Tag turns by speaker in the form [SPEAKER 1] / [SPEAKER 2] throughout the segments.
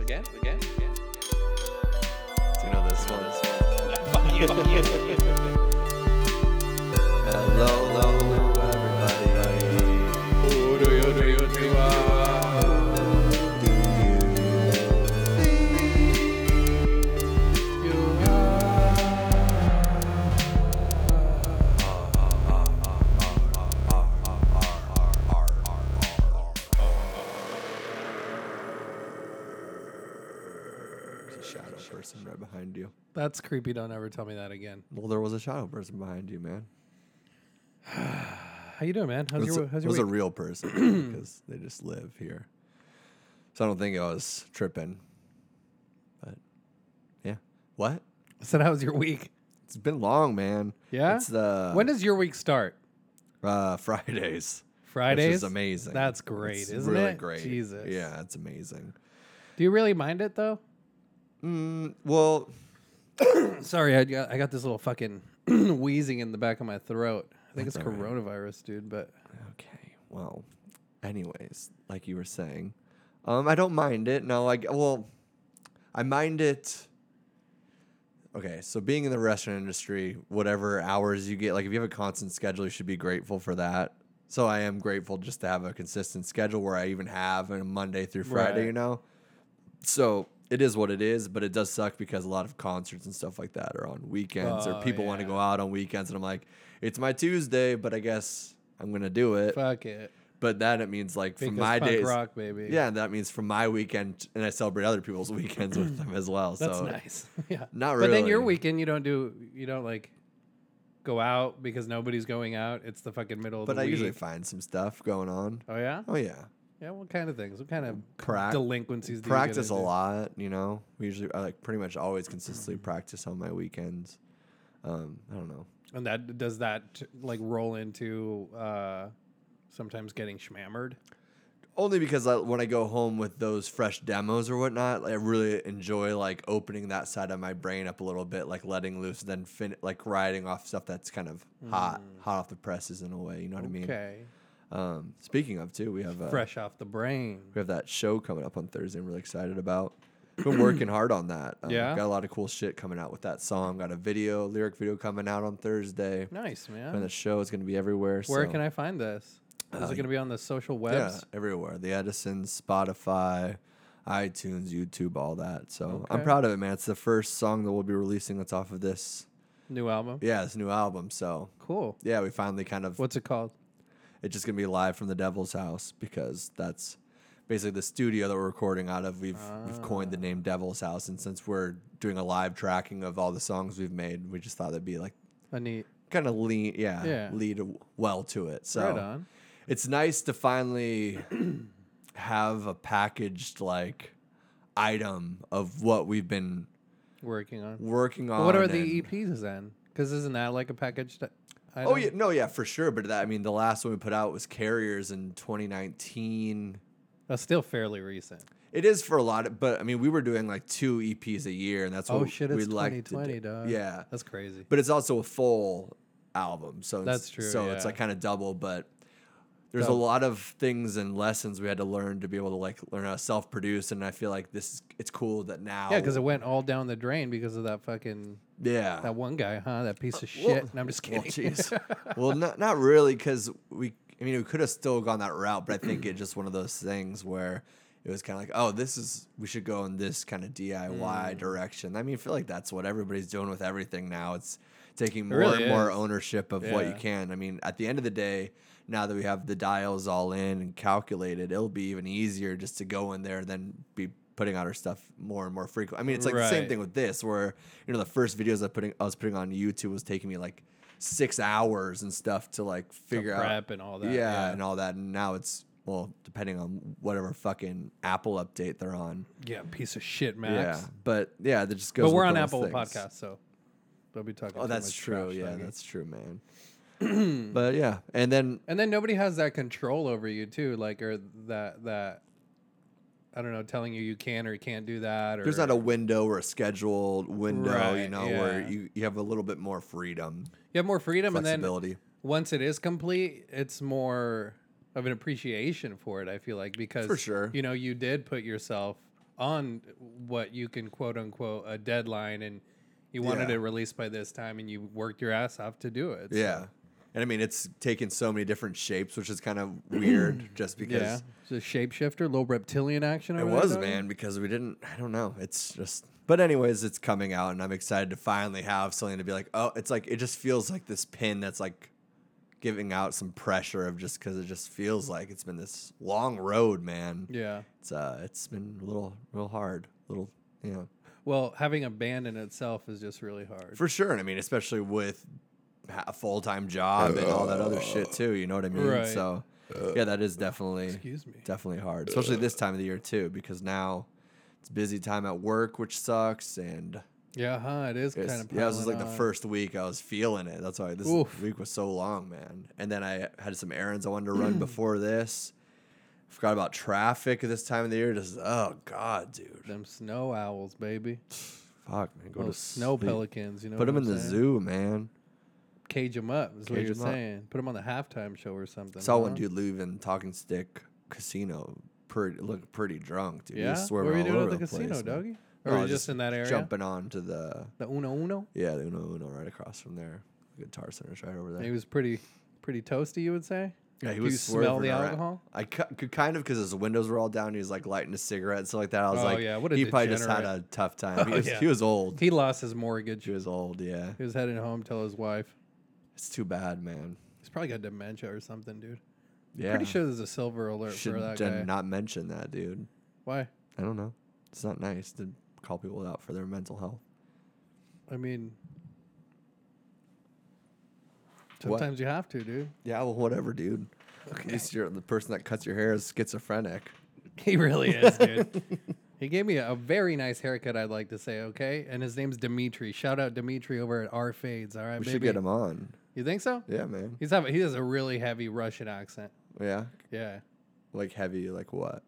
[SPEAKER 1] again, again, again.
[SPEAKER 2] Do you know this one? Hello, hello, everybody. Do you There's a shadow person right behind you?
[SPEAKER 3] That's creepy. Don't ever tell me that again.
[SPEAKER 2] Well, there was a shadow person behind you, man.
[SPEAKER 3] How you doing, man? How's
[SPEAKER 2] It was,
[SPEAKER 3] your
[SPEAKER 2] a,
[SPEAKER 3] how's
[SPEAKER 2] it
[SPEAKER 3] your
[SPEAKER 2] was a
[SPEAKER 3] week?
[SPEAKER 2] real person because they just live here. So I don't think I was tripping. But yeah. What?
[SPEAKER 3] I said how's your week?
[SPEAKER 2] It's been long, man.
[SPEAKER 3] Yeah.
[SPEAKER 2] It's the
[SPEAKER 3] when does your week start?
[SPEAKER 2] uh, Fridays.
[SPEAKER 3] Fridays.
[SPEAKER 2] Which is amazing.
[SPEAKER 3] That's great,
[SPEAKER 2] It's
[SPEAKER 3] isn't
[SPEAKER 2] really
[SPEAKER 3] it?
[SPEAKER 2] great.
[SPEAKER 3] Jesus.
[SPEAKER 2] Yeah, it's amazing.
[SPEAKER 3] Do you really mind it though?
[SPEAKER 2] Mm, well,
[SPEAKER 3] Sorry, I got I got this little fucking wheezing in the back of my throat. I think it's
[SPEAKER 2] all right.
[SPEAKER 3] coronavirus, dude. But
[SPEAKER 2] okay. Well, anyways, like you were saying, um, I don't mind it. Now, like, well, I mind it. Okay, so being in the restaurant industry, whatever hours you get, like if you have a constant schedule, you should be grateful for that. So I am grateful just to have a consistent schedule where I even have a Monday through Friday,
[SPEAKER 3] Right.
[SPEAKER 2] you know? So it is what it is, but it does suck because a lot of concerts and stuff like that are on weekends or
[SPEAKER 3] Oh,
[SPEAKER 2] people want to
[SPEAKER 3] yeah.
[SPEAKER 2] go out on weekends. And I'm like, it's my Tuesday, but I guess I'm going to do it.
[SPEAKER 3] fuck it.
[SPEAKER 2] But then it means like for
[SPEAKER 3] Because
[SPEAKER 2] my
[SPEAKER 3] punk
[SPEAKER 2] days.
[SPEAKER 3] rock, baby.
[SPEAKER 2] Yeah, that means for my weekend, and I celebrate other people's weekends with them as well.
[SPEAKER 3] That's
[SPEAKER 2] so
[SPEAKER 3] nice. yeah.
[SPEAKER 2] not
[SPEAKER 3] But then your
[SPEAKER 2] really.
[SPEAKER 3] weekend, you don't do you don't like go out because nobody's going out. It's the fucking middle of
[SPEAKER 2] But
[SPEAKER 3] the
[SPEAKER 2] I
[SPEAKER 3] week.
[SPEAKER 2] usually find some stuff going on.
[SPEAKER 3] oh yeah.
[SPEAKER 2] Oh yeah,
[SPEAKER 3] Yeah. What kind of things? What kind of
[SPEAKER 2] Prac-
[SPEAKER 3] delinquencies? Do Mm-hmm.
[SPEAKER 2] practice
[SPEAKER 3] you
[SPEAKER 2] a
[SPEAKER 3] get into?
[SPEAKER 2] lot. You know, we usually I like pretty much always consistently practice on my weekends. Um, I don't know.
[SPEAKER 3] And that does that like roll into uh sometimes getting schmammered?
[SPEAKER 2] Only because I, when I go home with those fresh demos or whatnot, I really enjoy like opening that side of my brain up a little bit, like letting loose, then fin- like riding off stuff that's kind of hot, hot off the presses in a way. You know what I mean?
[SPEAKER 3] Mm. Okay.
[SPEAKER 2] Um, speaking of too, we have uh,
[SPEAKER 3] Fresh off the brain.
[SPEAKER 2] we have that show coming up on Thursday. I'm really excited about. Been working hard on that. Um,
[SPEAKER 3] Yeah?
[SPEAKER 2] got a lot of cool shit coming out with that song. Got a video, lyric video coming out on Thursday.
[SPEAKER 3] Nice
[SPEAKER 2] And the
[SPEAKER 3] man.
[SPEAKER 2] show is going to be everywhere.
[SPEAKER 3] Where
[SPEAKER 2] so-
[SPEAKER 3] can I find this? Is it going to be on the social
[SPEAKER 2] Yeah,
[SPEAKER 3] webs?
[SPEAKER 2] everywhere. The Edison, Spotify, iTunes, YouTube, all that. So I'm
[SPEAKER 3] Okay.
[SPEAKER 2] proud of it, man. It's the first song that we'll be releasing that's off of this.
[SPEAKER 3] New album.
[SPEAKER 2] Yeah, this new album. So
[SPEAKER 3] Cool.
[SPEAKER 2] yeah, we finally kind of
[SPEAKER 3] What's it called?
[SPEAKER 2] It's just gonna be live from the Devil's House because that's basically the studio that we're recording out of. We've we've coined the
[SPEAKER 3] Ah.
[SPEAKER 2] name Devil's House, and since we're doing a live tracking of all the songs we've made, we just thought that'd be like
[SPEAKER 3] A neat.
[SPEAKER 2] kind of lean, yeah,
[SPEAKER 3] Yeah.
[SPEAKER 2] lead well to it. So
[SPEAKER 3] Right on.
[SPEAKER 2] it's nice to finally have a packaged like item of what we've been
[SPEAKER 3] Working on.
[SPEAKER 2] working on.
[SPEAKER 3] What are the E
[SPEAKER 2] and-
[SPEAKER 3] EPs then? Because isn't that like a packaged? I
[SPEAKER 2] Oh yeah, no, yeah, for sure. But that I mean, the last one we put out was Carriers in 2019.
[SPEAKER 3] that's still fairly recent.
[SPEAKER 2] It is for a lot, of, but I mean, we were doing like two EPs a year, and that's what
[SPEAKER 3] Oh shit!
[SPEAKER 2] we
[SPEAKER 3] It's
[SPEAKER 2] like to
[SPEAKER 3] 2020,
[SPEAKER 2] do.
[SPEAKER 3] dog.
[SPEAKER 2] Yeah,
[SPEAKER 3] that's crazy.
[SPEAKER 2] but it's also a full album, so it's-
[SPEAKER 3] That's true,
[SPEAKER 2] So it's
[SPEAKER 3] yeah.
[SPEAKER 2] like kind of double, but there's
[SPEAKER 3] Double.
[SPEAKER 2] a lot of things and lessons we had to learn to be able to like learn how to self-produce, and I feel like this is it's cool that now.
[SPEAKER 3] Yeah, because it went all down the drain because of that fucking
[SPEAKER 2] yeah.
[SPEAKER 3] that one guy, huh? That piece of shit.
[SPEAKER 2] Uh, well-
[SPEAKER 3] and I'm just
[SPEAKER 2] well,
[SPEAKER 3] kidding.
[SPEAKER 2] jeez. well, not not really, because we. I mean, we could have still gone that route, but I think it's just one of those things where it was kind of like, oh, this is we should go in this kind of DIY
[SPEAKER 3] Mm.
[SPEAKER 2] direction. I mean, I feel like that's what everybody's doing with everything now. It's taking more
[SPEAKER 3] really
[SPEAKER 2] and more
[SPEAKER 3] is.
[SPEAKER 2] ownership of what you
[SPEAKER 3] Yeah.
[SPEAKER 2] can. I mean, at the end of the day, now that we have the dials all in and calculated, it'll be even easier just to go in there and then be putting out our stuff more and more frequently. I mean, it's like the same
[SPEAKER 3] Right.
[SPEAKER 2] thing with this, where you know the first videos I putting I was putting on YouTube was taking me like six hours and stuff to like figure out,
[SPEAKER 3] prep and all that.
[SPEAKER 2] yeah, and all that. And now it's well, depending on whatever fucking Apple update they're on,
[SPEAKER 3] Yeah, piece of shit, Max.
[SPEAKER 2] yeah. But yeah, that just goes.
[SPEAKER 3] but we're
[SPEAKER 2] with
[SPEAKER 3] on
[SPEAKER 2] those
[SPEAKER 3] Apple
[SPEAKER 2] things.
[SPEAKER 3] Podcasts, so they'll be talking.
[SPEAKER 2] Oh,
[SPEAKER 3] too
[SPEAKER 2] that's
[SPEAKER 3] much
[SPEAKER 2] true.
[SPEAKER 3] trash
[SPEAKER 2] Yeah,
[SPEAKER 3] talking.
[SPEAKER 2] that's true, man. but yeah, and then
[SPEAKER 3] and then nobody has that control over you too, like or that that I don't know, telling you you can or you can't do that. Or
[SPEAKER 2] there's not a window or a scheduled window, you
[SPEAKER 3] Right,
[SPEAKER 2] know, where
[SPEAKER 3] yeah.
[SPEAKER 2] you, you have a little bit more freedom,
[SPEAKER 3] you have more freedom, and then
[SPEAKER 2] flexibility.
[SPEAKER 3] once it is complete, it's more of an appreciation for it. I feel like because
[SPEAKER 2] For sure.
[SPEAKER 3] you know, you did put yourself on what you can quote unquote a deadline and you wanted
[SPEAKER 2] Yeah.
[SPEAKER 3] it released by this time and you worked your ass off to do it. so-
[SPEAKER 2] Yeah. And I mean, it's taken so many different shapes, which is kind of weird just because
[SPEAKER 3] Yeah. It's a shapeshifter, little reptilian action.
[SPEAKER 2] it
[SPEAKER 3] over there,
[SPEAKER 2] was,
[SPEAKER 3] dog?
[SPEAKER 2] man, because we didn't, I don't know. It's just, but anyways, it's coming out and I'm excited to finally have something to be like, oh, it's like, it just feels like this pin that's like giving out some pressure of just because it just feels like it's been this long road, man.
[SPEAKER 3] Yeah.
[SPEAKER 2] It's, uh, it's been a little, real hard, little, you know.
[SPEAKER 3] Well, having a band in itself is just really hard.
[SPEAKER 2] For sure. And I mean, especially with ha- a full time job and all that other shit too. You know what I mean?
[SPEAKER 3] Right.
[SPEAKER 2] So yeah, that is definitely
[SPEAKER 3] Excuse me.
[SPEAKER 2] definitely hard, especially this time of the year too, because now it's busy time at work, which sucks. And
[SPEAKER 3] Yeah, huh? It is kind
[SPEAKER 2] it's,
[SPEAKER 3] of
[SPEAKER 2] yeah, this was like
[SPEAKER 3] piling
[SPEAKER 2] the
[SPEAKER 3] on.
[SPEAKER 2] first week I was feeling it. That's why this
[SPEAKER 3] Oof.
[SPEAKER 2] week was so long, man. And then I had some errands I wanted to run before this. Forgot about traffic at this time of the year. Just oh god, dude,
[SPEAKER 3] them snow owls, baby.
[SPEAKER 2] fuck, man, go
[SPEAKER 3] Little
[SPEAKER 2] to
[SPEAKER 3] snow
[SPEAKER 2] sleep.
[SPEAKER 3] pelicans, you know.
[SPEAKER 2] Put
[SPEAKER 3] what
[SPEAKER 2] them in
[SPEAKER 3] I'm
[SPEAKER 2] the
[SPEAKER 3] saying?
[SPEAKER 2] zoo, man.
[SPEAKER 3] Cage them up is what
[SPEAKER 2] Cage
[SPEAKER 3] you're
[SPEAKER 2] 'em up.
[SPEAKER 3] saying. Put them on the halftime show or something.
[SPEAKER 2] Saw one
[SPEAKER 3] huh?
[SPEAKER 2] dude leave in Talking Stick Casino. Pretty look pretty drunk, dude. He
[SPEAKER 3] Yeah.
[SPEAKER 2] was
[SPEAKER 3] What
[SPEAKER 2] swerving
[SPEAKER 3] were you
[SPEAKER 2] all
[SPEAKER 3] doing at
[SPEAKER 2] over
[SPEAKER 3] the,
[SPEAKER 2] place,
[SPEAKER 3] casino,
[SPEAKER 2] man.
[SPEAKER 3] doggy?
[SPEAKER 2] No,
[SPEAKER 3] Or were you just, in that area?
[SPEAKER 2] Jumping on to the
[SPEAKER 3] The Uno Uno.
[SPEAKER 2] yeah, the Uno Uno right across from there. The guitar center's right over there.
[SPEAKER 3] He was pretty, pretty toasty. You would say. Do you smell
[SPEAKER 2] swerving
[SPEAKER 3] the
[SPEAKER 2] around.
[SPEAKER 3] alcohol.
[SPEAKER 2] I cu- could kind of because his windows were all down. He was like lighting a cigarette and stuff like that. I was
[SPEAKER 3] Oh,
[SPEAKER 2] like,
[SPEAKER 3] yeah, what a
[SPEAKER 2] he probably just had
[SPEAKER 3] degenerate.
[SPEAKER 2] a tough time. He
[SPEAKER 3] Oh,
[SPEAKER 2] was,
[SPEAKER 3] yeah.
[SPEAKER 2] he was old.
[SPEAKER 3] He lost his mortgage.
[SPEAKER 2] He was old. Yeah,
[SPEAKER 3] He was heading home. Tell his wife.
[SPEAKER 2] it's too bad, man.
[SPEAKER 3] He's probably got dementia or something, dude.
[SPEAKER 2] Yeah,
[SPEAKER 3] Pretty sure there's a silver alert
[SPEAKER 2] should
[SPEAKER 3] for that
[SPEAKER 2] d-
[SPEAKER 3] guy.
[SPEAKER 2] not mention that, dude.
[SPEAKER 3] Why?
[SPEAKER 2] I don't know. It's not nice to call people out for their mental health.
[SPEAKER 3] I mean,
[SPEAKER 2] What?
[SPEAKER 3] sometimes you have to, dude.
[SPEAKER 2] Yeah, well, whatever, dude. At least you're the person that cuts your hair is schizophrenic.
[SPEAKER 3] He really is, dude. he gave me a very nice haircut, I'd like to say, okay? And his name's Dimitri. Shout out Dimitri over at R Fades, all right,
[SPEAKER 2] We
[SPEAKER 3] baby?
[SPEAKER 2] should get him on.
[SPEAKER 3] You think so?
[SPEAKER 2] Yeah, man.
[SPEAKER 3] He's having, he has a really heavy Russian accent.
[SPEAKER 2] Yeah,
[SPEAKER 3] Yeah.
[SPEAKER 2] like heavy, like what?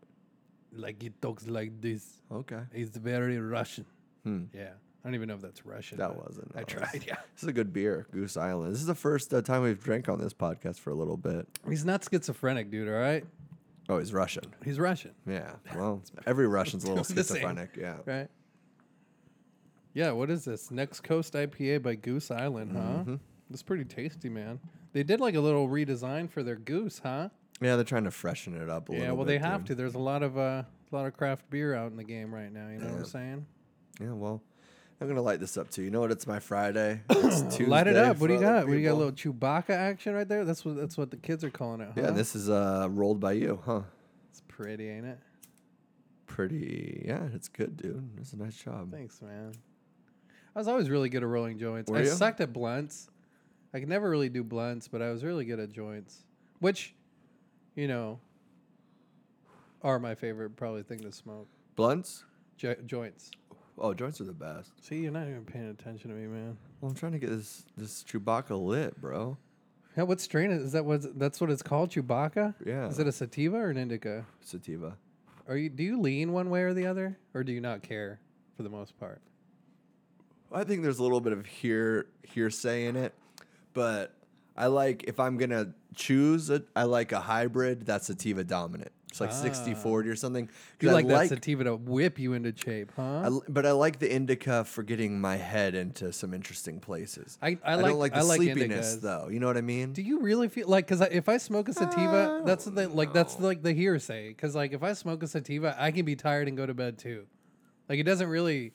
[SPEAKER 3] Like he talks like this.
[SPEAKER 2] Okay,
[SPEAKER 3] He's very Russian.
[SPEAKER 2] Hmm.
[SPEAKER 3] Yeah. I don't even know if that's Russian.
[SPEAKER 2] that
[SPEAKER 3] but
[SPEAKER 2] wasn't.
[SPEAKER 3] I
[SPEAKER 2] that was-
[SPEAKER 3] tried, yeah.
[SPEAKER 2] This is a good beer, Goose Island. This is the first uh, time we've drank on this podcast for a little bit.
[SPEAKER 3] He's not schizophrenic, dude, all right?
[SPEAKER 2] Oh, he's Russian.
[SPEAKER 3] He's Russian,
[SPEAKER 2] Yeah. Well, every Russian's a little
[SPEAKER 3] The same.
[SPEAKER 2] schizophrenic. Yeah.
[SPEAKER 3] right? Yeah, what is this? Next Coast IPA by Goose Island, huh?
[SPEAKER 2] Mm-hmm.
[SPEAKER 3] It's pretty tasty, man. They did like a little redesign for their goose, huh?
[SPEAKER 2] Yeah, they're trying to freshen it up a little.
[SPEAKER 3] Yeah, well,
[SPEAKER 2] bit,
[SPEAKER 3] they have
[SPEAKER 2] dude.
[SPEAKER 3] to. There's a lot of uh, a lot of craft beer out in the game right now. You know what I'm
[SPEAKER 2] Yeah.
[SPEAKER 3] saying?
[SPEAKER 2] Yeah. Well, I'm gonna light this up too. You know what? It's my Friday. It's Tuesday.
[SPEAKER 3] Light it up. What do you
[SPEAKER 2] for other
[SPEAKER 3] got? What do you got? A
[SPEAKER 2] people.
[SPEAKER 3] little Chewbacca action right there. That's what that's what the kids are calling it. Huh?
[SPEAKER 2] Yeah, and this is uh rolled by you, huh?
[SPEAKER 3] it's pretty, ain't it?
[SPEAKER 2] Pretty. Yeah, it's good, dude. It's a nice job.
[SPEAKER 3] Thanks, man. I was always really good at rolling joints.
[SPEAKER 2] Were
[SPEAKER 3] I
[SPEAKER 2] you?
[SPEAKER 3] sucked at blunts. I could never really do blunts, but I was really good at joints, which, you know, are my favorite probably thing to smoke.
[SPEAKER 2] Blunts?
[SPEAKER 3] Jo- joints.
[SPEAKER 2] Oh, joints are the best.
[SPEAKER 3] See, you're not even paying attention to me, man.
[SPEAKER 2] Well, I'm trying to get this this Chewbacca lit, bro.
[SPEAKER 3] Yeah, what strain is is that? Was that's what it's called, Chewbacca?
[SPEAKER 2] Yeah.
[SPEAKER 3] Is it a sativa or an indica?
[SPEAKER 2] sativa?
[SPEAKER 3] Are you do you lean one way or the other, or do you not care for the most part?
[SPEAKER 2] I think there's a little bit of hear hearsay in it, but I like if I'm gonna choose a, I like a hybrid that's sativa dominant. It's like 60
[SPEAKER 3] Ah.
[SPEAKER 2] 40 or something. 'Cause
[SPEAKER 3] You
[SPEAKER 2] I
[SPEAKER 3] like, that sativa to whip you into shape,
[SPEAKER 2] I
[SPEAKER 3] huh?
[SPEAKER 2] l- but I like the indica for getting my head into some interesting places.
[SPEAKER 3] I, I,
[SPEAKER 2] don't like the sleepiness
[SPEAKER 3] indicas.
[SPEAKER 2] though. You know what I mean?
[SPEAKER 3] Do you really feel like because if I smoke a sativa,
[SPEAKER 2] I
[SPEAKER 3] that's the thing, like that's
[SPEAKER 2] don't know.
[SPEAKER 3] like the hearsay. Because like if I smoke a sativa, I can be tired and go to bed too. Like it doesn't really.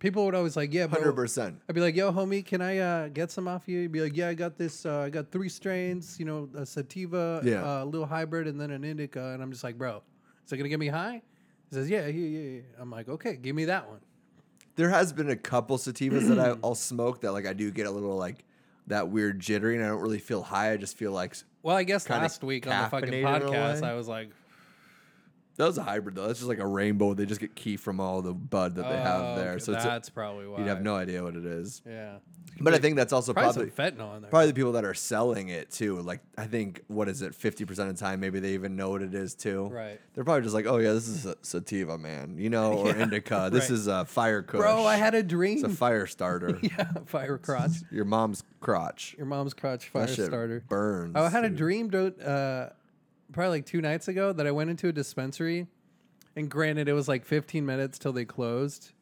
[SPEAKER 3] People would always like, yeah, bro.
[SPEAKER 2] Hundred percent.
[SPEAKER 3] I'd be like, yo, homie, can I uh, get some off you? You'd be like, yeah, I got this. Uh, I got three strains, you know, a sativa,
[SPEAKER 2] Yeah.
[SPEAKER 3] uh, a little hybrid, and then an indica. And I'm just like, bro, is it gonna get me high? He says, yeah, yeah, yeah. yeah. I'm like, okay, give me that one.
[SPEAKER 2] There has been a couple sativas that I, I'll smoke that like I do get a little like that weird jittery, and I don't really feel high. I just feel like s-
[SPEAKER 3] Well, I guess
[SPEAKER 2] Kinda
[SPEAKER 3] last week on the fucking
[SPEAKER 2] caffeinated in a
[SPEAKER 3] podcast,
[SPEAKER 2] way.
[SPEAKER 3] I was like,
[SPEAKER 2] that was a hybrid though. That's just like a rainbow. They just get key from all the bud that they
[SPEAKER 3] "Oh,
[SPEAKER 2] have there,
[SPEAKER 3] okay,
[SPEAKER 2] so it's a-
[SPEAKER 3] that's probably why.
[SPEAKER 2] you'd have no idea what it is.
[SPEAKER 3] Yeah.
[SPEAKER 2] But I think that's also
[SPEAKER 3] probably,
[SPEAKER 2] probably
[SPEAKER 3] some fentanyl in there.
[SPEAKER 2] probably the people that are selling it too. Like I think what is it, fifty percent of the time maybe they even know what it is too.
[SPEAKER 3] Right.
[SPEAKER 2] They're probably just like, oh yeah, this is a sativa, man. You know, or indica. This
[SPEAKER 3] right.
[SPEAKER 2] is a fire kush.
[SPEAKER 3] Bro, I had a dream.
[SPEAKER 2] it's a fire starter.
[SPEAKER 3] yeah, fire crotch.
[SPEAKER 2] Your mom's crotch.
[SPEAKER 3] Your mom's crotch fire
[SPEAKER 2] That shit
[SPEAKER 3] starter. Oh,
[SPEAKER 2] burns.
[SPEAKER 3] I had a
[SPEAKER 2] dude.
[SPEAKER 3] dream dude, uh, probably like two nights ago that I went into a dispensary And granted, it was like 15 minutes till they closed,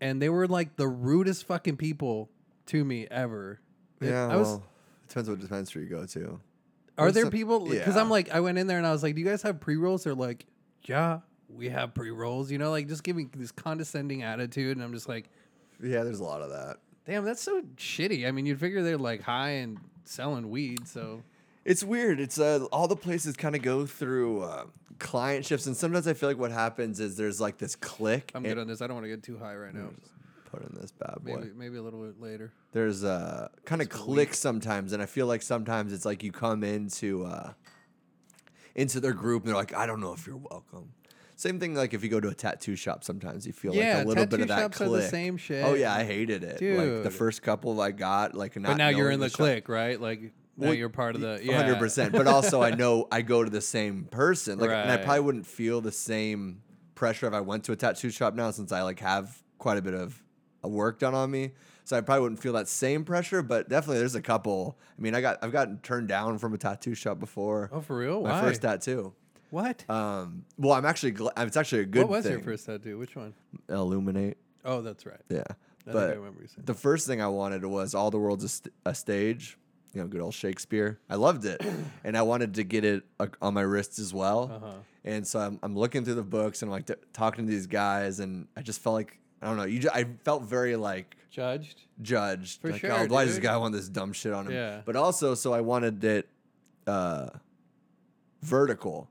[SPEAKER 3] and they were like the rudest fucking people to me ever. It-
[SPEAKER 2] Yeah,
[SPEAKER 3] I was.
[SPEAKER 2] well, depends what dispensary you go to.
[SPEAKER 3] are
[SPEAKER 2] there's
[SPEAKER 3] there
[SPEAKER 2] some-
[SPEAKER 3] people? Because
[SPEAKER 2] yeah.
[SPEAKER 3] I'm like, I went in there and I was like, "Do you guys have pre rolls?" They're like, "Yeah, we have pre rolls." You know, like just giving this condescending attitude, and I'm just like,
[SPEAKER 2] Yeah, there's a lot of that.
[SPEAKER 3] "Damn, that's so shitty." I mean, you'd figure they're like high and selling weed, so
[SPEAKER 2] It's weird. It's uh, all the places kind of go through uh, client shifts, and sometimes I feel like what happens is there's like this click.
[SPEAKER 3] I'm
[SPEAKER 2] and-
[SPEAKER 3] good on this. I don't want to get too high right now.
[SPEAKER 2] Mm. Put in this bad boy.
[SPEAKER 3] Maybe maybe a little bit later.
[SPEAKER 2] There's uh, kind of click sometimes, and I feel like sometimes it's like you come into uh, into their group, and they're like, I don't know if you're welcome. Same thing like if you go to a tattoo shop, sometimes you feel
[SPEAKER 3] Yeah,
[SPEAKER 2] like a little bit
[SPEAKER 3] tattoo
[SPEAKER 2] of that
[SPEAKER 3] shops are
[SPEAKER 2] click.
[SPEAKER 3] the same shit.
[SPEAKER 2] Oh yeah, I hated it. Like the
[SPEAKER 3] Dude.
[SPEAKER 2] first couple I got, like not
[SPEAKER 3] But now you're
[SPEAKER 2] knowing
[SPEAKER 3] in the,
[SPEAKER 2] shop.
[SPEAKER 3] clique, right? Like now
[SPEAKER 2] Well,
[SPEAKER 3] you're part of the yeah,
[SPEAKER 2] hundred percent. But also, I know I go to the same person, like, and I
[SPEAKER 3] Right.
[SPEAKER 2] probably wouldn't feel the same pressure if I went to a tattoo shop now, since I like have quite a bit of uh, work done on me. So I probably wouldn't feel that same pressure, but definitely there's a couple. I mean, I got I've gotten turned down from a tattoo shop before.
[SPEAKER 3] Oh, for real?
[SPEAKER 2] My
[SPEAKER 3] Why?
[SPEAKER 2] first tattoo.
[SPEAKER 3] what?
[SPEAKER 2] Um, well, I'm actually gl- it's actually a good
[SPEAKER 3] what was
[SPEAKER 2] thing.
[SPEAKER 3] your first tattoo? Which one?
[SPEAKER 2] Illuminate?
[SPEAKER 3] Oh, that's right.
[SPEAKER 2] Yeah,
[SPEAKER 3] I think I
[SPEAKER 2] but
[SPEAKER 3] remember you saying.
[SPEAKER 2] the first thing I wanted was all the world's a, st- a stage. You know, good old Shakespeare. I loved it, and I wanted to get it uh, on my wrist as well.
[SPEAKER 3] Uh-huh.
[SPEAKER 2] And so I'm, I'm looking through the books and like t- talking to these guys, and I just felt like I don't know. You, ju- I felt very like
[SPEAKER 3] Judged.
[SPEAKER 2] judged.
[SPEAKER 3] For
[SPEAKER 2] like,
[SPEAKER 3] sure,
[SPEAKER 2] oh, why does this
[SPEAKER 3] dude.
[SPEAKER 2] guy want this dumb shit on him?
[SPEAKER 3] Yeah.
[SPEAKER 2] But also, so I wanted it uh, vertical.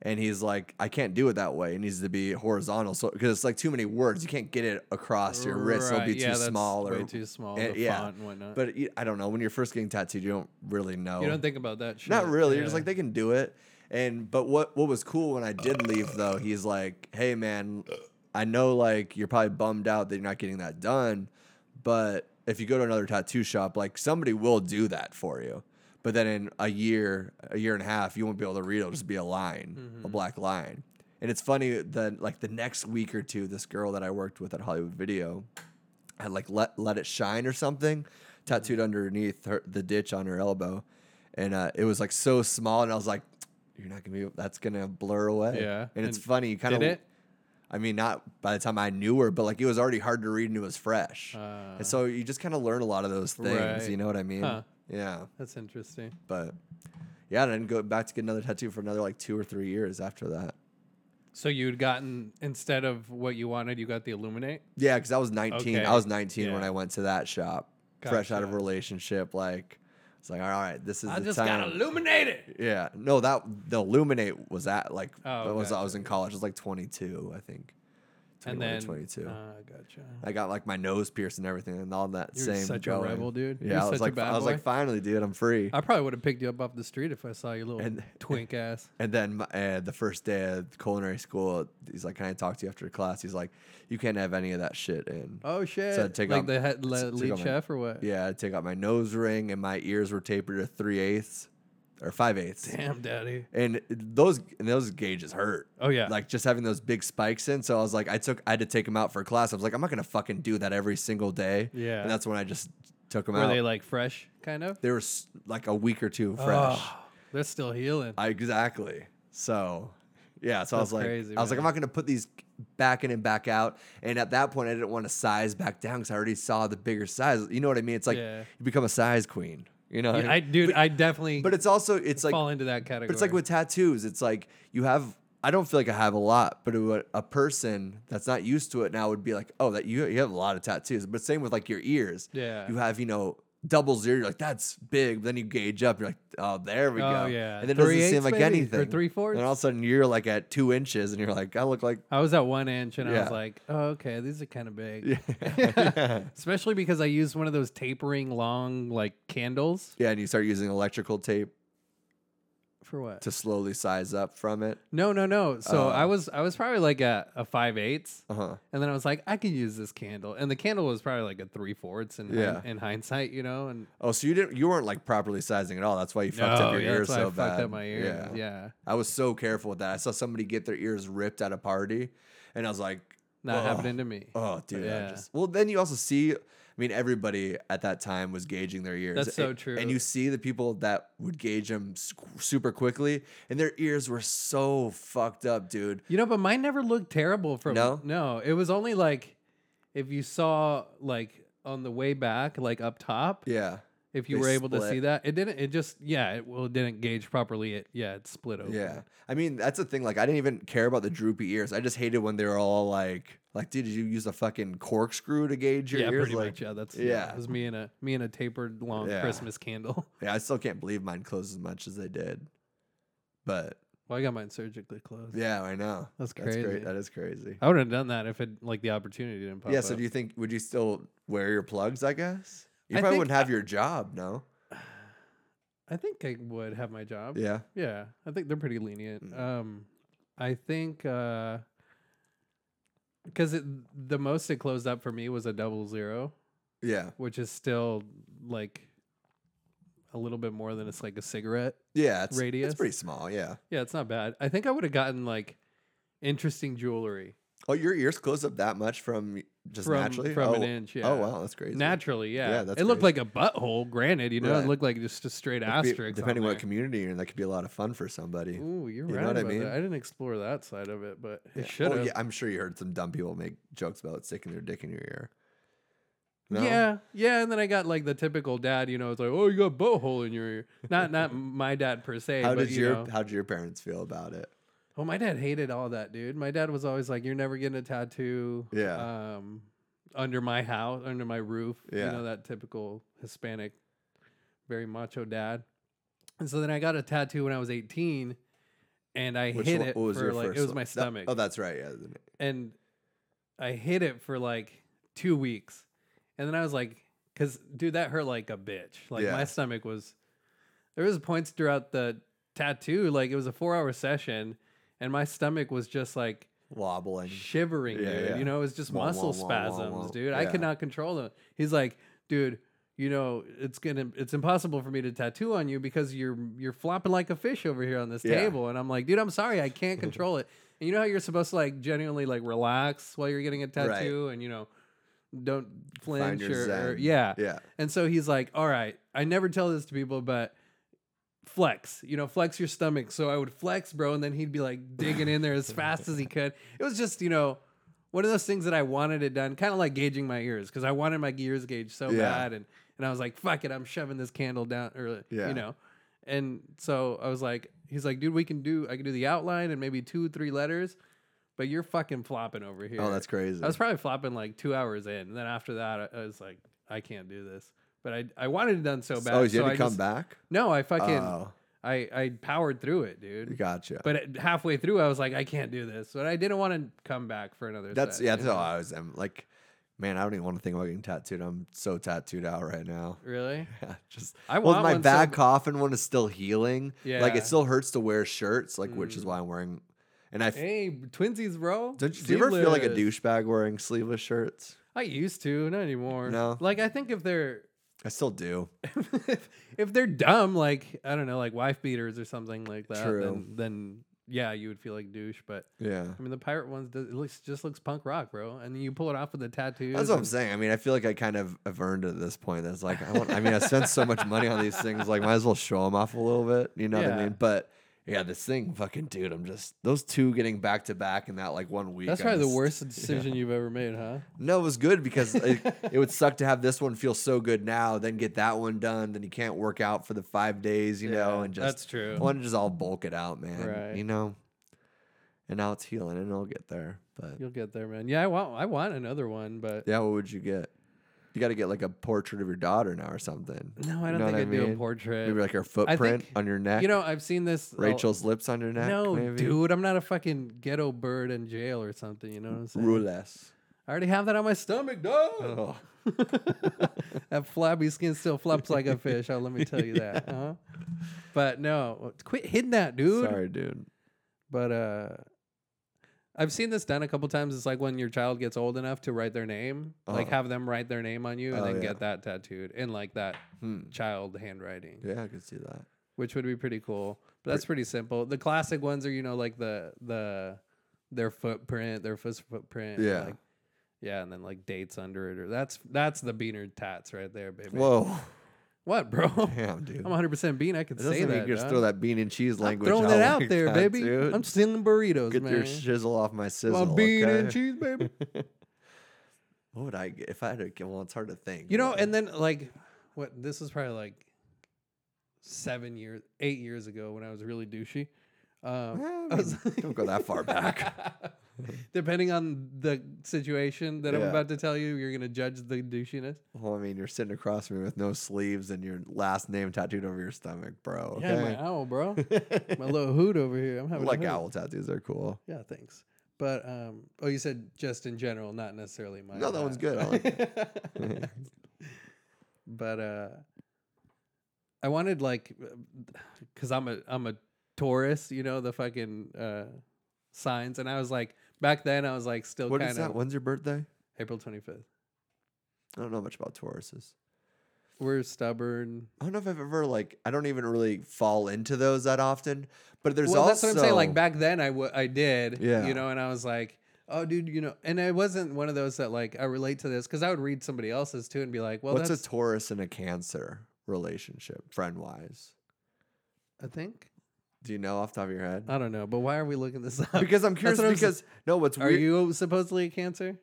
[SPEAKER 2] And he's like, I can't do it that way. It needs to be horizontal. So, because it's like too many words. You can't get it across your wrist. It'll be
[SPEAKER 3] Right,
[SPEAKER 2] too
[SPEAKER 3] yeah, that's
[SPEAKER 2] small or
[SPEAKER 3] way too small.
[SPEAKER 2] Eh,
[SPEAKER 3] the font and whatnot.
[SPEAKER 2] But you- I don't know. When you're first getting tattooed, you don't really know.
[SPEAKER 3] Uh, you don't think about that shit.
[SPEAKER 2] Not really. You're just
[SPEAKER 3] yeah.
[SPEAKER 2] like they can do it. And but what what was cool when I did leave though, he's like, "Hey man, I know like you're probably bummed out that you're not getting that done, but if you go to another tattoo shop, like somebody will do that for you. But then in a year, a year and a half, you won't be able to read. It'll just be a line, a
[SPEAKER 3] Mm-hmm.
[SPEAKER 2] black line. And it's funny that like the next week or two, this girl that I worked with at Hollywood Video, had like let let it shine or something
[SPEAKER 3] Mm-hmm.
[SPEAKER 2] tattooed underneath her, the ditch on her elbow and uh, it was like so small and i was like you're not gonna be that's gonna blur away
[SPEAKER 3] Yeah,
[SPEAKER 2] and it's
[SPEAKER 3] and
[SPEAKER 2] funny you kind
[SPEAKER 3] did
[SPEAKER 2] of
[SPEAKER 3] it?
[SPEAKER 2] i mean not by the time i knew her but like it was already hard to read and it was fresh
[SPEAKER 3] Uh,
[SPEAKER 2] and so you just kind of learn a lot of those things
[SPEAKER 3] Right.
[SPEAKER 2] you know what i mean
[SPEAKER 3] Huh.
[SPEAKER 2] yeah
[SPEAKER 3] that's interesting.
[SPEAKER 2] but yeah and then go back to get another tattoo for another like two or three years after that
[SPEAKER 3] So you'd gotten instead of what you wanted, you got the illuminate.
[SPEAKER 2] Yeah, because I was 19.
[SPEAKER 3] Okay,
[SPEAKER 2] I was 19 when
[SPEAKER 3] yeah.
[SPEAKER 2] I went to that shop, fresh out of a
[SPEAKER 3] Gotcha.
[SPEAKER 2] relationship. Like, it's like, all right, this is
[SPEAKER 3] I
[SPEAKER 2] the
[SPEAKER 3] just
[SPEAKER 2] time.
[SPEAKER 3] got illuminated.
[SPEAKER 2] yeah, no, that the Illuminate was at like
[SPEAKER 3] Oh,
[SPEAKER 2] that was I
[SPEAKER 3] gotcha.
[SPEAKER 2] was in college. I was like 22, I think. 21
[SPEAKER 3] And
[SPEAKER 2] or
[SPEAKER 3] then
[SPEAKER 2] 22.
[SPEAKER 3] Ah, gotcha.
[SPEAKER 2] I got like my nose pierced and everything, and all that
[SPEAKER 3] You're
[SPEAKER 2] same.
[SPEAKER 3] such a
[SPEAKER 2] going.
[SPEAKER 3] rebel, dude.
[SPEAKER 2] Yeah,
[SPEAKER 3] You're
[SPEAKER 2] I was
[SPEAKER 3] such a
[SPEAKER 2] like,
[SPEAKER 3] bad
[SPEAKER 2] I was
[SPEAKER 3] boy. Uh,
[SPEAKER 2] like, finally, dude, I'm free.
[SPEAKER 3] I probably would have picked you up off the street if I saw you little
[SPEAKER 2] And-
[SPEAKER 3] twink ass.
[SPEAKER 2] And then my, uh, the first day of culinary school, he's like, "Can I talk to you after class?" He's like, "You can't have any of that shit in."
[SPEAKER 3] Oh shit!
[SPEAKER 2] take
[SPEAKER 3] like
[SPEAKER 2] out-
[SPEAKER 3] the head,
[SPEAKER 2] so
[SPEAKER 3] le-
[SPEAKER 2] take
[SPEAKER 3] lead
[SPEAKER 2] out my-
[SPEAKER 3] chef or what?
[SPEAKER 2] Yeah, I take out my nose ring and my ears were tapered to three eighths or five eighths.
[SPEAKER 3] Damn, daddy.
[SPEAKER 2] And those and those gauges hurt.
[SPEAKER 3] Oh yeah.
[SPEAKER 2] Like just having those big spikes in. So I was like, I took I had to take them out for class. I was like, I'm not gonna fucking do that every single day.
[SPEAKER 3] Yeah.
[SPEAKER 2] And that's when I just took them
[SPEAKER 3] were
[SPEAKER 2] out.
[SPEAKER 3] they
[SPEAKER 2] They,
[SPEAKER 3] like fresh, kind of?
[SPEAKER 2] were s- like a week or two fresh.
[SPEAKER 3] Oh, they're still healing.
[SPEAKER 2] I, exactly. So yeah, so I was
[SPEAKER 3] That's
[SPEAKER 2] like,
[SPEAKER 3] crazy,
[SPEAKER 2] I was like, I'm
[SPEAKER 3] man.
[SPEAKER 2] not gonna put these back in and back out. And at that point, I didn't want to size back down because I already saw the bigger size. You know what I mean? It's like
[SPEAKER 3] Yeah.
[SPEAKER 2] you become a size queen. You know, what
[SPEAKER 3] I, dude, I definitely
[SPEAKER 2] But it's also it's like
[SPEAKER 3] fall into that category.
[SPEAKER 2] but it's like with tattoos. It's like you have I don't feel like I have a lot, but it would- a person that's not used to it now would be like, "Oh, that you you have a lot of tattoos." But same with like your ears.
[SPEAKER 3] Yeah.
[SPEAKER 2] You have, you know, double zero, you're like, "That's big." But then you gauge up, you're like, "Oh, there we
[SPEAKER 3] Oh,
[SPEAKER 2] go."
[SPEAKER 3] yeah.
[SPEAKER 2] And then it doesn't
[SPEAKER 3] Three-eighths
[SPEAKER 2] seem like
[SPEAKER 3] maybe? Or
[SPEAKER 2] anything.
[SPEAKER 3] three-fourths?
[SPEAKER 2] And all of a sudden you're like at 2 inches and you're like, "I look like
[SPEAKER 3] I was at one inch and I
[SPEAKER 2] Yeah.
[SPEAKER 3] was like, oh, okay, these are kind of big. Especially because I used one of those tapering long like candles
[SPEAKER 2] Yeah, and you start using electrical tape
[SPEAKER 3] for what?
[SPEAKER 2] to slowly size up from it.
[SPEAKER 3] No, no, no.
[SPEAKER 2] Oh.
[SPEAKER 3] So I was I was probably like a, a five eighths,
[SPEAKER 2] Uh-huh.
[SPEAKER 3] and then I was like, I can use this candle, and the candle was probably like a three fourths in, hin-
[SPEAKER 2] Yeah.
[SPEAKER 3] in hindsight, you know. And
[SPEAKER 2] Oh, so you didn't you weren't like properly sizing at all. That's why you fucked up
[SPEAKER 3] No,
[SPEAKER 2] your
[SPEAKER 3] yeah,
[SPEAKER 2] ears
[SPEAKER 3] that's why I
[SPEAKER 2] so bad.
[SPEAKER 3] fucked up my ears. Yeah.
[SPEAKER 2] I was so careful with that. I saw somebody get their ears ripped at a party, and I was like,
[SPEAKER 3] not
[SPEAKER 2] "Oh,
[SPEAKER 3] happening to me.
[SPEAKER 2] Oh, dude! I
[SPEAKER 3] Yeah.
[SPEAKER 2] just, well, then you also see. I mean, everybody at that time was gauging their ears.
[SPEAKER 3] That's so
[SPEAKER 2] And-
[SPEAKER 3] true.
[SPEAKER 2] And you see the people that would gauge them super quickly, and their ears were so fucked up, dude.
[SPEAKER 3] You know, but mine never looked terrible from
[SPEAKER 2] No?
[SPEAKER 3] It was only like if you saw like on the way back, like up top,
[SPEAKER 2] Yeah.
[SPEAKER 3] if you
[SPEAKER 2] they
[SPEAKER 3] were able to see
[SPEAKER 2] split.
[SPEAKER 3] that. It didn't it just yeah, it well it didn't gauge properly. It Oh, yeah, it split open.
[SPEAKER 2] Yeah. I mean, that's the thing. Like, I didn't even care about the droopy ears. I just hated when they were all like, like, dude, did you use a fucking corkscrew to gauge your
[SPEAKER 3] yeah,
[SPEAKER 2] ears?
[SPEAKER 3] pretty
[SPEAKER 2] like,
[SPEAKER 3] much. Yeah, that's
[SPEAKER 2] yeah.
[SPEAKER 3] It was me and a me and a tapered long
[SPEAKER 2] Yeah.
[SPEAKER 3] Christmas candle.
[SPEAKER 2] yeah, I still can't believe mine closed as much as they did. But
[SPEAKER 3] Well, I got mine surgically closed.
[SPEAKER 2] yeah, I know.
[SPEAKER 3] That's
[SPEAKER 2] That's
[SPEAKER 3] crazy.
[SPEAKER 2] great. That is crazy.
[SPEAKER 3] I would have done that if it like the opportunity didn't pop
[SPEAKER 2] yeah.
[SPEAKER 3] up.
[SPEAKER 2] So do you think would you still wear your plugs? I guess you
[SPEAKER 3] I
[SPEAKER 2] probably
[SPEAKER 3] think
[SPEAKER 2] wouldn't have your job. No.
[SPEAKER 3] I think I would have my job.
[SPEAKER 2] Yeah.
[SPEAKER 3] Yeah, I think they're pretty lenient.
[SPEAKER 2] Mm.
[SPEAKER 3] Um, I think because it the most it closed up for me was a double zero,
[SPEAKER 2] Yeah.
[SPEAKER 3] which is still like a little bit more than it's like a cigarette.
[SPEAKER 2] Yeah. It's,
[SPEAKER 3] Radius?
[SPEAKER 2] It's pretty small. Yeah.
[SPEAKER 3] Yeah, it's not bad. I think I would have gotten like interesting jewelry
[SPEAKER 2] Oh, your ears close up that much from just
[SPEAKER 3] from
[SPEAKER 2] naturally.
[SPEAKER 3] from
[SPEAKER 2] oh.
[SPEAKER 3] an inch. Yeah.
[SPEAKER 2] Oh wow, that's crazy.
[SPEAKER 3] Naturally, yeah.
[SPEAKER 2] Yeah, that's
[SPEAKER 3] it looked
[SPEAKER 2] crazy.
[SPEAKER 3] like a butthole. Granted, you know,
[SPEAKER 2] Right.
[SPEAKER 3] it looked like just a straight
[SPEAKER 2] That could be-
[SPEAKER 3] asterisk.
[SPEAKER 2] Depending
[SPEAKER 3] on
[SPEAKER 2] what
[SPEAKER 3] there.
[SPEAKER 2] community you're in, that could be a lot of fun for somebody.
[SPEAKER 3] Ooh,
[SPEAKER 2] you
[SPEAKER 3] you're
[SPEAKER 2] know
[SPEAKER 3] right
[SPEAKER 2] what I
[SPEAKER 3] about
[SPEAKER 2] mean?
[SPEAKER 3] that. I didn't explore that side of it, but
[SPEAKER 2] Yeah.
[SPEAKER 3] it should have.
[SPEAKER 2] Well, yeah, I'm sure you heard some dumb people make jokes about sticking their dick in your ear. No?
[SPEAKER 3] Yeah, yeah, and then I got like the typical dad, you know, it's like, oh, you got a butthole in your ear. Not not my dad per se.
[SPEAKER 2] How
[SPEAKER 3] but,
[SPEAKER 2] did
[SPEAKER 3] you
[SPEAKER 2] your
[SPEAKER 3] know-
[SPEAKER 2] How did your parents feel about it?
[SPEAKER 3] Oh, my dad hated all that, dude. My dad was always like, "You're never getting a tattoo."
[SPEAKER 2] Yeah.
[SPEAKER 3] Um, under my house, under my roof.
[SPEAKER 2] Yeah.
[SPEAKER 3] You know that typical Hispanic, very macho dad. And so then I got a tattoo when I was 18, and I
[SPEAKER 2] Which
[SPEAKER 3] hid
[SPEAKER 2] one-
[SPEAKER 3] it
[SPEAKER 2] what
[SPEAKER 3] for like it was
[SPEAKER 2] one?
[SPEAKER 3] my
[SPEAKER 2] That-
[SPEAKER 3] stomach,
[SPEAKER 2] oh, that's right. Yeah. isn't it?
[SPEAKER 3] and I hid it for like two weeks, and then I was like, "Cause dude, that hurt like a bitch. Like
[SPEAKER 2] Yeah.
[SPEAKER 3] my stomach was." There was points throughout the tattoo, like it was a four-hour session, and my stomach was just like
[SPEAKER 2] Wobbling.
[SPEAKER 3] shivering,
[SPEAKER 2] Yeah,
[SPEAKER 3] dude.
[SPEAKER 2] yeah.
[SPEAKER 3] You know, it's just
[SPEAKER 2] Wah, wah,
[SPEAKER 3] muscle
[SPEAKER 2] wah, wah,
[SPEAKER 3] spasms,
[SPEAKER 2] wah.
[SPEAKER 3] dude. I could
[SPEAKER 2] Yeah.
[SPEAKER 3] not control them. He's like, dude, you know, it's gonna, it's impossible for me to tattoo on you because you're you're flopping like a fish over here on this
[SPEAKER 2] Yeah.
[SPEAKER 3] table. And I'm like, dude, I'm sorry, I can't control it. And you know how you're supposed to like genuinely like relax while you're getting a tattoo, and you know, don't
[SPEAKER 2] Find
[SPEAKER 3] flinch
[SPEAKER 2] your
[SPEAKER 3] or, or
[SPEAKER 2] zen.
[SPEAKER 3] yeah.
[SPEAKER 2] Yeah.
[SPEAKER 3] And so he's like, all right, I never tell this to people, but flex, you know, flex your stomach. So I would flex, bro. And then he'd be like digging in there as fast as he could. It was just, you know, one of those things that I wanted it done, kind of like gauging my ears, because I wanted my ears gauged so
[SPEAKER 2] Yeah.
[SPEAKER 3] bad. And, and I was like, fuck it, I'm shoving this candle down, or,
[SPEAKER 2] Yeah.
[SPEAKER 3] you know. And so I was like, he's like, dude, we can do, I can do the outline and maybe two, three letters, but you're fucking flopping over here.
[SPEAKER 2] Oh, that's crazy.
[SPEAKER 3] I was probably flopping like two hours in, and then after that, I, I was like, I can't do this. But I, I wanted it done so bad.
[SPEAKER 2] oh, you
[SPEAKER 3] so
[SPEAKER 2] had
[SPEAKER 3] I
[SPEAKER 2] to come
[SPEAKER 3] just-
[SPEAKER 2] back.
[SPEAKER 3] No, I fucking
[SPEAKER 2] Oh,
[SPEAKER 3] I I powered through it, dude.
[SPEAKER 2] gotcha.
[SPEAKER 3] But it- halfway through, I was like, I can't do this. But I didn't want to come back for another.
[SPEAKER 2] that's
[SPEAKER 3] set,
[SPEAKER 2] yeah.
[SPEAKER 3] you
[SPEAKER 2] That's
[SPEAKER 3] know?
[SPEAKER 2] how I was. I'm like, man, I don't even want to think about getting tattooed. I'm so tattooed out right now.
[SPEAKER 3] Really,
[SPEAKER 2] Yeah, just
[SPEAKER 3] I
[SPEAKER 2] well,
[SPEAKER 3] want
[SPEAKER 2] my
[SPEAKER 3] one so
[SPEAKER 2] bad
[SPEAKER 3] b-
[SPEAKER 2] coffin one is still healing. like
[SPEAKER 3] Yeah.
[SPEAKER 2] it still hurts to wear shirts, like which is
[SPEAKER 3] Mm.
[SPEAKER 2] why I'm wearing. And I f-
[SPEAKER 3] hey twinsies, bro.
[SPEAKER 2] Don't you, do you ever feel like a
[SPEAKER 3] Sleeveless.
[SPEAKER 2] douchebag wearing sleeveless shirts?
[SPEAKER 3] I used to, not anymore.
[SPEAKER 2] No.
[SPEAKER 3] like I think if they're
[SPEAKER 2] I still do.
[SPEAKER 3] if, if they're dumb, like I don't know, like wife beaters or something like that,
[SPEAKER 2] True.
[SPEAKER 3] then then yeah, you would feel like douche. But
[SPEAKER 2] Yeah.
[SPEAKER 3] I mean, the pirate ones does, it looks just looks punk rock, bro. And then you pull it off with the tattoos.
[SPEAKER 2] That's what I'm
[SPEAKER 3] and-
[SPEAKER 2] saying. I mean, I feel like I kind of have earned it at this point. That's like, I, want, I mean, I spent so much money on these things. Like, might as well show them off a little bit. You know what I
[SPEAKER 3] Yeah.
[SPEAKER 2] mean? But yeah, this thing, fucking dude, I'm just, those two getting back to back in that like one week.
[SPEAKER 3] That's
[SPEAKER 2] I'm
[SPEAKER 3] probably the
[SPEAKER 2] just-
[SPEAKER 3] worst decision you've ever made, huh?
[SPEAKER 2] No, it was good because it, it would suck to have this one feel so good now, then get that one done. Then you can't work out for the five days, you know,
[SPEAKER 3] Yeah,
[SPEAKER 2] and just,
[SPEAKER 3] that's true.
[SPEAKER 2] I want to just all bulk it out, man.
[SPEAKER 3] Right.
[SPEAKER 2] You know? And now it's healing and it'll get there. But
[SPEAKER 3] You'll get there, man. Yeah, I want I want another one, but
[SPEAKER 2] Yeah, what would you get? You got to get like a portrait of your daughter now or something.
[SPEAKER 3] no, I
[SPEAKER 2] You
[SPEAKER 3] don't
[SPEAKER 2] know
[SPEAKER 3] think
[SPEAKER 2] what
[SPEAKER 3] I'd do a
[SPEAKER 2] mean?
[SPEAKER 3] portrait.
[SPEAKER 2] Maybe like her footprint
[SPEAKER 3] think-
[SPEAKER 2] on your neck.
[SPEAKER 3] you know, I've seen this. a-
[SPEAKER 2] Rachel's lips on your neck.
[SPEAKER 3] No,
[SPEAKER 2] maybe?
[SPEAKER 3] dude, I'm not a fucking ghetto bird in jail or something. You know what I'm saying?
[SPEAKER 2] Rouless.
[SPEAKER 3] I already have that on my stomach, dog.
[SPEAKER 2] Oh,
[SPEAKER 3] that flabby skin still flops like a fish. Oh, let me tell you that. Huh? But no, quit hitting that, dude.
[SPEAKER 2] sorry, dude.
[SPEAKER 3] But uh I've seen this done a couple times. It's like when your child gets old enough to write their name, like
[SPEAKER 2] Uh-huh.
[SPEAKER 3] have them write their name on you and
[SPEAKER 2] Oh,
[SPEAKER 3] then
[SPEAKER 2] yeah.
[SPEAKER 3] get that tattooed in like that
[SPEAKER 2] Hmm.
[SPEAKER 3] child handwriting,
[SPEAKER 2] Yeah, I could see that.
[SPEAKER 3] which would be pretty cool. But that's pretty simple. The classic ones are, you know, like the the their footprint, their first footprint.
[SPEAKER 2] Yeah.
[SPEAKER 3] Like, Yeah, and then like dates under it, or that's that's the beaner tats right there, baby.
[SPEAKER 2] Whoa,
[SPEAKER 3] What, bro?
[SPEAKER 2] damn, dude.
[SPEAKER 3] I'm 100 percent bean. I could
[SPEAKER 2] It doesn't
[SPEAKER 3] say
[SPEAKER 2] mean
[SPEAKER 3] that.
[SPEAKER 2] you can just
[SPEAKER 3] dog.
[SPEAKER 2] throw that bean and cheese language
[SPEAKER 3] Throwing
[SPEAKER 2] out,
[SPEAKER 3] that out
[SPEAKER 2] like
[SPEAKER 3] there,
[SPEAKER 2] that,
[SPEAKER 3] baby.
[SPEAKER 2] dude.
[SPEAKER 3] I'm stealing burritos,
[SPEAKER 2] Get
[SPEAKER 3] man.
[SPEAKER 2] your shizzle off my
[SPEAKER 3] My
[SPEAKER 2] sizzle.
[SPEAKER 3] bean
[SPEAKER 2] okay?
[SPEAKER 3] and cheese, baby.
[SPEAKER 2] What would I get if I had to? get- Well, it's hard to think.
[SPEAKER 3] You know,
[SPEAKER 2] but-
[SPEAKER 3] and then like, what? This was probably like seven years, eight years ago when I was really douchey. Um,
[SPEAKER 2] Well, I
[SPEAKER 3] I was
[SPEAKER 2] mean, don't go that far back.
[SPEAKER 3] Depending on the situation that I'm
[SPEAKER 2] Yeah.
[SPEAKER 3] about to tell you, you're gonna judge the douchiness.
[SPEAKER 2] Well, I mean, you're sitting across from me with no sleeves and your last name tattooed over your stomach, bro.
[SPEAKER 3] Yeah, my
[SPEAKER 2] Okay.
[SPEAKER 3] owl, bro. my little hoot over here. I'm having a
[SPEAKER 2] like
[SPEAKER 3] hoot.
[SPEAKER 2] owl tattoos are cool.
[SPEAKER 3] Yeah, thanks. But um, oh, you said just in general, not necessarily my.
[SPEAKER 2] No, that one's good. I like
[SPEAKER 3] like but uh, I wanted like, cause I'm a I'm a Taurus, you know the fucking uh, signs, and I was like back then I was like still
[SPEAKER 2] What
[SPEAKER 3] kind
[SPEAKER 2] is that?
[SPEAKER 3] of
[SPEAKER 2] When's your birthday?
[SPEAKER 3] April 25th.
[SPEAKER 2] I don't know much about Tauruses.
[SPEAKER 3] We're stubborn.
[SPEAKER 2] I don't know if I've ever like. I don't even really fall into those that often. But there's
[SPEAKER 3] well,
[SPEAKER 2] also
[SPEAKER 3] that's what I'm saying. Like back then, I wa- I did.
[SPEAKER 2] Yeah.
[SPEAKER 3] You know, and I was like, oh, dude, you know, and I wasn't one of those that like I relate to this because I would read somebody else's too and be like, well,
[SPEAKER 2] what's a
[SPEAKER 3] that's
[SPEAKER 2] Taurus and a Cancer relationship, friend wise?
[SPEAKER 3] I think
[SPEAKER 2] Do you know off the top of your head?
[SPEAKER 3] I don't know, but why are we looking this up?
[SPEAKER 2] because I'm
[SPEAKER 3] Uh, That's
[SPEAKER 2] curious.
[SPEAKER 3] what I'm
[SPEAKER 2] because no, what's
[SPEAKER 3] saying. are
[SPEAKER 2] weird?
[SPEAKER 3] you supposedly a Cancer?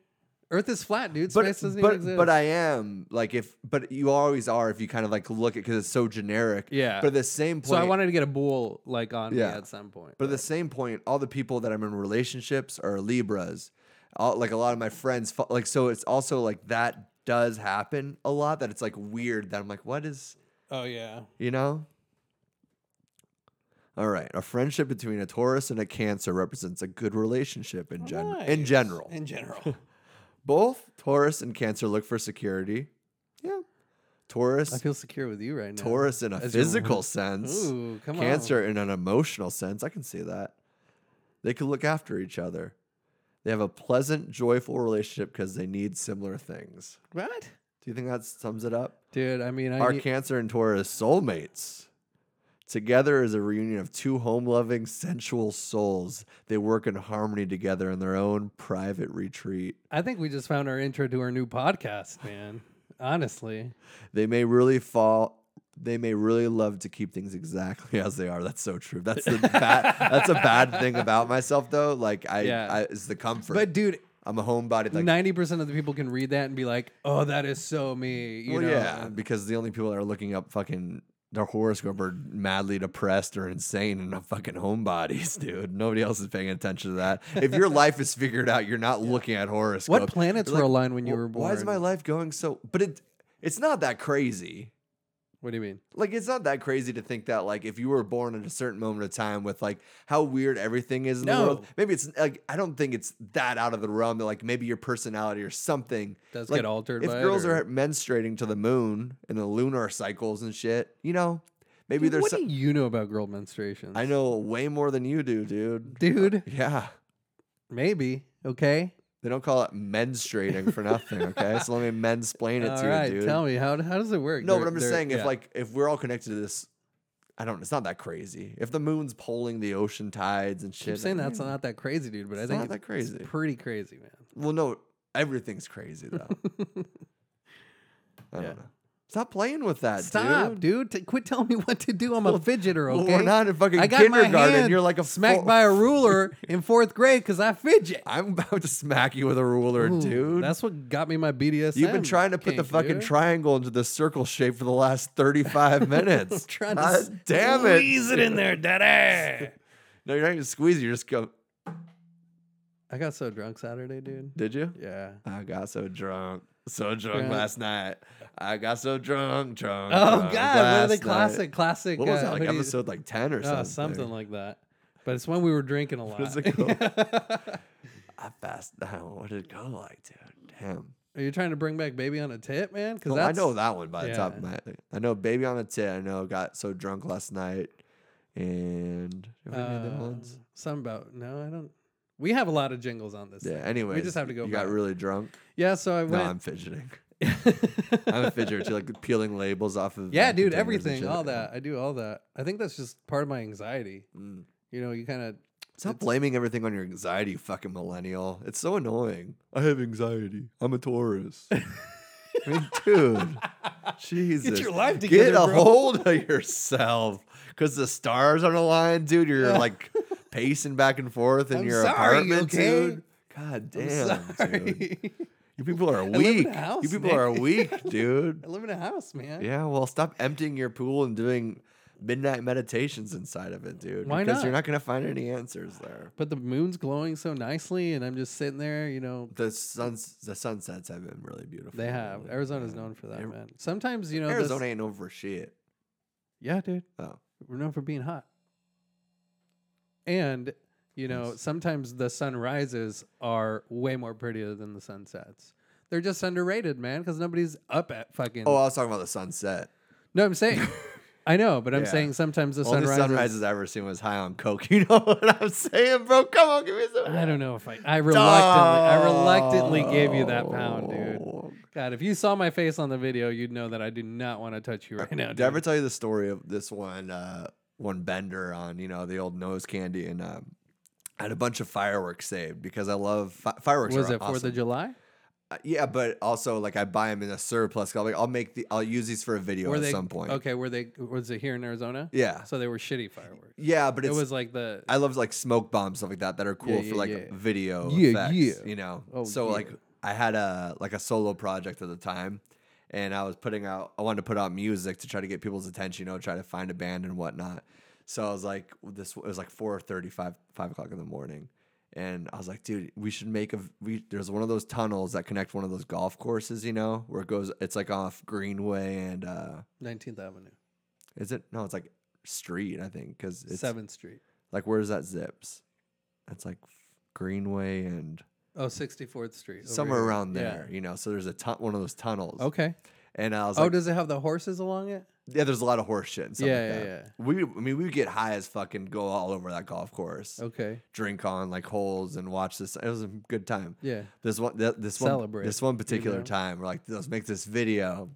[SPEAKER 3] Earth is flat, dude.
[SPEAKER 2] but
[SPEAKER 3] Space doesn't
[SPEAKER 2] but,
[SPEAKER 3] even exist.
[SPEAKER 2] but I am like if but you always are if you kind of like look at because it's so generic.
[SPEAKER 3] Yeah.
[SPEAKER 2] But at the same point,
[SPEAKER 3] so I wanted to get a bull like on me
[SPEAKER 2] Yeah.
[SPEAKER 3] at some point.
[SPEAKER 2] But at the same point, all the people that I'm in relationships are Libras. All, like a lot of my friends, fa- like so. It's also like that does happen a lot. That it's like weird that I'm like, what is
[SPEAKER 3] oh yeah,
[SPEAKER 2] you know? All right, a friendship between a Taurus and a Cancer represents a good relationship in gen in
[SPEAKER 3] Oh, Nice.
[SPEAKER 2] general.
[SPEAKER 3] in general,
[SPEAKER 2] Both Taurus and Cancer look for security. Yeah, Taurus
[SPEAKER 3] I feel secure with you right now.
[SPEAKER 2] Taurus in a
[SPEAKER 3] As your-
[SPEAKER 2] physical sense.
[SPEAKER 3] Ooh, come on.
[SPEAKER 2] Cancer in an emotional sense. I can see that. They can look after each other. They have a pleasant, joyful relationship because they need similar things.
[SPEAKER 3] What,
[SPEAKER 2] Do you think that sums it up?
[SPEAKER 3] dude? I mean, I
[SPEAKER 2] Our
[SPEAKER 3] knew-
[SPEAKER 2] Cancer and Taurus soulmates. Together is a reunion of two home loving, sensual souls. They work in harmony together in their own private retreat.
[SPEAKER 3] I think we just found our intro to our new podcast, man. Honestly,
[SPEAKER 2] They may really fall. They may really love to keep things exactly as they are. That's so true. That's the bad. That's a bad thing about myself, though. Like I,
[SPEAKER 3] Yeah.
[SPEAKER 2] I it's the comfort.
[SPEAKER 3] but dude,
[SPEAKER 2] I'm a homebody. Like,
[SPEAKER 3] ninety percent of the people can read that and be like, "Oh, that is so me." You
[SPEAKER 2] well,
[SPEAKER 3] know?
[SPEAKER 2] yeah, because the only people that are looking up fucking their horoscope are madly depressed or insane and are fucking homebodies, dude. Nobody else is paying attention to that. If your life is figured out, you're not looking at horoscope.
[SPEAKER 3] What planets
[SPEAKER 2] You're
[SPEAKER 3] were
[SPEAKER 2] like,
[SPEAKER 3] aligned when you
[SPEAKER 2] "Wh-
[SPEAKER 3] were born?
[SPEAKER 2] Why is my life going so? But it, it's not that crazy.
[SPEAKER 3] What do you mean?
[SPEAKER 2] like it's not that crazy to think that like if you were born at a certain moment of time with like how weird everything is in the
[SPEAKER 3] No.
[SPEAKER 2] world maybe it's like i don't think it's that out of the realm that like maybe your personality or something
[SPEAKER 3] Does
[SPEAKER 2] like,
[SPEAKER 3] get altered
[SPEAKER 2] if
[SPEAKER 3] by it,
[SPEAKER 2] girls
[SPEAKER 3] or-
[SPEAKER 2] are menstruating to the moon and the lunar cycles and shit you know maybe
[SPEAKER 3] Dude,
[SPEAKER 2] there's
[SPEAKER 3] what
[SPEAKER 2] some-
[SPEAKER 3] do you know about girl menstruations?
[SPEAKER 2] i know way more than you do dude
[SPEAKER 3] dude.
[SPEAKER 2] yeah
[SPEAKER 3] Maybe okay.
[SPEAKER 2] they don't call it menstruating for nothing okay so let me mansplain it
[SPEAKER 3] All
[SPEAKER 2] to
[SPEAKER 3] right,
[SPEAKER 2] you dude
[SPEAKER 3] tell me how how does it work?
[SPEAKER 2] No,
[SPEAKER 3] They're-
[SPEAKER 2] but I'm just
[SPEAKER 3] they're-
[SPEAKER 2] saying if
[SPEAKER 3] yeah.
[SPEAKER 2] like if we're all connected to this, I don't. It's not that crazy. If the moon's polling the ocean tides and shit,
[SPEAKER 3] I'm saying
[SPEAKER 2] I
[SPEAKER 3] that's
[SPEAKER 2] mean,
[SPEAKER 3] not that crazy, dude. But I
[SPEAKER 2] It's
[SPEAKER 3] think
[SPEAKER 2] not that
[SPEAKER 3] it's
[SPEAKER 2] crazy.
[SPEAKER 3] pretty crazy, man.
[SPEAKER 2] Well, no, everything's crazy though. I
[SPEAKER 3] Yeah.
[SPEAKER 2] don't know. Stop playing with that,
[SPEAKER 3] Stop,
[SPEAKER 2] Uh, dude.
[SPEAKER 3] dude. T- quit telling me what to do. I'm a fidgeter,
[SPEAKER 2] Well,
[SPEAKER 3] okay?
[SPEAKER 2] we're not in fucking
[SPEAKER 3] I got my
[SPEAKER 2] kindergarten.
[SPEAKER 3] hand
[SPEAKER 2] You're like a
[SPEAKER 3] smacked
[SPEAKER 2] full-
[SPEAKER 3] by a ruler in fourth grade because I fidget.
[SPEAKER 2] I'm about to smack you with a ruler,
[SPEAKER 3] Ooh,
[SPEAKER 2] dude.
[SPEAKER 3] That's what got me my BDSM.
[SPEAKER 2] You've been trying to put the
[SPEAKER 3] kink,
[SPEAKER 2] fucking
[SPEAKER 3] dude.
[SPEAKER 2] triangle into the circle shape for the last 35 minutes.
[SPEAKER 3] trying to
[SPEAKER 2] God
[SPEAKER 3] s-
[SPEAKER 2] damn it.
[SPEAKER 3] squeeze it in there, daddy.
[SPEAKER 2] No, you're not even squeezing. You're just go.
[SPEAKER 3] I got so drunk Saturday, dude.
[SPEAKER 2] Did you?
[SPEAKER 3] Yeah.
[SPEAKER 2] I got so drunk, so drunk
[SPEAKER 3] Drunk.
[SPEAKER 2] last night. I got so drunk, drunk.
[SPEAKER 3] Oh
[SPEAKER 2] drunk
[SPEAKER 3] God, one of
[SPEAKER 2] last
[SPEAKER 3] the
[SPEAKER 2] night.
[SPEAKER 3] classic, classic.
[SPEAKER 2] What was
[SPEAKER 3] uh,
[SPEAKER 2] that? Like
[SPEAKER 3] hoodies.
[SPEAKER 2] episode like ten or
[SPEAKER 3] Oh,
[SPEAKER 2] something.
[SPEAKER 3] something like that. But it's when we were drinking a lot.
[SPEAKER 2] is it called? I fast. down. What did it go like, dude? Damn.
[SPEAKER 3] Are you trying to bring back baby on a tip, man? Because
[SPEAKER 2] Well, Oh, I know that one by the top of
[SPEAKER 3] yeah.
[SPEAKER 2] my. head. I know baby on a tit. I know got so drunk last night, and you ever any other
[SPEAKER 3] Uh,
[SPEAKER 2] ones?
[SPEAKER 3] Something about no, I don't. We have a lot of jingles on this.
[SPEAKER 2] Yeah.
[SPEAKER 3] thing.
[SPEAKER 2] Anyway,
[SPEAKER 3] we just have to go.
[SPEAKER 2] You
[SPEAKER 3] back.
[SPEAKER 2] got really drunk.
[SPEAKER 3] yeah. So I
[SPEAKER 2] No,
[SPEAKER 3] went.
[SPEAKER 2] I'm fidgeting. I'm a fidgeter too, like peeling labels off of.
[SPEAKER 3] yeah,
[SPEAKER 2] vacuum
[SPEAKER 3] dude.
[SPEAKER 2] cleaners and
[SPEAKER 3] Everything,
[SPEAKER 2] shit.
[SPEAKER 3] all that. I do all that. I think that's just part of my anxiety.
[SPEAKER 2] Mm.
[SPEAKER 3] You know, you kind of
[SPEAKER 2] Stop blaming everything on your anxiety, you fucking millennial. It's so annoying. I have anxiety. I'm a Taurus. I mean, dude, Jesus.
[SPEAKER 3] your life
[SPEAKER 2] Get
[SPEAKER 3] together,
[SPEAKER 2] a
[SPEAKER 3] bro.
[SPEAKER 2] hold of yourself. Because the stars on the line, dude. You're like pacing back and forth in
[SPEAKER 3] I'm
[SPEAKER 2] your
[SPEAKER 3] sorry,
[SPEAKER 2] apartment,
[SPEAKER 3] okay?
[SPEAKER 2] dude. God
[SPEAKER 3] I'm
[SPEAKER 2] damn, dude.
[SPEAKER 3] sorry.
[SPEAKER 2] You people are
[SPEAKER 3] live in a
[SPEAKER 2] weak.
[SPEAKER 3] house,
[SPEAKER 2] you people
[SPEAKER 3] Nick.
[SPEAKER 2] are weak, dude.
[SPEAKER 3] I live in a house, man.
[SPEAKER 2] Yeah, well, stop emptying your pool and doing midnight meditations inside of it, dude.
[SPEAKER 3] Why
[SPEAKER 2] because you're
[SPEAKER 3] not?
[SPEAKER 2] not gonna find any answers there.
[SPEAKER 3] But the moon's glowing so nicely, and I'm just sitting there, you know.
[SPEAKER 2] The suns, the sunsets have been really beautiful.
[SPEAKER 3] They have.
[SPEAKER 2] lately.
[SPEAKER 3] Arizona's
[SPEAKER 2] Yeah.
[SPEAKER 3] known for that,
[SPEAKER 2] Ar-
[SPEAKER 3] man. Sometimes, you know, this-
[SPEAKER 2] Arizona ain't known for shit.
[SPEAKER 3] yeah, dude.
[SPEAKER 2] Oh,
[SPEAKER 3] We're known for being hot. And, you know,
[SPEAKER 2] Nice.
[SPEAKER 3] sometimes the sunrises are way more prettier than the sunsets. They're just underrated, man, because nobody's up at fucking.
[SPEAKER 2] oh, I was talking about the sunset.
[SPEAKER 3] no, I'm saying. I know, but I'm
[SPEAKER 2] Yeah.
[SPEAKER 3] saying sometimes the
[SPEAKER 2] The Only
[SPEAKER 3] sunrises.
[SPEAKER 2] sunrises I ever seen was high on coke. You know what I'm saying, bro? Come on, give me some. of
[SPEAKER 3] I
[SPEAKER 2] that.
[SPEAKER 3] don't know if I. I reluctantly, I reluctantly gave you that pound, dude.
[SPEAKER 2] Dog.
[SPEAKER 3] God, if you saw my face on the video, you'd know that I do not want to touch you right now.
[SPEAKER 2] Did I ever
[SPEAKER 3] dude.
[SPEAKER 2] tell you the story of this one uh, one bender on you know the old nose candy and um, I had a bunch of fireworks saved because I love fi- fireworks.
[SPEAKER 3] Was
[SPEAKER 2] are
[SPEAKER 3] it Fourth
[SPEAKER 2] awesome.
[SPEAKER 3] of July?
[SPEAKER 2] Uh, Yeah, but also like I buy them in a surplus. 'cause I'm like, I'll make the I'll use these for a video
[SPEAKER 3] were
[SPEAKER 2] at
[SPEAKER 3] they
[SPEAKER 2] some point.
[SPEAKER 3] okay? Were they? Was it here in Arizona?
[SPEAKER 2] Yeah,
[SPEAKER 3] So they were shitty fireworks.
[SPEAKER 2] yeah, but
[SPEAKER 3] It
[SPEAKER 2] it's
[SPEAKER 3] was like the
[SPEAKER 2] I love like smoke bombs stuff like that that are cool
[SPEAKER 3] yeah,
[SPEAKER 2] for like
[SPEAKER 3] yeah.
[SPEAKER 2] video
[SPEAKER 3] Yeah,
[SPEAKER 2] effects.
[SPEAKER 3] yeah.
[SPEAKER 2] You know,
[SPEAKER 3] Oh,
[SPEAKER 2] so
[SPEAKER 3] yeah.
[SPEAKER 2] like I had a like a solo project at the time, and I was putting out I wanted to put out music to try to get people's attention. You know, try to find a band and whatnot. So I was like, this it was like 4:30, 5, 5 o'clock in the morning. And I was like, dude, we should make a. We, there's one of those tunnels that connect one of those golf courses, you know, where it goes. It's like off Greenway and uh,
[SPEAKER 3] 19th Avenue,
[SPEAKER 2] is it? No, it's like Street, I think, because it's
[SPEAKER 3] Seventh Street.
[SPEAKER 2] like, where's that zips? That's like Greenway and
[SPEAKER 3] Oh, 64th Street. over
[SPEAKER 2] somewhere
[SPEAKER 3] here.
[SPEAKER 2] around
[SPEAKER 3] Yeah.
[SPEAKER 2] there, you know. So there's a ton, one of those tunnels.
[SPEAKER 3] Okay.
[SPEAKER 2] And I was
[SPEAKER 3] Oh,
[SPEAKER 2] like,
[SPEAKER 3] does it have the horses along it?
[SPEAKER 2] yeah, there's a lot of horse shit and stuff
[SPEAKER 3] Yeah,
[SPEAKER 2] like
[SPEAKER 3] yeah,
[SPEAKER 2] that. We, I mean, we would get high as fuck and go all over that golf course,
[SPEAKER 3] Okay.
[SPEAKER 2] drink on like holes and watch this. It was a good time.
[SPEAKER 3] Yeah.
[SPEAKER 2] This one, th- this one,
[SPEAKER 3] Celebrate,
[SPEAKER 2] this one particular
[SPEAKER 3] know?
[SPEAKER 2] time, we're like, let's make this video.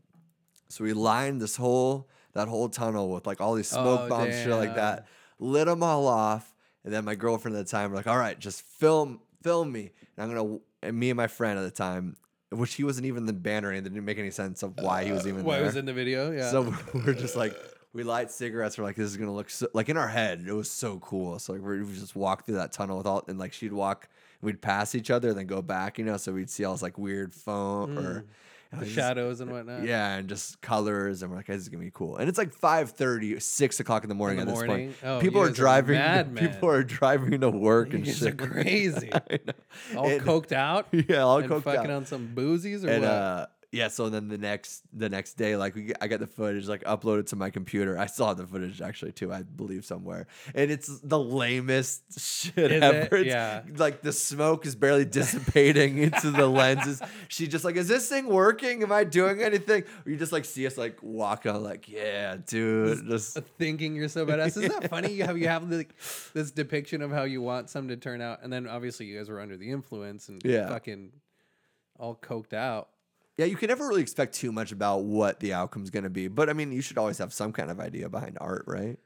[SPEAKER 2] So we lined this whole that whole tunnel with like all these smoke
[SPEAKER 3] Oh,
[SPEAKER 2] bombs, shit like
[SPEAKER 3] damn.
[SPEAKER 2] that. Lit them all off, and then my girlfriend at the time, we're like, all right, just film, film me, and I'm gonna. And me and my friend at the time, which he wasn't even in the band or anything, didn't make any sense of why he was even
[SPEAKER 3] Uh, Why
[SPEAKER 2] there.
[SPEAKER 3] was in the video? Yeah.
[SPEAKER 2] So we're just like, we light cigarettes. We're like, this is gonna look so, like in our head, it was so cool. So like, we we just walk through that tunnel with all, and like she'd walk, we'd pass each other, then go back, you know. So we'd see all this like weird phone or and I
[SPEAKER 3] Mm. the
[SPEAKER 2] was just-
[SPEAKER 3] shadows and whatnot.
[SPEAKER 2] yeah, and just colors, and we're like, this is gonna be cool. And it's like 5 6 o'clock in the morning
[SPEAKER 3] the
[SPEAKER 2] at
[SPEAKER 3] morning?
[SPEAKER 2] this point.
[SPEAKER 3] Oh,
[SPEAKER 2] people
[SPEAKER 3] you
[SPEAKER 2] are
[SPEAKER 3] guys are
[SPEAKER 2] driving,
[SPEAKER 3] madmen.
[SPEAKER 2] people are driving to work
[SPEAKER 3] You
[SPEAKER 2] and
[SPEAKER 3] guys
[SPEAKER 2] shit.
[SPEAKER 3] are crazy.
[SPEAKER 2] I know.
[SPEAKER 3] All
[SPEAKER 2] And-
[SPEAKER 3] coked out.
[SPEAKER 2] Yeah, all
[SPEAKER 3] and
[SPEAKER 2] coked out
[SPEAKER 3] fucking on some boozies or
[SPEAKER 2] and
[SPEAKER 3] what?
[SPEAKER 2] uh yeah so then the next the next day like we, i got the footage like uploaded to my computer i still have the footage actually too i believe somewhere and it's the lamest shit
[SPEAKER 3] Is
[SPEAKER 2] ever It's
[SPEAKER 3] it? Yeah.
[SPEAKER 2] like the smoke is barely dissipating into the lenses she just like is this thing working am i doing anything or you just like see us like walk on like yeah dude just
[SPEAKER 3] thinking you're so badass. Isn't that funny? You have you have like, this depiction of how you want some to turn out, and then obviously you guys were under the influence and
[SPEAKER 2] Yeah.
[SPEAKER 3] fucking all coked out.
[SPEAKER 2] yeah you can never really expect too much about what the outcome's going to be but i mean you should always have some kind of idea behind art right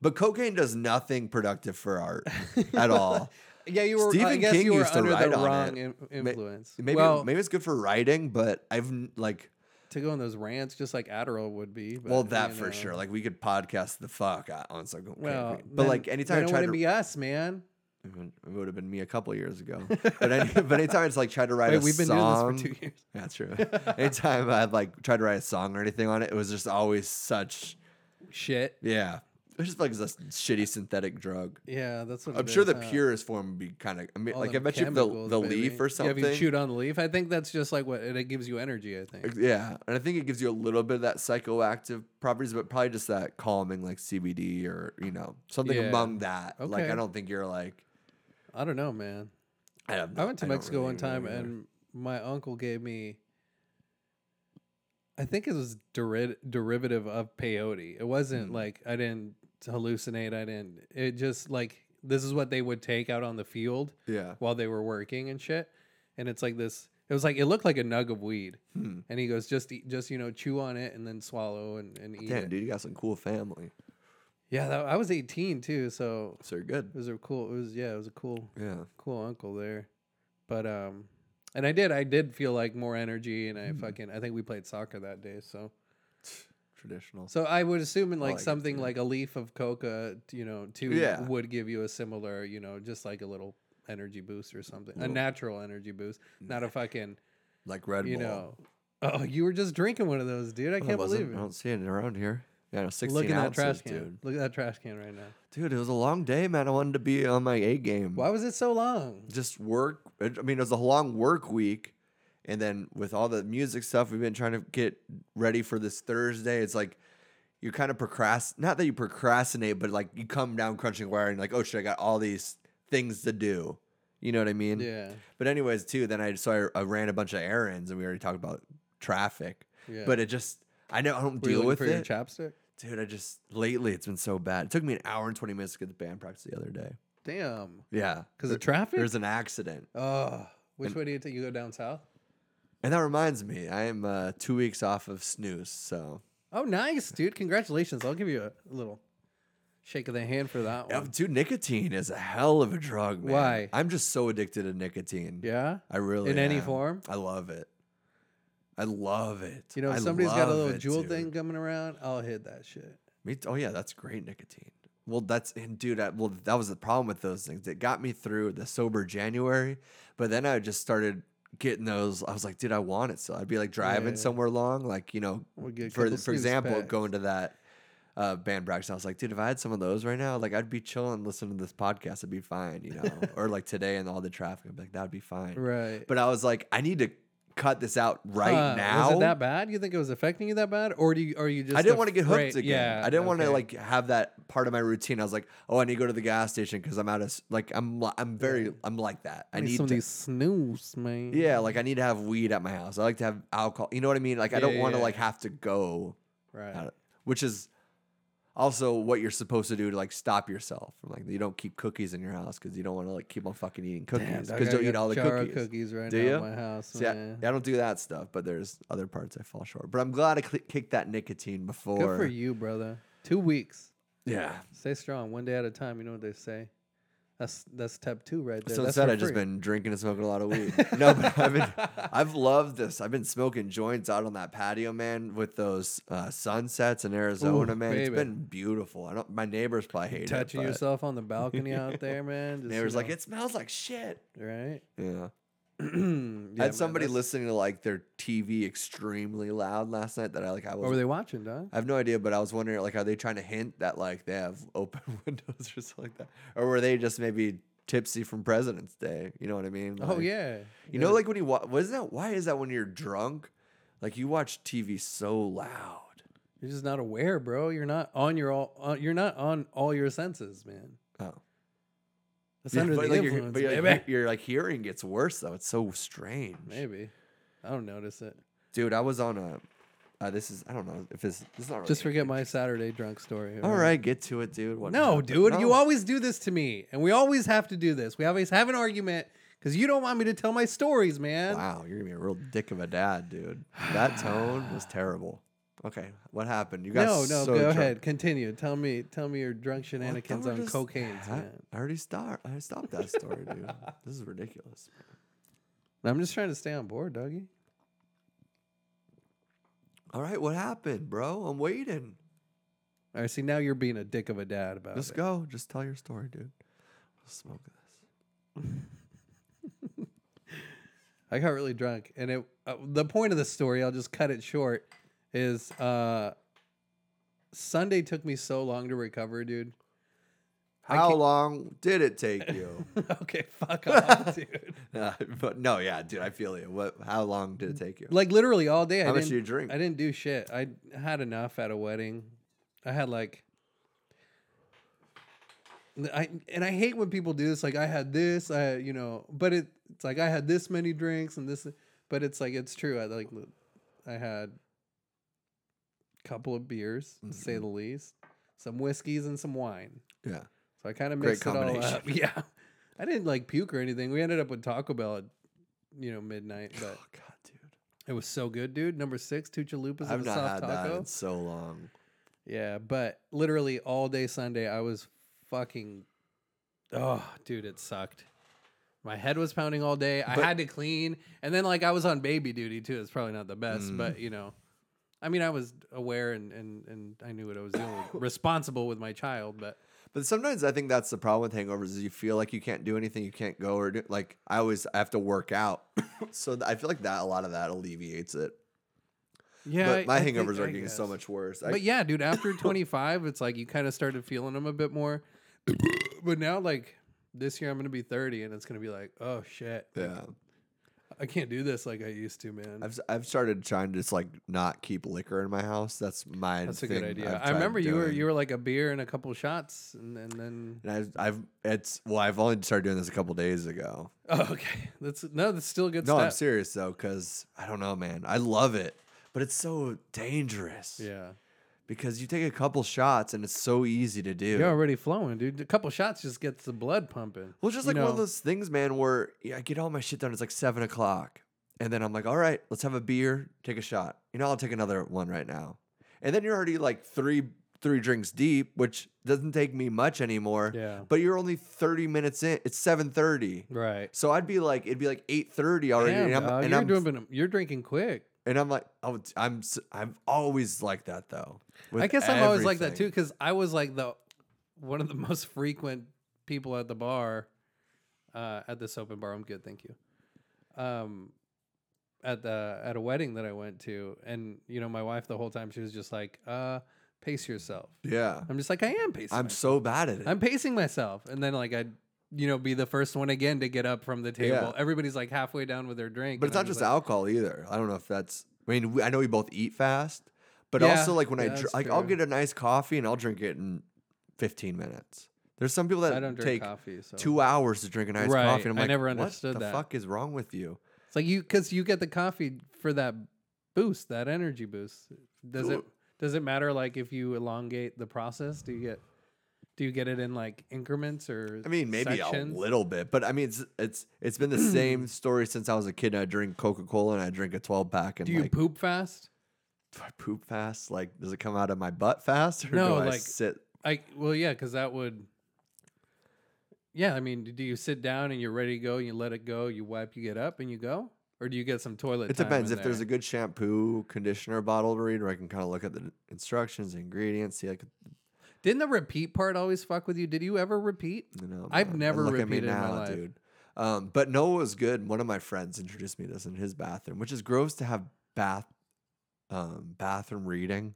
[SPEAKER 2] but cocaine does nothing productive for art at all
[SPEAKER 3] Yeah, you were. I
[SPEAKER 2] Stephen
[SPEAKER 3] guess
[SPEAKER 2] King
[SPEAKER 3] you were
[SPEAKER 2] used to
[SPEAKER 3] under the
[SPEAKER 2] write on
[SPEAKER 3] wrong
[SPEAKER 2] it.
[SPEAKER 3] in-
[SPEAKER 2] Ma-
[SPEAKER 3] influence.
[SPEAKER 2] Maybe
[SPEAKER 3] well,
[SPEAKER 2] maybe it's good for writing, but I've n- like
[SPEAKER 3] to go on those rants, just like Adderall would be. But,
[SPEAKER 2] well that
[SPEAKER 3] you
[SPEAKER 2] for
[SPEAKER 3] know.
[SPEAKER 2] sure. Like we could podcast the fuck out on some cocaine.
[SPEAKER 3] Well,
[SPEAKER 2] but
[SPEAKER 3] then-
[SPEAKER 2] like anytime
[SPEAKER 3] then
[SPEAKER 2] I
[SPEAKER 3] it
[SPEAKER 2] try
[SPEAKER 3] wouldn't
[SPEAKER 2] to
[SPEAKER 3] be us, man.
[SPEAKER 2] it would have been me a couple years ago. But any, but anytime it's like try to write
[SPEAKER 3] Wait,
[SPEAKER 2] a
[SPEAKER 3] we've been
[SPEAKER 2] song.
[SPEAKER 3] doing this for two years.
[SPEAKER 2] That's true. anytime I like tried to write a song or anything on it, it was just always such
[SPEAKER 3] Shit.
[SPEAKER 2] yeah. It's just like a s- shitty synthetic drug.
[SPEAKER 3] Yeah, that's what.
[SPEAKER 2] I'm
[SPEAKER 3] it
[SPEAKER 2] sure the
[SPEAKER 3] is, huh?
[SPEAKER 2] purest form would be kind of. I mean,
[SPEAKER 3] All
[SPEAKER 2] like I
[SPEAKER 3] them
[SPEAKER 2] bet you the
[SPEAKER 3] chemicals,
[SPEAKER 2] the
[SPEAKER 3] baby.
[SPEAKER 2] leaf or
[SPEAKER 3] Yeah,
[SPEAKER 2] something.
[SPEAKER 3] if you chewed on the leaf, I think that's just like what it, it gives you energy. I think.
[SPEAKER 2] Yeah, and I think it gives you a little bit of that psychoactive properties, but probably just that calming, like CBD or you know something
[SPEAKER 3] Yeah.
[SPEAKER 2] among that. Like
[SPEAKER 3] Okay.
[SPEAKER 2] I don't think you're like
[SPEAKER 3] I don't know, man.
[SPEAKER 2] I, have
[SPEAKER 3] I went to
[SPEAKER 2] don't
[SPEAKER 3] Mexico
[SPEAKER 2] really
[SPEAKER 3] one
[SPEAKER 2] know
[SPEAKER 3] time
[SPEAKER 2] either.
[SPEAKER 3] and my uncle gave me I think it was deri- derivative of peyote. It wasn't
[SPEAKER 2] Mm.
[SPEAKER 3] like I didn't hallucinate, I didn't. It just like this is what they would take out on the field
[SPEAKER 2] yeah,
[SPEAKER 3] while they were working and shit. And it's like this it was like it looked like a nug of weed.
[SPEAKER 2] Hmm.
[SPEAKER 3] And he goes just eat, just you know chew on it and then swallow and and eat
[SPEAKER 2] damn
[SPEAKER 3] it.
[SPEAKER 2] dude, you got some cool family.
[SPEAKER 3] Yeah, that, I was 18 too, so
[SPEAKER 2] So you're good.
[SPEAKER 3] it was a cool. It was yeah, it was a cool,
[SPEAKER 2] Yeah.
[SPEAKER 3] cool uncle there. But um, and I did, I did feel like more energy, and I
[SPEAKER 2] Mm.
[SPEAKER 3] fucking, I think we played soccer that day, so.
[SPEAKER 2] Traditional.
[SPEAKER 3] So I would assume in like
[SPEAKER 2] like it,
[SPEAKER 3] something
[SPEAKER 2] yeah.
[SPEAKER 3] like a leaf of coca, t- you know, too
[SPEAKER 2] Yeah.
[SPEAKER 3] would give you a similar, you know, just like a little energy boost or something, a
[SPEAKER 2] Little-
[SPEAKER 3] natural energy boost, not a fucking,
[SPEAKER 2] Like Red
[SPEAKER 3] you
[SPEAKER 2] Bull.
[SPEAKER 3] know. Oh, you were just drinking one of those, dude! I
[SPEAKER 2] No,
[SPEAKER 3] can't
[SPEAKER 2] wasn't.
[SPEAKER 3] believe
[SPEAKER 2] I don't
[SPEAKER 3] it.
[SPEAKER 2] see it around here. Yeah, no, 16
[SPEAKER 3] Look at that
[SPEAKER 2] uh, ounces,
[SPEAKER 3] trash can.
[SPEAKER 2] dude. Mm.
[SPEAKER 3] Look at that trash can right now.
[SPEAKER 2] Dude, it was a long day, man. I wanted to be on my A game.
[SPEAKER 3] Why was it so long?
[SPEAKER 2] Just work. I mean, it was a long work week. And then with all the music stuff, we've been trying to get ready for this Thursday. It's like you kind of procrastinate. Not that you procrastinate, but like you come down crunching wire and like, oh shit, I got all these things to do. You know what I mean?
[SPEAKER 3] Yeah,
[SPEAKER 2] But anyways, too, then I so I, I ran a bunch of errands, and we already talked about traffic.
[SPEAKER 3] yeah.
[SPEAKER 2] But it just I know I don't
[SPEAKER 3] Were you
[SPEAKER 2] deal
[SPEAKER 3] looking
[SPEAKER 2] with
[SPEAKER 3] for your
[SPEAKER 2] it,
[SPEAKER 3] chapstick?
[SPEAKER 2] dude. I just lately it's been so bad. It took me an hour and twenty minutes to get the band practice the other day.
[SPEAKER 3] Damn,
[SPEAKER 2] Yeah,
[SPEAKER 3] because of traffic.
[SPEAKER 2] there's an accident,
[SPEAKER 3] oh, which way do you take? You go down south?
[SPEAKER 2] and that reminds me, I am uh, two weeks off of snooze, so
[SPEAKER 3] Oh, nice, dude! Congratulations! I'll give you a little shake of the hand for that
[SPEAKER 2] Yeah,
[SPEAKER 3] one.
[SPEAKER 2] dude, nicotine is a hell of a drug. Man.
[SPEAKER 3] Oh. Why?
[SPEAKER 2] I'm just so addicted to nicotine.
[SPEAKER 3] Yeah.
[SPEAKER 2] I really
[SPEAKER 3] In any
[SPEAKER 2] am.
[SPEAKER 3] form?
[SPEAKER 2] I love it. I love it.
[SPEAKER 3] You know,
[SPEAKER 2] I
[SPEAKER 3] if somebody's got a
[SPEAKER 2] love
[SPEAKER 3] little
[SPEAKER 2] it,
[SPEAKER 3] jewel
[SPEAKER 2] dude.
[SPEAKER 3] thing coming around, I'll hit that shit.
[SPEAKER 2] Me t- oh yeah, that's great nicotine. Well, that's and dude, I, well that was the problem with those things. It got me through the sober January, but then I just started getting those. I was like, dude, I want it. So I'd be like driving
[SPEAKER 3] yeah.
[SPEAKER 2] somewhere long, like you know,
[SPEAKER 3] We'll get a
[SPEAKER 2] for
[SPEAKER 3] couple
[SPEAKER 2] for
[SPEAKER 3] snooze
[SPEAKER 2] example,
[SPEAKER 3] packs.
[SPEAKER 2] going to that uh, band practice. I was like, dude, if I had some of those right now, like I'd be chilling, listening to this podcast, I'd be fine, you know. or like today and all the traffic, I'd be like, that'd be fine.
[SPEAKER 3] Right.
[SPEAKER 2] But I was like, I need to cut this out right
[SPEAKER 3] Uh,
[SPEAKER 2] now.
[SPEAKER 3] Was it that bad? You think it was affecting you that bad? Or do you are you just
[SPEAKER 2] I didn't want to get hooked
[SPEAKER 3] afraid-
[SPEAKER 2] again.
[SPEAKER 3] Yeah.
[SPEAKER 2] I didn't want to
[SPEAKER 3] okay.
[SPEAKER 2] like have that part of my routine. I was like, oh, I need to go to the gas station because I'm out of s- like I'm li- I'm very I'm like that. I
[SPEAKER 3] I need,
[SPEAKER 2] need
[SPEAKER 3] some
[SPEAKER 2] to,
[SPEAKER 3] of these snooze, man.
[SPEAKER 2] yeah, like I need to have weed at my house. I like to have alcohol. You know what I mean? Like I
[SPEAKER 3] Yeah,
[SPEAKER 2] don't
[SPEAKER 3] yeah,
[SPEAKER 2] want to
[SPEAKER 3] yeah.
[SPEAKER 2] like have to go,
[SPEAKER 3] Right.
[SPEAKER 2] out, which is also what you're supposed to do to like stop yourself. from Like you don't keep cookies in your house because you don't want to like keep on fucking eating
[SPEAKER 3] Damn,
[SPEAKER 2] cookies
[SPEAKER 3] dog,
[SPEAKER 2] because
[SPEAKER 3] I
[SPEAKER 2] don't eat
[SPEAKER 3] got
[SPEAKER 2] all the
[SPEAKER 3] jar of
[SPEAKER 2] cookies.
[SPEAKER 3] right
[SPEAKER 2] Do
[SPEAKER 3] now
[SPEAKER 2] ya?
[SPEAKER 3] at my house.
[SPEAKER 2] See, I,
[SPEAKER 3] man.
[SPEAKER 2] I don't do that stuff, but there's other parts I fall short. But I'm glad I cl- kicked that nicotine before.
[SPEAKER 3] Good for you, brother. Two weeks.
[SPEAKER 2] Yeah,
[SPEAKER 3] Stay strong. One day at a time. You know what they say. That's that's step two right there.
[SPEAKER 2] So
[SPEAKER 3] that's
[SPEAKER 2] instead,
[SPEAKER 3] for
[SPEAKER 2] I've just
[SPEAKER 3] free.
[SPEAKER 2] been drinking and smoking a lot of weed. no, but I've been, I've loved this. I've been smoking joints out on that patio, man, with those uh, sunsets in Arizona,
[SPEAKER 3] Ooh,
[SPEAKER 2] man. It's
[SPEAKER 3] baby.
[SPEAKER 2] been beautiful. I don't. My neighbors probably hate
[SPEAKER 3] touching
[SPEAKER 2] it. but
[SPEAKER 3] yourself on the balcony out there, man. Just, you
[SPEAKER 2] Neighbors like
[SPEAKER 3] know,
[SPEAKER 2] it smells like shit.
[SPEAKER 3] right.
[SPEAKER 2] Yeah.
[SPEAKER 3] yeah,
[SPEAKER 2] I
[SPEAKER 3] man,
[SPEAKER 2] had somebody
[SPEAKER 3] that's-
[SPEAKER 2] listening to like their TV extremely loud last night that I like. I
[SPEAKER 3] What were
[SPEAKER 2] was.
[SPEAKER 3] they watching, dog?
[SPEAKER 2] I have no idea, but I was wondering, like, are they trying to hint that like they have open windows or something like that, or were they just maybe tipsy from President's Day? You know what I mean?
[SPEAKER 3] Oh
[SPEAKER 2] Like,
[SPEAKER 3] yeah.
[SPEAKER 2] You know, like when you watch, was that? Why is that when you're drunk? Like you watch TV so loud.
[SPEAKER 3] You're just not aware, bro. You're not on your all. Uh, you're not on all your senses, man.
[SPEAKER 2] Oh,
[SPEAKER 3] That's
[SPEAKER 2] Yeah,
[SPEAKER 3] under
[SPEAKER 2] but
[SPEAKER 3] the
[SPEAKER 2] like you're,
[SPEAKER 3] influence,
[SPEAKER 2] but you're,
[SPEAKER 3] baby.
[SPEAKER 2] like, you're like hearing gets worse though. It's so strange,
[SPEAKER 3] Maybe. I don't notice it.
[SPEAKER 2] dude. I was on a. Uh, this is I don't know if this this is not really
[SPEAKER 3] Just forget my Saturday drunk story.
[SPEAKER 2] All right, get to it, dude. What
[SPEAKER 3] No,
[SPEAKER 2] happened?
[SPEAKER 3] dude. You
[SPEAKER 2] No.
[SPEAKER 3] always do this to me, and we always have to do this. We always have an argument because you don't want me to tell my stories, man.
[SPEAKER 2] Wow, you're gonna be a real dick of a dad, dude. That tone was terrible. Okay, what happened? You got
[SPEAKER 3] No, no.
[SPEAKER 2] so
[SPEAKER 3] go
[SPEAKER 2] drunk.
[SPEAKER 3] ahead. Continue. Tell me. Tell me your drunk
[SPEAKER 2] Well, I
[SPEAKER 3] shenanigans
[SPEAKER 2] thought we
[SPEAKER 3] on
[SPEAKER 2] just-
[SPEAKER 3] cocaine,
[SPEAKER 2] I,
[SPEAKER 3] man.
[SPEAKER 2] I already stopped. I stopped that story, dude. This is ridiculous.
[SPEAKER 3] I'm just trying to stay on board, doggy.
[SPEAKER 2] All right, what happened, bro? I'm waiting.
[SPEAKER 3] All right. See, now you're being a dick of a dad about
[SPEAKER 2] Just
[SPEAKER 3] it.
[SPEAKER 2] go. Just tell your story, dude. I'll smoke this.
[SPEAKER 3] I got really drunk, and it. Uh, the point of the story, I'll just cut it short, is uh, Sunday took me so long to recover, dude. I
[SPEAKER 2] How
[SPEAKER 3] can't-
[SPEAKER 2] long did it take you?
[SPEAKER 3] okay, fuck off, dude.
[SPEAKER 2] Uh, but no, yeah, dude, I feel you. What? How long did it take you?
[SPEAKER 3] Like literally all day.
[SPEAKER 2] How
[SPEAKER 3] I
[SPEAKER 2] much
[SPEAKER 3] didn't,
[SPEAKER 2] did you drink?
[SPEAKER 3] I didn't do shit. I had enough at a wedding. I had like. I and I hate when people do this. Like I had this, I you know, but it, it's like I had this many drinks and this, but it's like it's true. I like I had a couple of beers, to say
[SPEAKER 2] Mm-hmm.
[SPEAKER 3] the least, some whiskeys and some wine.
[SPEAKER 2] Yeah.
[SPEAKER 3] So I kind of
[SPEAKER 2] Great
[SPEAKER 3] mixed it all
[SPEAKER 2] combination.
[SPEAKER 3] up. Yeah, I didn't like puke or anything. We ended up with Taco Bell at you know midnight,
[SPEAKER 2] Oh
[SPEAKER 3] but
[SPEAKER 2] God, dude,
[SPEAKER 3] it was so good, dude. Number six, two chalupas
[SPEAKER 2] I've
[SPEAKER 3] and a
[SPEAKER 2] not
[SPEAKER 3] soft
[SPEAKER 2] had
[SPEAKER 3] taco.
[SPEAKER 2] that in so long.
[SPEAKER 3] Yeah, but literally all day Sunday, I was fucking. Oh, dude, it sucked. My head was pounding all day. I
[SPEAKER 2] But-
[SPEAKER 3] had to clean, and then like I was on baby duty too. It's probably not the best,
[SPEAKER 2] Mm.
[SPEAKER 3] but you know, I mean, I was aware and and and I knew what I was doing, responsible with my child. But
[SPEAKER 2] But sometimes I think that's the problem with hangovers is you feel like you can't do anything, you can't go or do, like I always I have to work out. so th- I feel like that a lot of that alleviates it.
[SPEAKER 3] yeah, I-
[SPEAKER 2] but my
[SPEAKER 3] I think-
[SPEAKER 2] hangovers
[SPEAKER 3] I
[SPEAKER 2] are getting so
[SPEAKER 3] guess.
[SPEAKER 2] much worse. I-
[SPEAKER 3] But yeah, dude, after 25, it's like you kind of started feeling them a bit more. but now, like this year, I'm gonna be 30, and it's gonna be like, oh shit,
[SPEAKER 2] yeah.
[SPEAKER 3] I can't do this like I used to, man.
[SPEAKER 2] I've I've started trying to just like not keep liquor in my house. That's my
[SPEAKER 3] That's a
[SPEAKER 2] thing
[SPEAKER 3] good idea.
[SPEAKER 2] I've
[SPEAKER 3] I remember
[SPEAKER 2] tried
[SPEAKER 3] you were
[SPEAKER 2] doing.
[SPEAKER 3] you were like a beer and a couple shots, and, and then
[SPEAKER 2] and I've, I've it's well I've only started doing this a couple days ago.
[SPEAKER 3] oh, okay, that's no, that's still a good.
[SPEAKER 2] No, I'm
[SPEAKER 3] step.
[SPEAKER 2] serious though, because I don't know, man. I love it, but it's so dangerous.
[SPEAKER 3] Yeah,
[SPEAKER 2] Because you take a couple shots and it's so easy to do.
[SPEAKER 3] you're already flowing, dude. A couple shots just gets the blood pumping.
[SPEAKER 2] Well, it's just
[SPEAKER 3] You
[SPEAKER 2] like one
[SPEAKER 3] know,
[SPEAKER 2] of those things, man, where yeah, I get all my shit done. It's like seven o'clock. And then I'm like, all right, let's have a beer, take a shot. You know, I'll take another one right now. And then you're already like three three drinks deep, which doesn't take me much anymore.
[SPEAKER 3] Yeah.
[SPEAKER 2] But you're only 30 minutes in. It's 7:30.
[SPEAKER 3] Right.
[SPEAKER 2] So I'd be like, it'd be like 8:30 already.
[SPEAKER 3] Damn,
[SPEAKER 2] and I'm,
[SPEAKER 3] dog,
[SPEAKER 2] and
[SPEAKER 3] you're
[SPEAKER 2] I'm
[SPEAKER 3] doing, you're drinking quick.
[SPEAKER 2] and I'm like, I would, I'm s- I'm always like that though. with
[SPEAKER 3] I guess I'm always like that too
[SPEAKER 2] everything.
[SPEAKER 3] because I was like the one of the most frequent people at the bar, uh, at this open bar. I'm good, thank you. Um, at the at a wedding that I went to, and you know, my wife the whole time she was just like, uh, "Pace yourself."
[SPEAKER 2] Yeah,
[SPEAKER 3] I'm just like, I am pacing.
[SPEAKER 2] I'm
[SPEAKER 3] myself.
[SPEAKER 2] so bad at it.
[SPEAKER 3] I'm pacing myself, and then like I. would You know, be the first one again to get up from the table.
[SPEAKER 2] Yeah.
[SPEAKER 3] Everybody's like halfway down with their drink.
[SPEAKER 2] But it's
[SPEAKER 3] and
[SPEAKER 2] not
[SPEAKER 3] I'm
[SPEAKER 2] just
[SPEAKER 3] like,
[SPEAKER 2] alcohol either. I don't know if that's. I mean, we, I know we both eat fast, but
[SPEAKER 3] Yeah,
[SPEAKER 2] also like when I
[SPEAKER 3] yeah,
[SPEAKER 2] dr-
[SPEAKER 3] that's
[SPEAKER 2] like I'll
[SPEAKER 3] true.
[SPEAKER 2] get a nice coffee and I'll drink it in fifteen minutes. There's some people that
[SPEAKER 3] I don't
[SPEAKER 2] take
[SPEAKER 3] drink coffee, so
[SPEAKER 2] two hours to drink a nice
[SPEAKER 3] Right,
[SPEAKER 2] coffee. And I'm
[SPEAKER 3] I
[SPEAKER 2] like,
[SPEAKER 3] never
[SPEAKER 2] what
[SPEAKER 3] understood
[SPEAKER 2] the
[SPEAKER 3] that.
[SPEAKER 2] fuck is wrong with you?
[SPEAKER 3] It's like you because you get the coffee for that boost, that energy boost. Does it does it matter like if you elongate the process? Do you get do you get it in like increments or
[SPEAKER 2] I mean, maybe
[SPEAKER 3] sections?
[SPEAKER 2] a little bit, but I mean, it's it's it's been the same story since I was a kid. And I drink Coca Cola and I drink a twelve pack and
[SPEAKER 3] Do you
[SPEAKER 2] like
[SPEAKER 3] poop fast?
[SPEAKER 2] do I poop fast. Like, does it come out of my butt fast or
[SPEAKER 3] No,
[SPEAKER 2] do I
[SPEAKER 3] like-
[SPEAKER 2] sit?
[SPEAKER 3] I well yeah, because that would yeah. I mean, do you sit down and you're ready to go? You let it go. You wipe. You get up and you go. Or do you get some toilet?
[SPEAKER 2] It
[SPEAKER 3] time
[SPEAKER 2] depends.
[SPEAKER 3] in
[SPEAKER 2] If there's a
[SPEAKER 3] there?
[SPEAKER 2] good shampoo, conditioner bottle to read, where I can kind of look at the instructions, the ingredients, see like
[SPEAKER 3] didn't the repeat part always fuck with you? Did you ever repeat?
[SPEAKER 2] you know.
[SPEAKER 3] I've
[SPEAKER 2] man, and
[SPEAKER 3] never
[SPEAKER 2] look at me
[SPEAKER 3] repeated in my life.
[SPEAKER 2] Um, but Noah was good. One of my friends introduced me to this in his bathroom, which is gross to have bath, um, bathroom reading,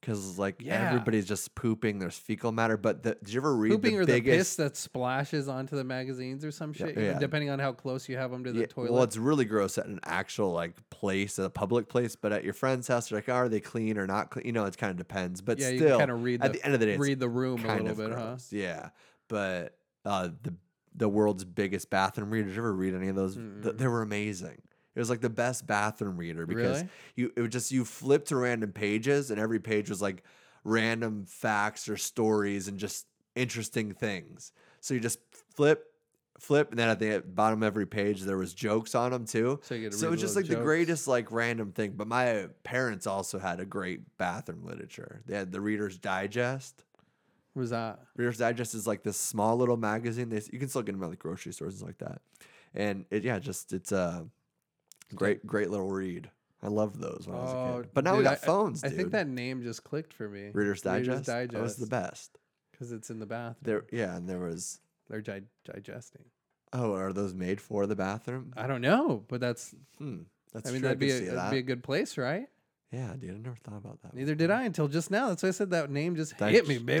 [SPEAKER 2] because like
[SPEAKER 3] Yeah.
[SPEAKER 2] everybody's just pooping. There's fecal matter. But the, did you ever read
[SPEAKER 3] Pooping
[SPEAKER 2] the
[SPEAKER 3] or the piss
[SPEAKER 2] biggest?
[SPEAKER 3] that splashes onto the magazines or some shit,
[SPEAKER 2] yeah.
[SPEAKER 3] depending on how close you have them to the
[SPEAKER 2] Yeah,
[SPEAKER 3] toilet.
[SPEAKER 2] Well, it's really gross at an actual like place, a public place, but at your friend's house, you're like, "Oh, are they clean or not clean? You know, it kind of depends. But
[SPEAKER 3] yeah, you
[SPEAKER 2] still,
[SPEAKER 3] can kind of read the,
[SPEAKER 2] at the end of the day, it's
[SPEAKER 3] read the room a
[SPEAKER 2] kind
[SPEAKER 3] little
[SPEAKER 2] of
[SPEAKER 3] bit, huh?
[SPEAKER 2] gross. Yeah, but uh, the the world's biggest bathroom reader. Did you ever read any of those? Th-
[SPEAKER 3] Mm-mm.
[SPEAKER 2] they were amazing. It was like the best bathroom reader because
[SPEAKER 3] Really?
[SPEAKER 2] you it would just you flip to random pages and every page was like random facts or stories and just interesting things. So you just flip, flip, and then at the bottom of every page there was jokes on them too.
[SPEAKER 3] So you get to
[SPEAKER 2] So
[SPEAKER 3] read
[SPEAKER 2] it's just
[SPEAKER 3] little
[SPEAKER 2] like the
[SPEAKER 3] jokes.
[SPEAKER 2] greatest like random thing. But my parents also had a great bathroom literature. They had the Reader's Digest.
[SPEAKER 3] What Was that?
[SPEAKER 2] Reader's Digest is like this small little magazine. They, you can still get them at the grocery stores and like that. And it, yeah, just it's a great, great little read. I loved those when I was a kid. But now we
[SPEAKER 3] Oh, dude,
[SPEAKER 2] got
[SPEAKER 3] I- I-
[SPEAKER 2] phones.
[SPEAKER 3] I,
[SPEAKER 2] dude.
[SPEAKER 3] think that name just clicked for me.
[SPEAKER 2] Reader's Digest, that was the
[SPEAKER 3] Digest,
[SPEAKER 2] best.
[SPEAKER 3] 'cause it's in the bathroom.
[SPEAKER 2] There, yeah, and there was.
[SPEAKER 3] They're di- digesting.
[SPEAKER 2] Oh, are those made for the bathroom?
[SPEAKER 3] I don't know, but that's.
[SPEAKER 2] Hmm, that's
[SPEAKER 3] I mean,
[SPEAKER 2] true. I could
[SPEAKER 3] that'd be
[SPEAKER 2] see
[SPEAKER 3] a, that'd
[SPEAKER 2] that.
[SPEAKER 3] be a good place, right?
[SPEAKER 2] yeah, dude, I never thought about that.
[SPEAKER 3] Neither did I until just now. That's why I said that name just
[SPEAKER 2] Dig-
[SPEAKER 3] hit me, baby.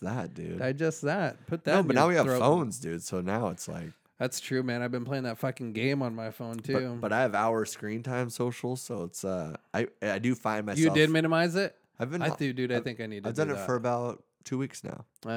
[SPEAKER 2] Digest that, dude.
[SPEAKER 3] that. Put that.
[SPEAKER 2] no,
[SPEAKER 3] in
[SPEAKER 2] but
[SPEAKER 3] your
[SPEAKER 2] now we have
[SPEAKER 3] throat.
[SPEAKER 2] phones, dude. So now it's like,
[SPEAKER 3] That's true, man. I've been playing that fucking game on my phone too.
[SPEAKER 2] but, but I have hour screen time social, so it's uh, I I do find myself.
[SPEAKER 3] you did minimize it.
[SPEAKER 2] I've been
[SPEAKER 3] I do, dude. I
[SPEAKER 2] I've-
[SPEAKER 3] think I need to.
[SPEAKER 2] I've
[SPEAKER 3] do
[SPEAKER 2] done it
[SPEAKER 3] that.
[SPEAKER 2] for about two weeks now,
[SPEAKER 3] nice.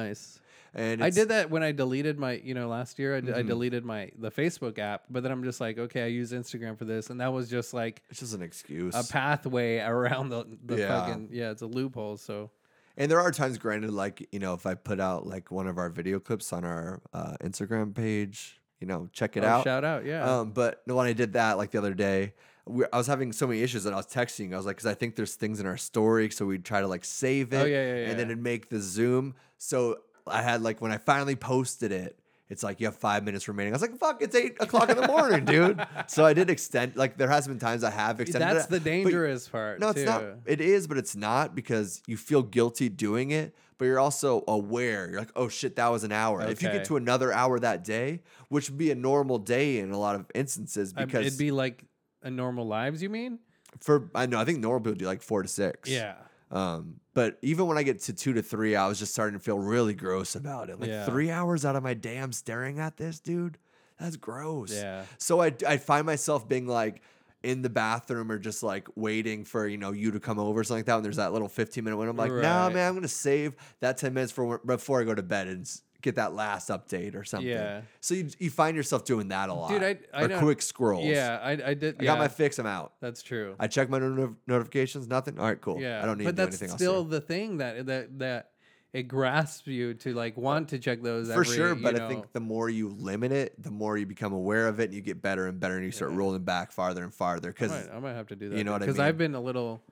[SPEAKER 2] and
[SPEAKER 3] I
[SPEAKER 2] it's-
[SPEAKER 3] did that when I deleted my, you know, last year I, d- I
[SPEAKER 2] Mhm.
[SPEAKER 3] deleted my the Facebook app, but then I'm just like, okay, I use Instagram for this, and that was just like
[SPEAKER 2] It's just an excuse.
[SPEAKER 3] a pathway around the the
[SPEAKER 2] Yeah.
[SPEAKER 3] fucking yeah, it's a loophole. So
[SPEAKER 2] and there are times, granted, like you know, if I put out like one of our video clips on our uh, Instagram page, you know, check it
[SPEAKER 3] oh,
[SPEAKER 2] out.
[SPEAKER 3] shout out, yeah,
[SPEAKER 2] Um, but when I did that, like the other day, we, I was having so many issues that I was texting. I was like, because I think there's things in our story, so we'd try to like save it,
[SPEAKER 3] Oh, yeah, yeah, yeah,
[SPEAKER 2] and then
[SPEAKER 3] yeah.
[SPEAKER 2] it'd make the Zoom. So I had like when I finally posted it, it's like you have five minutes remaining. I was like, fuck, it's eight o'clock in the morning, dude. So I did extend. Like there has been times I have extended.
[SPEAKER 3] That's
[SPEAKER 2] it,
[SPEAKER 3] the
[SPEAKER 2] but-
[SPEAKER 3] dangerous part.
[SPEAKER 2] No, it's
[SPEAKER 3] too. Um,
[SPEAKER 2] not. It is, but it's not because you feel guilty doing it, but you're also aware. You're like, oh shit, that was an hour. If you
[SPEAKER 3] Okay.
[SPEAKER 2] get to another hour that day, which would be a normal day in a lot of instances,
[SPEAKER 3] I-
[SPEAKER 2] because
[SPEAKER 3] Um, it'd be like a normal lives. You mean?
[SPEAKER 2] for I know I think normal people do like four to six.
[SPEAKER 3] Yeah.
[SPEAKER 2] Um, but even when I get to two to three, I was just starting to feel really gross about it. Like
[SPEAKER 3] Yeah.
[SPEAKER 2] three hours out of my day, I'm staring at this, dude. That's gross.
[SPEAKER 3] Yeah.
[SPEAKER 2] So I I find myself being like in the bathroom or just like waiting for you know you to come over or something like that. And there's that little 15 minute window. I'm like, nah,
[SPEAKER 3] Right.
[SPEAKER 2] man, I'm gonna save that 10 minutes for wh- before I go to bed and s- get that last update or something.
[SPEAKER 3] Yeah.
[SPEAKER 2] So you you find yourself doing that a lot.
[SPEAKER 3] Dude, I- I
[SPEAKER 2] or
[SPEAKER 3] don't-
[SPEAKER 2] quick scrolls.
[SPEAKER 3] Yeah. I, I did.
[SPEAKER 2] I
[SPEAKER 3] yeah,
[SPEAKER 2] got my fix. I'm out.
[SPEAKER 3] that's true.
[SPEAKER 2] I check my no- notifications. Nothing. All right, cool.
[SPEAKER 3] yeah.
[SPEAKER 2] I don't need to
[SPEAKER 3] But
[SPEAKER 2] do
[SPEAKER 3] that's
[SPEAKER 2] anything
[SPEAKER 3] still
[SPEAKER 2] else. here.
[SPEAKER 3] the thing that that that it grasps you to like want to check those
[SPEAKER 2] For
[SPEAKER 3] every,
[SPEAKER 2] sure,
[SPEAKER 3] you
[SPEAKER 2] but I
[SPEAKER 3] know-
[SPEAKER 2] think the more you limit it, the more you become aware of it, and you get better and better, and you start rolling back farther and farther.
[SPEAKER 3] I
[SPEAKER 2] Because
[SPEAKER 3] might, I might have to do that.
[SPEAKER 2] know what I
[SPEAKER 3] Because I've been a little,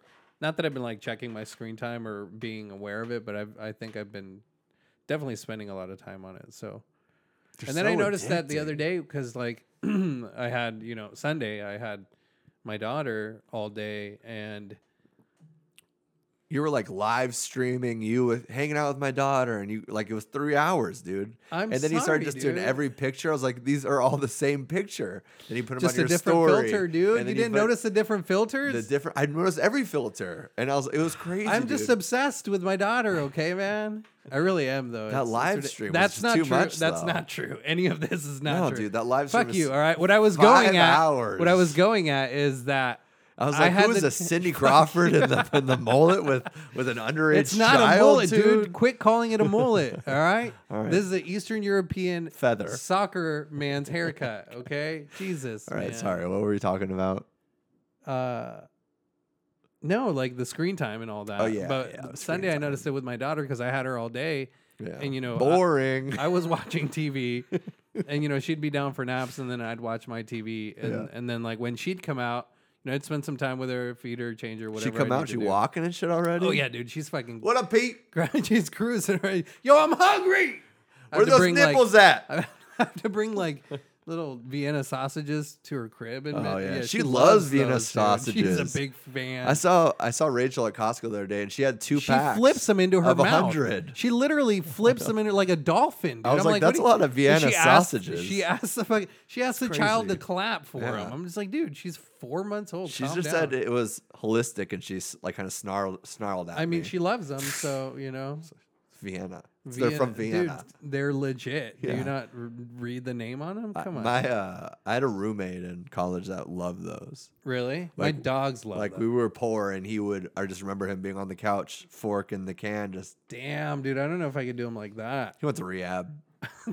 [SPEAKER 3] not that I've been like checking my screen time or being aware of it, but I've I think I've been definitely spending a lot of time on it. So and then I noticed that the other day because like I had you know Sunday I had my daughter all day and
[SPEAKER 2] you were like live streaming, you with hanging out with my daughter, and you like it was three hours, dude.
[SPEAKER 3] I'm
[SPEAKER 2] and then you started
[SPEAKER 3] sorry,
[SPEAKER 2] just doing
[SPEAKER 3] dude.
[SPEAKER 2] every picture. I was like, these are all the same picture. Then you put them
[SPEAKER 3] just
[SPEAKER 2] on
[SPEAKER 3] a
[SPEAKER 2] your
[SPEAKER 3] different
[SPEAKER 2] story,
[SPEAKER 3] filter,
[SPEAKER 2] and
[SPEAKER 3] dude.
[SPEAKER 2] then
[SPEAKER 3] You didn't
[SPEAKER 2] put
[SPEAKER 3] notice the different filters.
[SPEAKER 2] the different. I noticed every filter, and I was it was crazy.
[SPEAKER 3] I'm just
[SPEAKER 2] dude.
[SPEAKER 3] obsessed with my daughter, okay, man. I really am though. It's- it's
[SPEAKER 2] live
[SPEAKER 3] ridic-
[SPEAKER 2] stream was
[SPEAKER 3] That's
[SPEAKER 2] just
[SPEAKER 3] not
[SPEAKER 2] too
[SPEAKER 3] true.
[SPEAKER 2] much,
[SPEAKER 3] that's
[SPEAKER 2] though.
[SPEAKER 3] not true. Any of this is not
[SPEAKER 2] No,
[SPEAKER 3] true.
[SPEAKER 2] dude, that live stream
[SPEAKER 3] Fuck
[SPEAKER 2] is
[SPEAKER 3] you. All right. What I was going
[SPEAKER 2] five
[SPEAKER 3] at. What I
[SPEAKER 2] hours.
[SPEAKER 3] was going at is that.
[SPEAKER 2] I was like,
[SPEAKER 3] had
[SPEAKER 2] who is
[SPEAKER 3] the
[SPEAKER 2] a Cindy Crawford in the in the mullet with with an underage
[SPEAKER 3] It's not
[SPEAKER 2] child,
[SPEAKER 3] a mullet, dude.
[SPEAKER 2] dude?
[SPEAKER 3] Quit calling it a mullet. All right.
[SPEAKER 2] All right.
[SPEAKER 3] This is an Eastern European
[SPEAKER 2] Feather.
[SPEAKER 3] soccer man's haircut. Okay. Jesus.
[SPEAKER 2] All right,
[SPEAKER 3] man.
[SPEAKER 2] sorry. What were we talking about?
[SPEAKER 3] Uh, no, like the screen time and all that.
[SPEAKER 2] Oh, yeah,
[SPEAKER 3] But
[SPEAKER 2] yeah, screen
[SPEAKER 3] Sunday, I
[SPEAKER 2] time.
[SPEAKER 3] noticed it with my daughter because I had her all day.
[SPEAKER 2] Yeah.
[SPEAKER 3] And, you know, I-
[SPEAKER 2] boring.
[SPEAKER 3] I was watching TV, and you know she'd be down for naps, and then I'd watch my TV, and,
[SPEAKER 2] Yeah.
[SPEAKER 3] and then like when she'd come out, you know I'd spend some time with her, feed her, change her,
[SPEAKER 2] she
[SPEAKER 3] whatever. I
[SPEAKER 2] come
[SPEAKER 3] need
[SPEAKER 2] out,
[SPEAKER 3] to
[SPEAKER 2] she
[SPEAKER 3] do.
[SPEAKER 2] walking and shit already.
[SPEAKER 3] Oh yeah, dude, she's fucking.
[SPEAKER 2] What up, Pete?
[SPEAKER 3] She's cruising already. Yo, I'm hungry. I
[SPEAKER 2] Where
[SPEAKER 3] have to
[SPEAKER 2] those
[SPEAKER 3] bring, like-
[SPEAKER 2] nipples at?
[SPEAKER 3] I have to bring like little Vienna sausages to her crib, and
[SPEAKER 2] Oh, yeah. She loves Vienna
[SPEAKER 3] those, dude.
[SPEAKER 2] sausages.
[SPEAKER 3] She's a big fan.
[SPEAKER 2] I saw I saw Rachel at Costco the other day, and she had two
[SPEAKER 3] she
[SPEAKER 2] packs.
[SPEAKER 3] flips them into her
[SPEAKER 2] of
[SPEAKER 3] mouth.
[SPEAKER 2] 100.
[SPEAKER 3] She literally flips them into like a dolphin. Dude.
[SPEAKER 2] I was
[SPEAKER 3] am
[SPEAKER 2] like,
[SPEAKER 3] like,
[SPEAKER 2] that's
[SPEAKER 3] what
[SPEAKER 2] a lot of
[SPEAKER 3] do you- and
[SPEAKER 2] Vienna
[SPEAKER 3] she asked-
[SPEAKER 2] sausages.
[SPEAKER 3] she asked the fuck, she asked the child to
[SPEAKER 2] crazy.
[SPEAKER 3] clap for
[SPEAKER 2] Yeah.
[SPEAKER 3] him. I'm just like, dude, she's four months old.
[SPEAKER 2] She
[SPEAKER 3] calm
[SPEAKER 2] just
[SPEAKER 3] down.
[SPEAKER 2] said it was holistic, and she's like kind of snarled snarled at
[SPEAKER 3] I mean,
[SPEAKER 2] me.
[SPEAKER 3] she loves them, so you know.
[SPEAKER 2] Vienna. They're from
[SPEAKER 3] dude,
[SPEAKER 2] Vienna.
[SPEAKER 3] they're legit. Do
[SPEAKER 2] Yeah.
[SPEAKER 3] you not r- read the name on them?
[SPEAKER 2] I-
[SPEAKER 3] Come on,
[SPEAKER 2] My uh, I had a roommate in college that loved those.
[SPEAKER 3] really?
[SPEAKER 2] like-
[SPEAKER 3] my dogs love
[SPEAKER 2] Like
[SPEAKER 3] them.
[SPEAKER 2] we were poor, and he would. I just remember him being on the couch, fork in the can. Just
[SPEAKER 3] Damn, dude, I don't know if I could do them like that.
[SPEAKER 2] he went to rehab,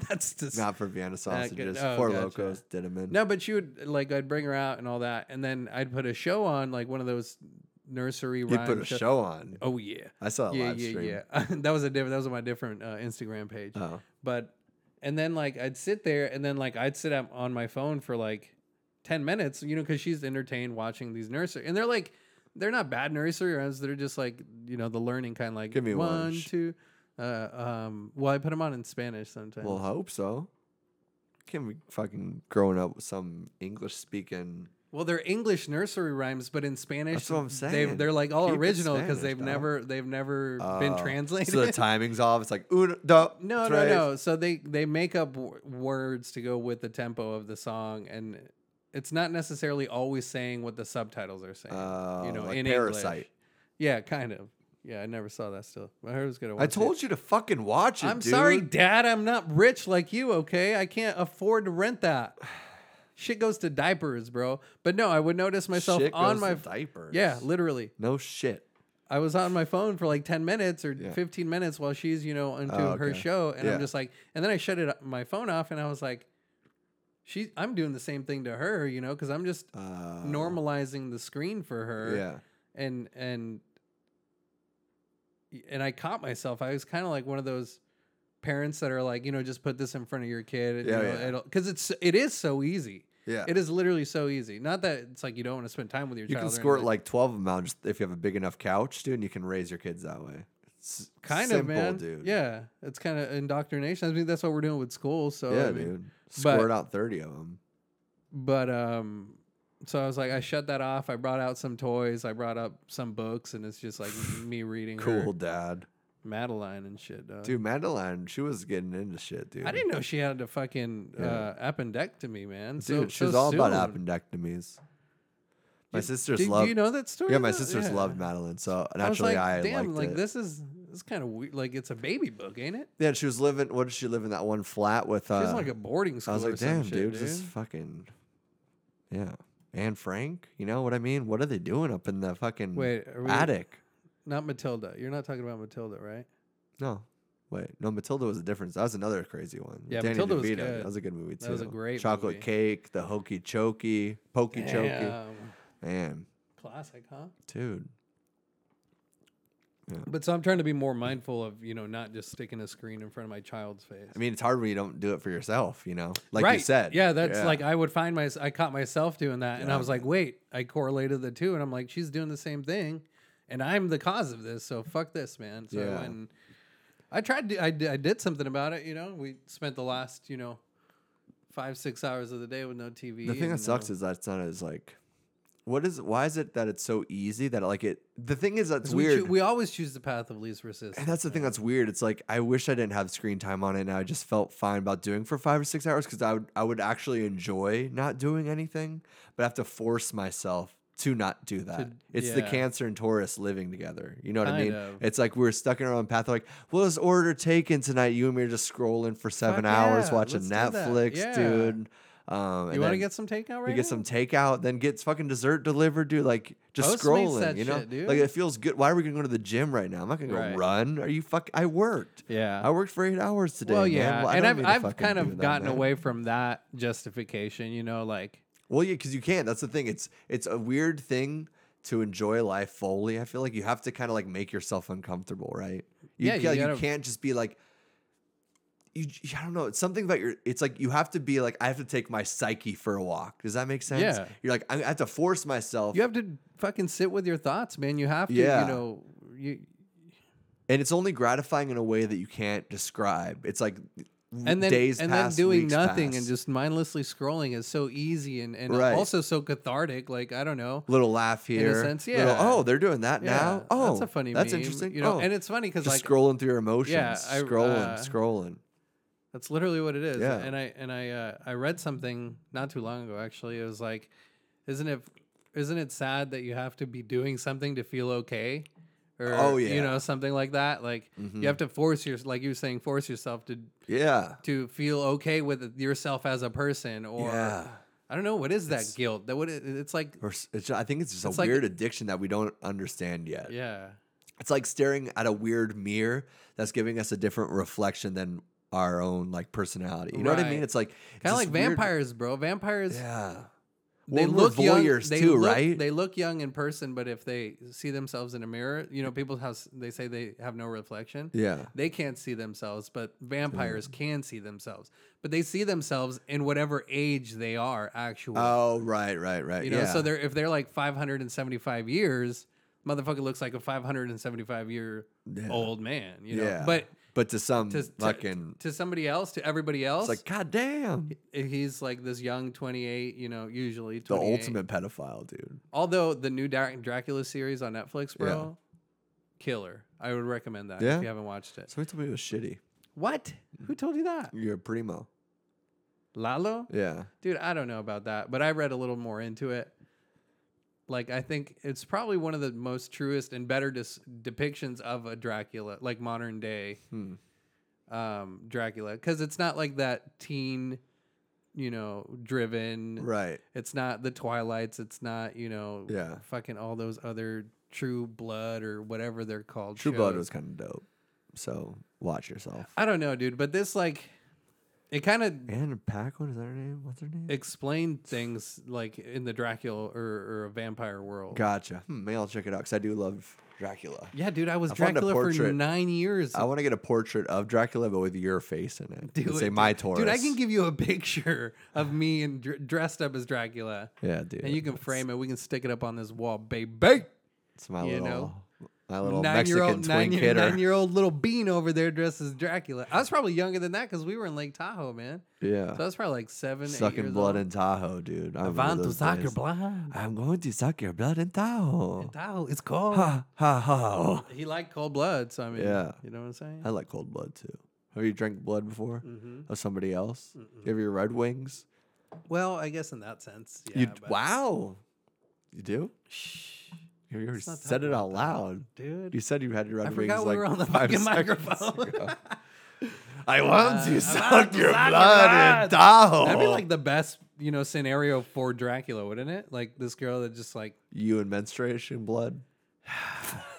[SPEAKER 3] That's just
[SPEAKER 2] not for Vienna sausages.
[SPEAKER 3] oh,
[SPEAKER 2] Four
[SPEAKER 3] gotcha.
[SPEAKER 2] locos did him in.
[SPEAKER 3] No, but she would like I'd bring her out and all that, and then I'd put a show on like one of those nursery.
[SPEAKER 2] he put
[SPEAKER 3] rhyme
[SPEAKER 2] a
[SPEAKER 3] show-
[SPEAKER 2] show on.
[SPEAKER 3] Oh yeah,
[SPEAKER 2] I saw a
[SPEAKER 3] yeah,
[SPEAKER 2] live
[SPEAKER 3] yeah,
[SPEAKER 2] stream.
[SPEAKER 3] yeah. that was a different. That was on my different uh, Instagram page.
[SPEAKER 2] Oh.
[SPEAKER 3] But and then like I'd sit there, and then like I'd sit up on my phone for like ten minutes, you know, because she's entertained watching these nursery, and they're like they're not bad nursery rhymes. They're just like you know the learning kind, like
[SPEAKER 2] Give me one,
[SPEAKER 3] one,
[SPEAKER 2] sh-
[SPEAKER 3] two. Uh, um, well, I put them on in Spanish sometimes.
[SPEAKER 2] Well, hope so. Can't be fucking growing up with some English speaking.
[SPEAKER 3] Well, they're English nursery rhymes, but in Spanish,
[SPEAKER 2] That's what I'm saying.
[SPEAKER 3] They've, they're like all
[SPEAKER 2] Keep it
[SPEAKER 3] original
[SPEAKER 2] Spanish,
[SPEAKER 3] because they've
[SPEAKER 2] dog.
[SPEAKER 3] never they've never been
[SPEAKER 2] uh,
[SPEAKER 3] translated.
[SPEAKER 2] So the timing's off. It's like uno, do,
[SPEAKER 3] no, no,
[SPEAKER 2] tres.
[SPEAKER 3] no. So they they make up w- words to go with the tempo of the song, and it's not necessarily always saying what the subtitles are saying.
[SPEAKER 2] Oh,
[SPEAKER 3] you know,
[SPEAKER 2] like
[SPEAKER 3] in English.
[SPEAKER 2] Parasite.
[SPEAKER 3] Yeah, kind of. Yeah, I never saw that. Still, I heard it was gonna.
[SPEAKER 2] I
[SPEAKER 3] Watch
[SPEAKER 2] told you to fucking watch it.
[SPEAKER 3] I'm
[SPEAKER 2] dude.
[SPEAKER 3] sorry, Dad. I'm not rich like you. Okay, I can't afford to rent that. Shit goes to diapers, bro. But no, I would notice myself
[SPEAKER 2] Shit
[SPEAKER 3] on
[SPEAKER 2] goes
[SPEAKER 3] my
[SPEAKER 2] to diapers.
[SPEAKER 3] yeah, literally.
[SPEAKER 2] No shit.
[SPEAKER 3] I was on my phone for like 10 minutes or 15 minutes while she's, you know, into
[SPEAKER 2] Oh,
[SPEAKER 3] her
[SPEAKER 2] okay.
[SPEAKER 3] show. And
[SPEAKER 2] Yeah.
[SPEAKER 3] I'm just like, and then I shut it my phone off and I was like, she, I'm doing the same thing to her, you know, because I'm just
[SPEAKER 2] Uh,
[SPEAKER 3] normalizing the screen for her.
[SPEAKER 2] Yeah.
[SPEAKER 3] And, and, and I caught myself. I was kind of like one of those parents that are like, you know, just put this in front of your kid.
[SPEAKER 2] Yeah,
[SPEAKER 3] you know,
[SPEAKER 2] yeah.
[SPEAKER 3] It'll, Cause it's, it is so easy.
[SPEAKER 2] Yeah.
[SPEAKER 3] It is literally so easy. Not that it's like you don't want to spend time with your
[SPEAKER 2] You
[SPEAKER 3] child.
[SPEAKER 2] can
[SPEAKER 3] or
[SPEAKER 2] squirt
[SPEAKER 3] anything.
[SPEAKER 2] like 12 of them out just if you have a big enough couch, dude, and you can raise your kids that way. It's
[SPEAKER 3] kind
[SPEAKER 2] simple,
[SPEAKER 3] of man.
[SPEAKER 2] dude.
[SPEAKER 3] Yeah, it's kind of indoctrination. I mean, that's what we're doing with school. So
[SPEAKER 2] yeah,
[SPEAKER 3] I mean,
[SPEAKER 2] dude.
[SPEAKER 3] but-
[SPEAKER 2] Squirt out 30 of them.
[SPEAKER 3] But um, so I was like, I shut that off. I brought out some toys. I brought up some books, and it's just like me reading her
[SPEAKER 2] Cool dad.
[SPEAKER 3] Madeline and shit. Dog.
[SPEAKER 2] Dude, Madeline, she was getting into shit, dude.
[SPEAKER 3] I didn't know she had a fucking uh, appendectomy, man. so,
[SPEAKER 2] Dude, she
[SPEAKER 3] so
[SPEAKER 2] was all about
[SPEAKER 3] soon.
[SPEAKER 2] appendectomies. My
[SPEAKER 3] Did-
[SPEAKER 2] sisters
[SPEAKER 3] Do,
[SPEAKER 2] love
[SPEAKER 3] do you know that story?
[SPEAKER 2] Yeah, my
[SPEAKER 3] though?
[SPEAKER 2] sisters
[SPEAKER 3] Yeah.
[SPEAKER 2] loved Madeline, so
[SPEAKER 3] I was
[SPEAKER 2] naturally
[SPEAKER 3] like,
[SPEAKER 2] I,
[SPEAKER 3] damn,
[SPEAKER 2] liked
[SPEAKER 3] like
[SPEAKER 2] it.
[SPEAKER 3] this is this is kind of weird. Like it's a baby book, ain't it?
[SPEAKER 2] Yeah, she was living. What did she live in that one flat with? Uh,
[SPEAKER 3] She's like a boarding
[SPEAKER 2] I
[SPEAKER 3] school.
[SPEAKER 2] was
[SPEAKER 3] or
[SPEAKER 2] like,
[SPEAKER 3] some
[SPEAKER 2] damn,
[SPEAKER 3] shit,
[SPEAKER 2] dude, this fucking, yeah. Anne Frank, you know what I mean? What are they doing up in the fucking
[SPEAKER 3] Wait, are we-
[SPEAKER 2] attic?
[SPEAKER 3] Not Matilda. You're not talking about Matilda, right?
[SPEAKER 2] No, wait, no. Matilda was a difference. That was another crazy one. with
[SPEAKER 3] Yeah,
[SPEAKER 2] Danny
[SPEAKER 3] Matilda was
[SPEAKER 2] DeVito.
[SPEAKER 3] good.
[SPEAKER 2] That was a good movie too.
[SPEAKER 3] That was a great
[SPEAKER 2] chocolate
[SPEAKER 3] movie.
[SPEAKER 2] cake, the hokey chokey, pokey chokey.
[SPEAKER 3] Damn.
[SPEAKER 2] Man,
[SPEAKER 3] Classic, huh?
[SPEAKER 2] dude,
[SPEAKER 3] But so I'm trying to be more mindful of you know not just sticking a screen in front of my child's face.
[SPEAKER 2] I mean, it's hard when you don't do it for yourself. You know, like
[SPEAKER 3] right.
[SPEAKER 2] you said.
[SPEAKER 3] yeah, that's like I would find my I caught myself doing that, and I
[SPEAKER 2] Yeah,
[SPEAKER 3] was like, wait, I correlated the two, and I'm like, she's doing the same thing, and I'm the cause of this, so fuck this, man. So I
[SPEAKER 2] Yeah.
[SPEAKER 3] went and I tried to I did, I did something about it. You know, we spent the last you know five six hours of the day with no TV.
[SPEAKER 2] The thing that
[SPEAKER 3] um,
[SPEAKER 2] sucks is that's not as like, what is? Why is it that it's so easy that like it? The thing is that's
[SPEAKER 3] we, choo-
[SPEAKER 2] weird.
[SPEAKER 3] we always choose the path of least
[SPEAKER 2] and
[SPEAKER 3] resistance.
[SPEAKER 2] that's the thing that's weird. It's like I wish I didn't have screen time on it, and I just felt fine about doing for five or six hours because I would I would actually enjoy not doing anything, but I have to force myself to not do that. it's the
[SPEAKER 3] yeah.
[SPEAKER 2] Cancer and Taurus living together. You know what I
[SPEAKER 3] Kind
[SPEAKER 2] mean?
[SPEAKER 3] of.
[SPEAKER 2] It's like we're stuck in our own path. Like, well, this order taken tonight. You and me are just scrolling for seven
[SPEAKER 3] Fuck
[SPEAKER 2] hours
[SPEAKER 3] yeah,
[SPEAKER 2] watching
[SPEAKER 3] let's do that.
[SPEAKER 2] Netflix,
[SPEAKER 3] Yeah.
[SPEAKER 2] dude. Um, and
[SPEAKER 3] you want to
[SPEAKER 2] then-
[SPEAKER 3] get some takeout right
[SPEAKER 2] you get
[SPEAKER 3] now?
[SPEAKER 2] some takeout, then get fucking dessert delivered, dude. Like just
[SPEAKER 3] Postmates
[SPEAKER 2] scrolling,
[SPEAKER 3] that
[SPEAKER 2] you know.
[SPEAKER 3] shit, dude.
[SPEAKER 2] Like it feels good. Why are we gonna go to the gym right now? I'm not gonna go
[SPEAKER 3] Right.
[SPEAKER 2] run. Are you fuck? I worked.
[SPEAKER 3] Yeah.
[SPEAKER 2] I worked for eight hours today.
[SPEAKER 3] well,
[SPEAKER 2] man.
[SPEAKER 3] yeah,
[SPEAKER 2] I
[SPEAKER 3] and
[SPEAKER 2] don't
[SPEAKER 3] I've
[SPEAKER 2] need to
[SPEAKER 3] I've
[SPEAKER 2] fucking
[SPEAKER 3] kind
[SPEAKER 2] do
[SPEAKER 3] of
[SPEAKER 2] that,
[SPEAKER 3] gotten
[SPEAKER 2] man.
[SPEAKER 3] away from that justification. You know, like
[SPEAKER 2] Well, yeah, because you can't. That's the thing. It's it's a weird thing to enjoy life fully. I feel like you have to kind of like make yourself uncomfortable, right? You
[SPEAKER 3] Yeah, you
[SPEAKER 2] ca- you,
[SPEAKER 3] gotta-
[SPEAKER 2] can't just be like. You, I don't know. It's something about your. It's like you have to be like I have to take my psyche for a walk. Does that make sense?
[SPEAKER 3] Yeah.
[SPEAKER 2] You're like I I have to force myself.
[SPEAKER 3] you have to fucking sit with your thoughts, man. You have to,
[SPEAKER 2] Yeah.
[SPEAKER 3] you know, you
[SPEAKER 2] and it's only gratifying in a way that you can't describe. It's like
[SPEAKER 3] and then
[SPEAKER 2] days
[SPEAKER 3] and
[SPEAKER 2] pass,
[SPEAKER 3] then doing
[SPEAKER 2] weeks
[SPEAKER 3] nothing
[SPEAKER 2] pass.
[SPEAKER 3] and just mindlessly scrolling is so easy and and
[SPEAKER 2] Right.
[SPEAKER 3] also so cathartic. Like I don't know.
[SPEAKER 2] little laugh here,
[SPEAKER 3] sense,
[SPEAKER 2] little,
[SPEAKER 3] yeah.
[SPEAKER 2] oh, they're doing that now. Oh,
[SPEAKER 3] that's a funny.
[SPEAKER 2] That's
[SPEAKER 3] meme,
[SPEAKER 2] interesting.
[SPEAKER 3] you know.
[SPEAKER 2] oh,
[SPEAKER 3] And it's funny because
[SPEAKER 2] just
[SPEAKER 3] like
[SPEAKER 2] scrolling through your emotions.
[SPEAKER 3] I,
[SPEAKER 2] scrolling,
[SPEAKER 3] uh,
[SPEAKER 2] scrolling.
[SPEAKER 3] That's literally what it is.
[SPEAKER 2] Yeah.
[SPEAKER 3] And I and I uh, I read something not too long ago actually. It was like, isn't it isn't it sad that you have to be doing something to feel okay? Or
[SPEAKER 2] Oh,
[SPEAKER 3] you
[SPEAKER 2] yeah. Mm-hmm.
[SPEAKER 3] know, something like that. Like you have to force your like you were saying, force yourself to
[SPEAKER 2] Yeah,
[SPEAKER 3] to feel okay with yourself as a person or
[SPEAKER 2] yeah.
[SPEAKER 3] I don't know, what is that guilt? That what it, it's like
[SPEAKER 2] Or s- it's, I think it's just a
[SPEAKER 3] It's like-
[SPEAKER 2] weird addiction that we don't understand yet.
[SPEAKER 3] yeah.
[SPEAKER 2] It's like staring at a weird mirror that's giving us a different reflection than our own like personality. You know what I
[SPEAKER 3] Right.
[SPEAKER 2] mean? It's like
[SPEAKER 3] Kind of like
[SPEAKER 2] vampires.
[SPEAKER 3] vampires, bro. Vampires
[SPEAKER 2] Yeah.
[SPEAKER 3] they
[SPEAKER 2] Well, we're
[SPEAKER 3] look young,
[SPEAKER 2] voyeurs
[SPEAKER 3] they
[SPEAKER 2] too,
[SPEAKER 3] look-
[SPEAKER 2] right?
[SPEAKER 3] They look young in person, but if they see themselves in a mirror, you know, people has they say they have no reflection.
[SPEAKER 2] yeah. Mm.
[SPEAKER 3] They can't see themselves, but vampires can see themselves. But they see themselves in whatever age they are actually.
[SPEAKER 2] Oh, right, right, right.
[SPEAKER 3] you know,
[SPEAKER 2] yeah.
[SPEAKER 3] so they're if they're like 575 years, motherfucker looks like a 575 year
[SPEAKER 2] Yeah.
[SPEAKER 3] old man, you know.
[SPEAKER 2] Yeah.
[SPEAKER 3] But
[SPEAKER 2] but to some
[SPEAKER 3] to, to-
[SPEAKER 2] fucking
[SPEAKER 3] to somebody else, to everybody else, eh,
[SPEAKER 2] it's like god damn
[SPEAKER 3] he's like this young 28, you know, usually
[SPEAKER 2] the
[SPEAKER 3] 28.
[SPEAKER 2] ultimate pedophile dude
[SPEAKER 3] Although the new Dra- Dracula series on Netflix, bro, killer. I would recommend that
[SPEAKER 2] Yeah?
[SPEAKER 3] if you haven't watched it.
[SPEAKER 2] somebody told me it was shitty
[SPEAKER 3] What? Who told you that?
[SPEAKER 2] you're a primo
[SPEAKER 3] Lalo?
[SPEAKER 2] yeah
[SPEAKER 3] Dude, I don't know about that, but I read a little more into it. Like I think it's probably one of the most truest and better dis- depictions of a Dracula, like modern day
[SPEAKER 2] Hmm.
[SPEAKER 3] um, Dracula, because it's not like that teen, you know, driven.
[SPEAKER 2] right
[SPEAKER 3] It's not the Twilights. It's not you know,
[SPEAKER 2] Yeah.
[SPEAKER 3] fucking all those other True Blood or whatever they're called.
[SPEAKER 2] true blood
[SPEAKER 3] shows.
[SPEAKER 2] was kind of dope so watch yourself
[SPEAKER 3] I don't know, dude, but this like It kind of
[SPEAKER 2] Anne Paquin is that her name? What's her name?
[SPEAKER 3] explained things like in the Dracula or, or a vampire world.
[SPEAKER 2] gotcha. Hmm, maybe I'll check it out because I do love Dracula.
[SPEAKER 3] Yeah, dude, I was
[SPEAKER 2] I found a
[SPEAKER 3] Dracula for
[SPEAKER 2] portrait.
[SPEAKER 3] nine years.
[SPEAKER 2] I want to get a portrait of Dracula, but with your face in it.
[SPEAKER 3] Do
[SPEAKER 2] and
[SPEAKER 3] it,
[SPEAKER 2] say
[SPEAKER 3] dude.
[SPEAKER 2] my Taurus.
[SPEAKER 3] Dude, I can give you a picture of me and dr- dressed up as Dracula,
[SPEAKER 2] Yeah, dude.
[SPEAKER 3] and you can frame it. We can stick it up on this wall, baby.
[SPEAKER 2] It's my
[SPEAKER 3] you
[SPEAKER 2] little,
[SPEAKER 3] know,
[SPEAKER 2] my little
[SPEAKER 3] Nine-year-old-
[SPEAKER 2] Mexican twin
[SPEAKER 3] nine-year-
[SPEAKER 2] kidder.
[SPEAKER 3] nine-year-old little bean over there dressed as Dracula. I was probably younger than that because we were in Lake Tahoe, man.
[SPEAKER 2] yeah,
[SPEAKER 3] So I was probably like seven, eight
[SPEAKER 2] sucking
[SPEAKER 3] years
[SPEAKER 2] blood
[SPEAKER 3] old.
[SPEAKER 2] in Tahoe, dude. I
[SPEAKER 3] I
[SPEAKER 2] remember
[SPEAKER 3] want to
[SPEAKER 2] those
[SPEAKER 3] suck your
[SPEAKER 2] days.
[SPEAKER 3] blood.
[SPEAKER 2] I'm going to suck your blood in Tahoe.
[SPEAKER 3] In Tahoe, it's cold.
[SPEAKER 2] Ha ha ha.
[SPEAKER 3] He liked cold blood, so I mean,
[SPEAKER 2] Yeah.
[SPEAKER 3] you know what I'm saying?
[SPEAKER 2] I like cold blood too. Have you drank blood before
[SPEAKER 3] hmm
[SPEAKER 2] of somebody else? You have your Red Wings.
[SPEAKER 3] Well, I guess in that sense, yeah.
[SPEAKER 2] you
[SPEAKER 3] but-
[SPEAKER 2] wow. You do?
[SPEAKER 3] Shh,
[SPEAKER 2] You already
[SPEAKER 3] Let's not talk
[SPEAKER 2] said it
[SPEAKER 3] about
[SPEAKER 2] out loud.
[SPEAKER 3] dude.
[SPEAKER 2] You said you had your Red
[SPEAKER 3] I
[SPEAKER 2] Wings
[SPEAKER 3] forgot we
[SPEAKER 2] like
[SPEAKER 3] were on the
[SPEAKER 2] five
[SPEAKER 3] fucking
[SPEAKER 2] seconds
[SPEAKER 3] microphone.
[SPEAKER 2] ago. I want
[SPEAKER 3] Uh, I
[SPEAKER 2] to suck
[SPEAKER 3] want to
[SPEAKER 2] your
[SPEAKER 3] suck your
[SPEAKER 2] blood in
[SPEAKER 3] blood.
[SPEAKER 2] Tahoe.
[SPEAKER 3] That'd be like the best, you know, scenario for Dracula, wouldn't it? Like this girl that just like,
[SPEAKER 2] you and menstruation blood.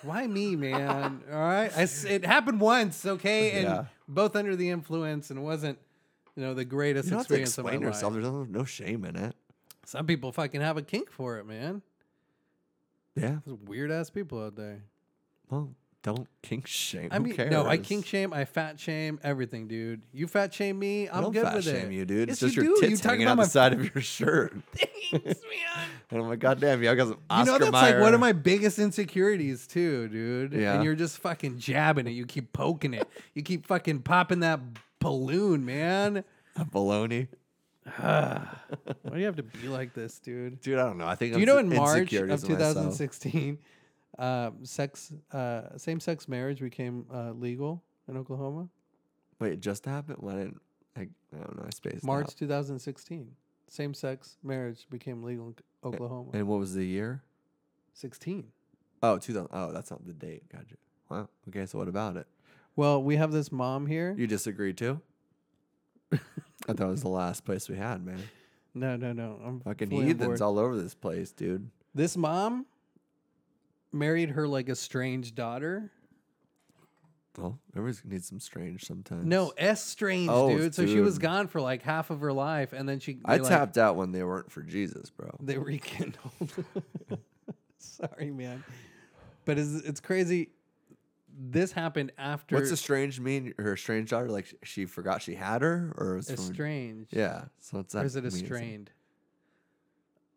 [SPEAKER 3] why me, man? All right, I s it happened once, okay, and
[SPEAKER 2] Yeah.
[SPEAKER 3] both under the influence, and it wasn't, you know, the greatest
[SPEAKER 2] You don't have to
[SPEAKER 3] experience of my
[SPEAKER 2] explain yourself.
[SPEAKER 3] life.
[SPEAKER 2] There's no, no shame in it.
[SPEAKER 3] Some people fucking have a kink for it, man.
[SPEAKER 2] Yeah.
[SPEAKER 3] There's weird ass people out there.
[SPEAKER 2] Well, don't kink shame.
[SPEAKER 3] I
[SPEAKER 2] Who
[SPEAKER 3] mean,
[SPEAKER 2] cares?
[SPEAKER 3] no, I kink shame, I fat shame, everything, dude. You fat shame me,
[SPEAKER 2] I
[SPEAKER 3] I'm
[SPEAKER 2] don't
[SPEAKER 3] good
[SPEAKER 2] fat
[SPEAKER 3] with
[SPEAKER 2] shame
[SPEAKER 3] it.
[SPEAKER 2] you, dude. it's
[SPEAKER 3] Yes,
[SPEAKER 2] just
[SPEAKER 3] you
[SPEAKER 2] your
[SPEAKER 3] do. You
[SPEAKER 2] tits
[SPEAKER 3] talking
[SPEAKER 2] hanging
[SPEAKER 3] about
[SPEAKER 2] out
[SPEAKER 3] my
[SPEAKER 2] the side of your shirt.
[SPEAKER 3] Thanks, man.
[SPEAKER 2] And I'm like, God damn, you I got some
[SPEAKER 3] You
[SPEAKER 2] Oscar
[SPEAKER 3] know that's
[SPEAKER 2] Mayer.
[SPEAKER 3] like one of my biggest insecurities too, dude.
[SPEAKER 2] Yeah.
[SPEAKER 3] And you're just fucking jabbing it. You keep poking it. You keep fucking popping that balloon, man.
[SPEAKER 2] baloney.
[SPEAKER 3] Why do you have to be like this, dude?
[SPEAKER 2] Dude, I don't know. I think
[SPEAKER 3] Do
[SPEAKER 2] I'm
[SPEAKER 3] you know
[SPEAKER 2] s-
[SPEAKER 3] in March
[SPEAKER 2] insecurities
[SPEAKER 3] of
[SPEAKER 2] in myself.
[SPEAKER 3] 2016, uh, sex, uh, same-sex marriage became uh, legal in Oklahoma?
[SPEAKER 2] Wait, it just happened? Why didn't I, I don't know, I spaced
[SPEAKER 3] March
[SPEAKER 2] out.
[SPEAKER 3] 2016, same-sex marriage became legal in
[SPEAKER 2] Eh,
[SPEAKER 3] Oklahoma.
[SPEAKER 2] And what was the year?
[SPEAKER 3] 16.
[SPEAKER 2] Oh, 2000. Oh, that's not the date. Gotcha. Wow. Okay, so what about it?
[SPEAKER 3] Well, we have this mom here.
[SPEAKER 2] You disagree too? I thought it was the last place we had, man.
[SPEAKER 3] No, no, no. I'm
[SPEAKER 2] Fucking
[SPEAKER 3] fully on board.
[SPEAKER 2] heathens all over this place, dude.
[SPEAKER 3] This mom married her like estranged daughter.
[SPEAKER 2] Well, everybody needs some strange sometimes.
[SPEAKER 3] No, estranged,
[SPEAKER 2] Oh,
[SPEAKER 3] dude. So she was
[SPEAKER 2] dude.
[SPEAKER 3] gone for like half of her life, and then she.
[SPEAKER 2] I
[SPEAKER 3] they, like,
[SPEAKER 2] tapped out when they weren't for Jesus, bro.
[SPEAKER 3] They rekindled. Sorry, man, but it's it's crazy. This happened after
[SPEAKER 2] What's estranged mean? Her estranged daughter, like sh- she forgot she had her, or is
[SPEAKER 3] estranged.
[SPEAKER 2] yeah? So what's that?
[SPEAKER 3] or is it
[SPEAKER 2] mean? It's-
[SPEAKER 3] estranged?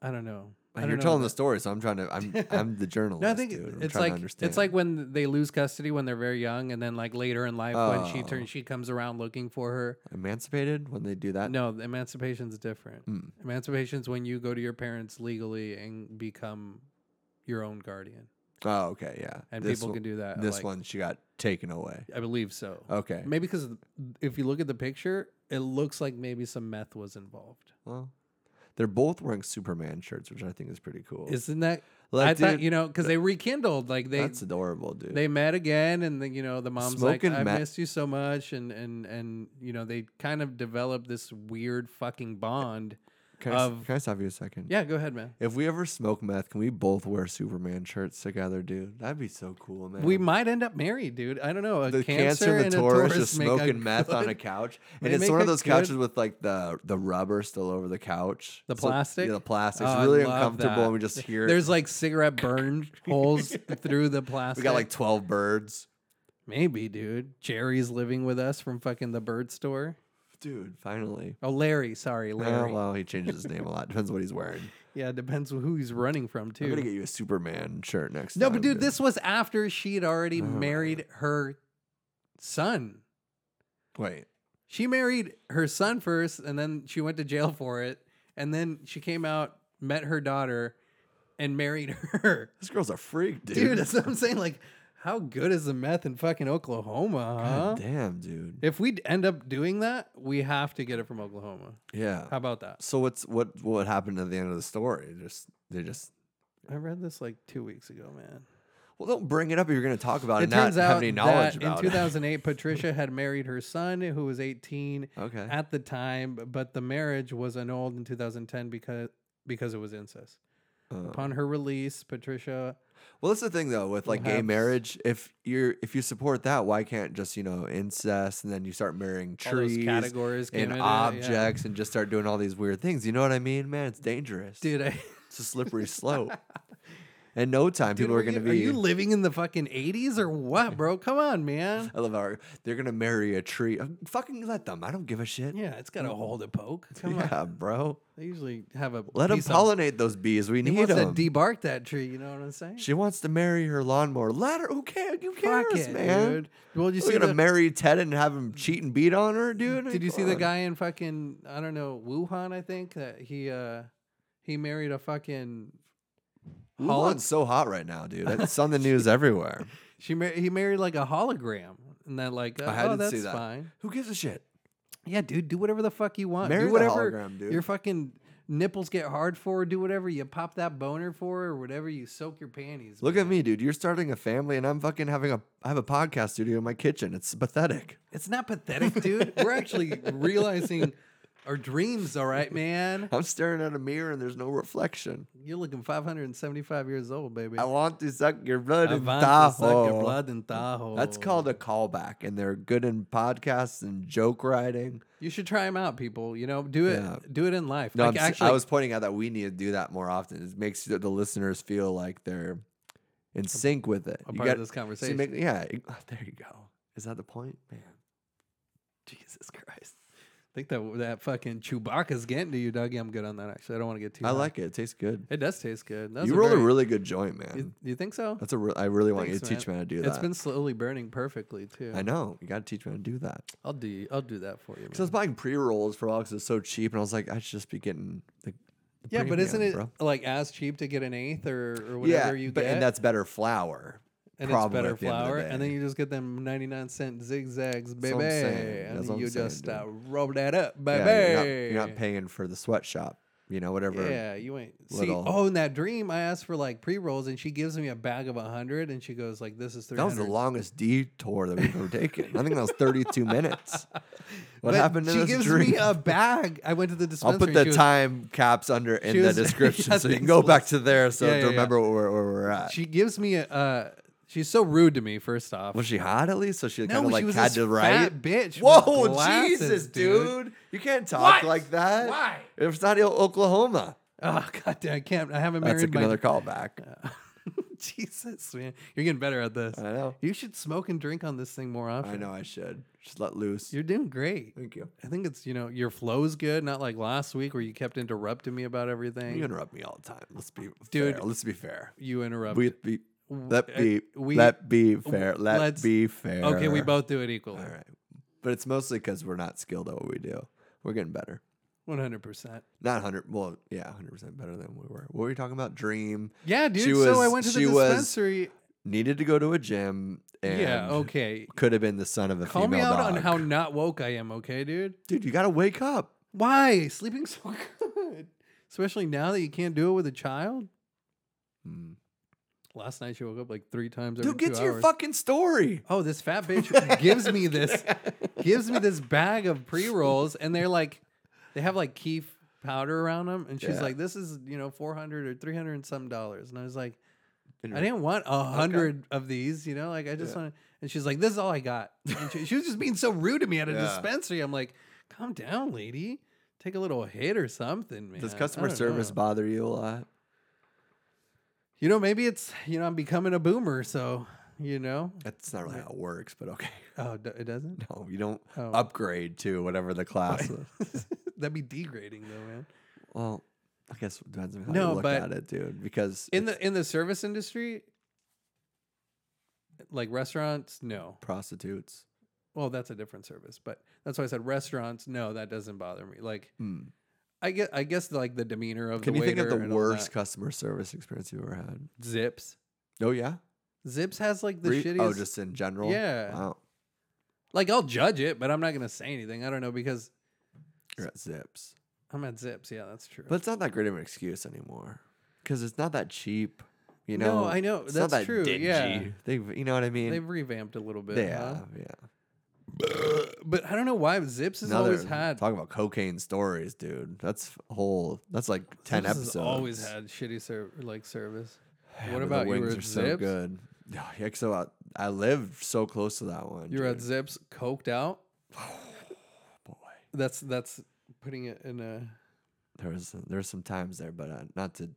[SPEAKER 3] I don't know. I
[SPEAKER 2] Like,
[SPEAKER 3] don't
[SPEAKER 2] You're
[SPEAKER 3] know
[SPEAKER 2] telling
[SPEAKER 3] that-
[SPEAKER 2] the story, so I'm trying to. I'm I'm the journalist.
[SPEAKER 3] No, I think
[SPEAKER 2] dude. I'm trying
[SPEAKER 3] it's
[SPEAKER 2] to
[SPEAKER 3] like
[SPEAKER 2] understand.
[SPEAKER 3] it's like when they lose custody when they're very young, and then like later in life when she
[SPEAKER 2] Oh.
[SPEAKER 3] turns, she comes around looking for her.
[SPEAKER 2] emancipated when they do that. Hmm.
[SPEAKER 3] No, the emancipation's different. Emancipation's when you go to your parents legally and become your own guardian,
[SPEAKER 2] Oh, okay, yeah.
[SPEAKER 3] and
[SPEAKER 2] This
[SPEAKER 3] people
[SPEAKER 2] one-
[SPEAKER 3] can do that.
[SPEAKER 2] This
[SPEAKER 3] like-
[SPEAKER 2] one she got taken away.
[SPEAKER 3] I believe so.
[SPEAKER 2] Okay.
[SPEAKER 3] Maybe because if you look at the picture, it looks like maybe some meth was involved.
[SPEAKER 2] Well, they're both wearing Superman shirts, which I think is pretty cool.
[SPEAKER 3] Isn't that?
[SPEAKER 2] Like,
[SPEAKER 3] I thought
[SPEAKER 2] dude,
[SPEAKER 3] you know because they rekindled, like they
[SPEAKER 2] that's adorable, dude.
[SPEAKER 3] they met again and the, you know the mom's
[SPEAKER 2] Smoking
[SPEAKER 3] like i
[SPEAKER 2] meth-
[SPEAKER 3] missed you so much and and and you know they kind of developed this weird fucking bond
[SPEAKER 2] can, I, s-
[SPEAKER 3] of-
[SPEAKER 2] can I stop you a second?
[SPEAKER 3] yeah go ahead man
[SPEAKER 2] If we ever smoke meth, can we both wear Superman shirts together, dude? That'd be so cool, man.
[SPEAKER 3] we might end up married dude i don't know a
[SPEAKER 2] the
[SPEAKER 3] cancer,
[SPEAKER 2] cancer,
[SPEAKER 3] and
[SPEAKER 2] and the Taurus
[SPEAKER 3] a
[SPEAKER 2] just
[SPEAKER 3] Taurus make a
[SPEAKER 2] smoking meth on a
[SPEAKER 3] good-
[SPEAKER 2] couch,
[SPEAKER 3] they
[SPEAKER 2] and it's
[SPEAKER 3] make
[SPEAKER 2] one of
[SPEAKER 3] a
[SPEAKER 2] those
[SPEAKER 3] good-
[SPEAKER 2] couches with like the the rubber still over the couch,
[SPEAKER 3] The
[SPEAKER 2] So-
[SPEAKER 3] plastic?
[SPEAKER 2] yeah, the plastic.
[SPEAKER 3] Oh,
[SPEAKER 2] It's
[SPEAKER 3] I
[SPEAKER 2] really
[SPEAKER 3] love
[SPEAKER 2] uncomfortable,
[SPEAKER 3] that.
[SPEAKER 2] and we just hear.
[SPEAKER 3] there's like cigarette burn holes through the
[SPEAKER 2] we
[SPEAKER 3] plastic
[SPEAKER 2] got like twelve birds,
[SPEAKER 3] maybe dude jerry's living with us from fucking the bird store
[SPEAKER 2] dude. Finally,
[SPEAKER 3] oh larry sorry
[SPEAKER 2] Oh,
[SPEAKER 3] larry
[SPEAKER 2] well, he changes his name a lot. Depends what he's wearing.
[SPEAKER 3] yeah depends who he's running from too
[SPEAKER 2] I'm gonna get you a Superman shirt next.
[SPEAKER 3] No,
[SPEAKER 2] time,
[SPEAKER 3] but dude, this was after she had
[SPEAKER 2] Oh,
[SPEAKER 3] already married her son.
[SPEAKER 2] Wait,
[SPEAKER 3] She married her son first, and then she went to jail for it. And then she came out, met her daughter, and married her.
[SPEAKER 2] this girl's a freak, dude.
[SPEAKER 3] Dude, that's what I'm saying. Like, how good is the meth in fucking Oklahoma?
[SPEAKER 2] God
[SPEAKER 3] Huh?
[SPEAKER 2] damn, dude.
[SPEAKER 3] If we end up doing that, we have to get it from Oklahoma.
[SPEAKER 2] Yeah.
[SPEAKER 3] How about that?
[SPEAKER 2] So what's what what happened at the end of the story? Just they just
[SPEAKER 3] I read this like two weeks ago, man.
[SPEAKER 2] well, don't bring it up if you're gonna talk about it. and
[SPEAKER 3] It
[SPEAKER 2] Uh, not
[SPEAKER 3] turns
[SPEAKER 2] have
[SPEAKER 3] out
[SPEAKER 2] any knowledge
[SPEAKER 3] that in
[SPEAKER 2] about it.
[SPEAKER 3] 2008, Patricia had married her son, who was 18.
[SPEAKER 2] Okay.
[SPEAKER 3] at the time, b- but the marriage was annulled in 2010 because because it was incest.
[SPEAKER 2] Um,
[SPEAKER 3] Upon her release, Patricia.
[SPEAKER 2] Well, that's the thing though with like gay
[SPEAKER 3] Perhaps.
[SPEAKER 2] marriage. If you're if you support that, why can't just you know incest and then you start marrying
[SPEAKER 3] All those
[SPEAKER 2] trees
[SPEAKER 3] categories came
[SPEAKER 2] and
[SPEAKER 3] into it, yeah.
[SPEAKER 2] objects and just start doing all these weird things? You know what I mean, man? It's dangerous.
[SPEAKER 3] Dude, I,
[SPEAKER 2] it's a slippery slope. In no time,
[SPEAKER 3] dude,
[SPEAKER 2] people
[SPEAKER 3] are
[SPEAKER 2] are going to
[SPEAKER 3] you-
[SPEAKER 2] be.
[SPEAKER 3] Are you living in the fucking eighties or what, bro? Come on, man.
[SPEAKER 2] I love how they're gonna marry a tree. Uh, Fucking let them. I don't give a shit.
[SPEAKER 3] Yeah, it's got a hole to poke. Come on.
[SPEAKER 2] Mm. Yeah, bro.
[SPEAKER 3] They usually have a
[SPEAKER 2] Let them
[SPEAKER 3] piece of-
[SPEAKER 2] pollinate those bees. We
[SPEAKER 3] He
[SPEAKER 2] need
[SPEAKER 3] wants
[SPEAKER 2] them.
[SPEAKER 3] to debark that tree. You know what I'm saying?
[SPEAKER 2] she wants to marry her lawnmower. Let her. Who cares? Who cares,
[SPEAKER 3] Fuck it,
[SPEAKER 2] man?
[SPEAKER 3] dude. Well, you
[SPEAKER 2] You
[SPEAKER 3] see
[SPEAKER 2] gonna
[SPEAKER 3] the, Mm.
[SPEAKER 2] marry Ted and have him cheat and beat on her, dude?
[SPEAKER 3] Did you
[SPEAKER 2] Come
[SPEAKER 3] see the
[SPEAKER 2] on.
[SPEAKER 3] guy in fucking I don't know Wuhan? I think that he uh he married a fucking
[SPEAKER 2] Holland's so hot right now, dude. It's on the news everywhere.
[SPEAKER 3] she mar- he married like a hologram and then like uh,
[SPEAKER 2] I
[SPEAKER 3] oh
[SPEAKER 2] didn't
[SPEAKER 3] that's
[SPEAKER 2] see that.
[SPEAKER 3] fine
[SPEAKER 2] Who gives a shit?
[SPEAKER 3] yeah dude do whatever the fuck you want
[SPEAKER 2] Marry
[SPEAKER 3] do
[SPEAKER 2] the
[SPEAKER 3] whatever
[SPEAKER 2] hologram, dude.
[SPEAKER 3] your fucking nipples get hard for do whatever you pop that boner for or whatever you soak your panties
[SPEAKER 2] Look
[SPEAKER 3] man.
[SPEAKER 2] at me, dude. You're starting a family, and I'm fucking having a. I have a podcast studio in my kitchen. It's pathetic.
[SPEAKER 3] it's not pathetic dude we're actually realizing our dreams all right man
[SPEAKER 2] I'm staring at a mirror, and there's no reflection.
[SPEAKER 3] you're looking 575 years old baby
[SPEAKER 2] I want to suck your blood
[SPEAKER 3] I
[SPEAKER 2] in
[SPEAKER 3] want to suck your
[SPEAKER 2] Tahoe.
[SPEAKER 3] blood in Tahoe.
[SPEAKER 2] That's called a callback, and they're good in podcasts and joke writing.
[SPEAKER 3] You should try them out, people. You know, do it.
[SPEAKER 2] Yeah.
[SPEAKER 3] Do it in life.
[SPEAKER 2] No,
[SPEAKER 3] like,
[SPEAKER 2] I'm s-
[SPEAKER 3] actually,
[SPEAKER 2] I was pointing out that we need to do that more often. It makes the the listeners feel like they're in sync with it.
[SPEAKER 3] a
[SPEAKER 2] You
[SPEAKER 3] part
[SPEAKER 2] got-
[SPEAKER 3] of this
[SPEAKER 2] so you
[SPEAKER 3] conversation.
[SPEAKER 2] make- yeah, it- there you go. Is that the point, man?
[SPEAKER 3] Jesus Christ! I think that that fucking Chewbacca's getting to you, Dougie. I'm good on that. Actually, I don't want to get too.
[SPEAKER 2] I
[SPEAKER 3] high.
[SPEAKER 2] like it. It tastes good.
[SPEAKER 3] It does taste good. That was
[SPEAKER 2] You rolled
[SPEAKER 3] very-
[SPEAKER 2] a really good joint, man.
[SPEAKER 3] You, you think so?
[SPEAKER 2] That's a. Re- I really want you
[SPEAKER 3] Thanks,
[SPEAKER 2] to teach me how to do
[SPEAKER 3] It's
[SPEAKER 2] that.
[SPEAKER 3] been slowly burning perfectly too.
[SPEAKER 2] I know you got to teach me how to do that.
[SPEAKER 3] I'll do. I'll do that for you.
[SPEAKER 2] Because I was
[SPEAKER 3] man.
[SPEAKER 2] buying pre rolls for all because it's so cheap, and I was like, I should just be getting the. the
[SPEAKER 3] Yeah, but isn't
[SPEAKER 2] premium,
[SPEAKER 3] it
[SPEAKER 2] bro.
[SPEAKER 3] like as cheap to get an eighth or, or whatever you
[SPEAKER 2] but,
[SPEAKER 3] get?
[SPEAKER 2] and that's better flour.
[SPEAKER 3] and it's
[SPEAKER 2] probably
[SPEAKER 3] better
[SPEAKER 2] at the end of the
[SPEAKER 3] flour, and
[SPEAKER 2] day.
[SPEAKER 3] then you just get them ninety nine cent zigzags,
[SPEAKER 2] That's
[SPEAKER 3] baby,
[SPEAKER 2] what I'm saying.
[SPEAKER 3] and
[SPEAKER 2] That's
[SPEAKER 3] then
[SPEAKER 2] what I'm
[SPEAKER 3] you
[SPEAKER 2] saying,
[SPEAKER 3] just
[SPEAKER 2] dude.
[SPEAKER 3] uh, rub that up, baby.
[SPEAKER 2] Yeah, you're, not, you're not paying for the sweatshop. You know, whatever.
[SPEAKER 3] Yeah, you ain't see.
[SPEAKER 2] little-
[SPEAKER 3] Oh, in that dream, I asked for like pre rolls, and she gives me a bag of hundred, and she goes like, "This is three
[SPEAKER 2] That was
[SPEAKER 3] hundred.
[SPEAKER 2] the longest detour that we've ever taken. I think that was 32 minutes. What happened to
[SPEAKER 3] She
[SPEAKER 2] this
[SPEAKER 3] gives
[SPEAKER 2] dream?
[SPEAKER 3] me a bag. I went to the dispensary.
[SPEAKER 2] I'll put
[SPEAKER 3] and
[SPEAKER 2] the
[SPEAKER 3] she was-
[SPEAKER 2] time caps under in
[SPEAKER 3] she
[SPEAKER 2] the
[SPEAKER 3] was-
[SPEAKER 2] description
[SPEAKER 3] yeah,
[SPEAKER 2] so you can
[SPEAKER 3] thanks,
[SPEAKER 2] go back
[SPEAKER 3] Liz.
[SPEAKER 2] to there so
[SPEAKER 3] Yeah, yeah,
[SPEAKER 2] to
[SPEAKER 3] yeah.
[SPEAKER 2] remember where, where we're at.
[SPEAKER 3] She gives me a. Uh, she's so rude to me. First off,
[SPEAKER 2] was she hot at least? So she
[SPEAKER 3] no,
[SPEAKER 2] kind of
[SPEAKER 3] she
[SPEAKER 2] like
[SPEAKER 3] was
[SPEAKER 2] had
[SPEAKER 3] this
[SPEAKER 2] to
[SPEAKER 3] fat
[SPEAKER 2] write.
[SPEAKER 3] bitch.
[SPEAKER 2] Whoa,
[SPEAKER 3] with glasses,
[SPEAKER 2] Jesus,
[SPEAKER 3] dude.
[SPEAKER 2] dude. You can't talk
[SPEAKER 3] What?
[SPEAKER 2] like that.
[SPEAKER 3] Why?
[SPEAKER 2] If it's not O- Oklahoma,
[SPEAKER 3] Oh god, damn, I can't. I haven't
[SPEAKER 2] that's like
[SPEAKER 3] married my.
[SPEAKER 2] another callback.
[SPEAKER 3] Jesus, man, you're getting better at this.
[SPEAKER 2] I know.
[SPEAKER 3] You should smoke and drink on this thing more often.
[SPEAKER 2] I know I should. Just let loose.
[SPEAKER 3] You're doing great.
[SPEAKER 2] Thank you.
[SPEAKER 3] I think it's you know your flow's good, not like last week where you kept interrupting me about everything.
[SPEAKER 2] You
[SPEAKER 3] You,
[SPEAKER 2] interrupt me all the time. Let's be
[SPEAKER 3] Dude.
[SPEAKER 2] fair. Let's be fair.
[SPEAKER 3] interrupt.
[SPEAKER 2] We be let
[SPEAKER 3] uh,
[SPEAKER 2] be
[SPEAKER 3] we-
[SPEAKER 2] let be fair. Let
[SPEAKER 3] let's-
[SPEAKER 2] be fair.
[SPEAKER 3] okay, we both do it equally,
[SPEAKER 2] All right, but it's mostly because we're not skilled at what we do. We're getting better.
[SPEAKER 3] one hundred percent.
[SPEAKER 2] Not hundred. Well, yeah, hundred percent better than we were. What were you talking about? Dream
[SPEAKER 3] Yeah, dude.
[SPEAKER 2] She
[SPEAKER 3] so I
[SPEAKER 2] was-
[SPEAKER 3] went to the
[SPEAKER 2] she was-
[SPEAKER 3] dispensary.
[SPEAKER 2] needed to go to a gym and
[SPEAKER 3] yeah, okay.
[SPEAKER 2] could have been the son of a
[SPEAKER 3] Call me
[SPEAKER 2] female
[SPEAKER 3] out on
[SPEAKER 2] dog.
[SPEAKER 3] how not woke I am, okay, dude.
[SPEAKER 2] dude you gotta wake up.
[SPEAKER 3] Why sleeping so good, especially now that you can't do it with a child.
[SPEAKER 2] Mm.
[SPEAKER 3] Last night she woke up like three times. Every
[SPEAKER 2] Dude, get
[SPEAKER 3] two
[SPEAKER 2] to your
[SPEAKER 3] hours.
[SPEAKER 2] fucking story.
[SPEAKER 3] oh, this fat bitch gives me this gives me this bag of pre rolls, and they're like, they have like Keef powder around them, and she's
[SPEAKER 2] Yeah.
[SPEAKER 3] like, this is you know four hundred or three hundred and some dollars, and I was like,
[SPEAKER 2] And
[SPEAKER 3] I
[SPEAKER 2] you're-
[SPEAKER 3] didn't want a hundred of these, you know, like I just
[SPEAKER 2] Yeah.
[SPEAKER 3] want. And she's like, this is all I got. And she, she was just being so rude to me at a
[SPEAKER 2] Yeah.
[SPEAKER 3] dispensary. I'm like, calm down, lady. Take a little hit or something, man.
[SPEAKER 2] Does
[SPEAKER 3] I
[SPEAKER 2] customer
[SPEAKER 3] don't
[SPEAKER 2] service
[SPEAKER 3] know."
[SPEAKER 2] bother you a lot?
[SPEAKER 3] you know, maybe it's you know I'm becoming a boomer, so you know.
[SPEAKER 2] That's not really how it works, but okay.
[SPEAKER 3] Oh, d- it doesn't.
[SPEAKER 2] No, you don't
[SPEAKER 3] Oh.
[SPEAKER 2] upgrade to whatever the class is.
[SPEAKER 3] That'd be degrading, though, man.
[SPEAKER 2] Well, I guess it depends on how
[SPEAKER 3] No,
[SPEAKER 2] you look
[SPEAKER 3] but-
[SPEAKER 2] at it, dude. Because
[SPEAKER 3] in
[SPEAKER 2] it's
[SPEAKER 3] the in the service industry like restaurants no
[SPEAKER 2] prostitutes,
[SPEAKER 3] well that's a different service but that's why i said restaurants no that doesn't bother me like
[SPEAKER 2] Hmm.
[SPEAKER 3] i get i guess like the demeanor of
[SPEAKER 2] can
[SPEAKER 3] the
[SPEAKER 2] you think of
[SPEAKER 3] waiter
[SPEAKER 2] the
[SPEAKER 3] and all
[SPEAKER 2] worst
[SPEAKER 3] that.
[SPEAKER 2] customer service experience you ever had?
[SPEAKER 3] zips
[SPEAKER 2] Oh yeah,
[SPEAKER 3] zips has like the
[SPEAKER 2] Re-
[SPEAKER 3] shittiest
[SPEAKER 2] oh just in general.
[SPEAKER 3] Yeah.
[SPEAKER 2] wow.
[SPEAKER 3] like i'll judge it but i'm not gonna say anything i don't know because
[SPEAKER 2] You're at Zips,
[SPEAKER 3] i'm at zips yeah that's true
[SPEAKER 2] but it's not that great of an excuse anymore because it's not that cheap. You
[SPEAKER 3] No,
[SPEAKER 2] know,
[SPEAKER 3] I know,
[SPEAKER 2] It's
[SPEAKER 3] that's
[SPEAKER 2] not that
[SPEAKER 3] true, yeah.
[SPEAKER 2] dingy. they, you know what I mean.
[SPEAKER 3] they've revamped a little bit
[SPEAKER 2] they
[SPEAKER 3] huh?
[SPEAKER 2] have, yeah.
[SPEAKER 3] but I don't know why but Zips has
[SPEAKER 2] Now
[SPEAKER 3] always
[SPEAKER 2] they're
[SPEAKER 3] had
[SPEAKER 2] talking about cocaine stories, dude. That's f- whole. That's like ten
[SPEAKER 3] Zips
[SPEAKER 2] episodes.
[SPEAKER 3] Has always had shitty ser- like service.
[SPEAKER 2] Yeah,
[SPEAKER 3] what
[SPEAKER 2] but
[SPEAKER 3] about
[SPEAKER 2] the
[SPEAKER 3] you
[SPEAKER 2] wings
[SPEAKER 3] were
[SPEAKER 2] are
[SPEAKER 3] at
[SPEAKER 2] so
[SPEAKER 3] Zips?
[SPEAKER 2] good? Yeah, so I, I lived so close to that one.
[SPEAKER 3] You were at
[SPEAKER 2] dude.
[SPEAKER 3] Zips, coked out.
[SPEAKER 2] boy.
[SPEAKER 3] That's that's putting it in a.
[SPEAKER 2] There was there's some times there, but uh, not to.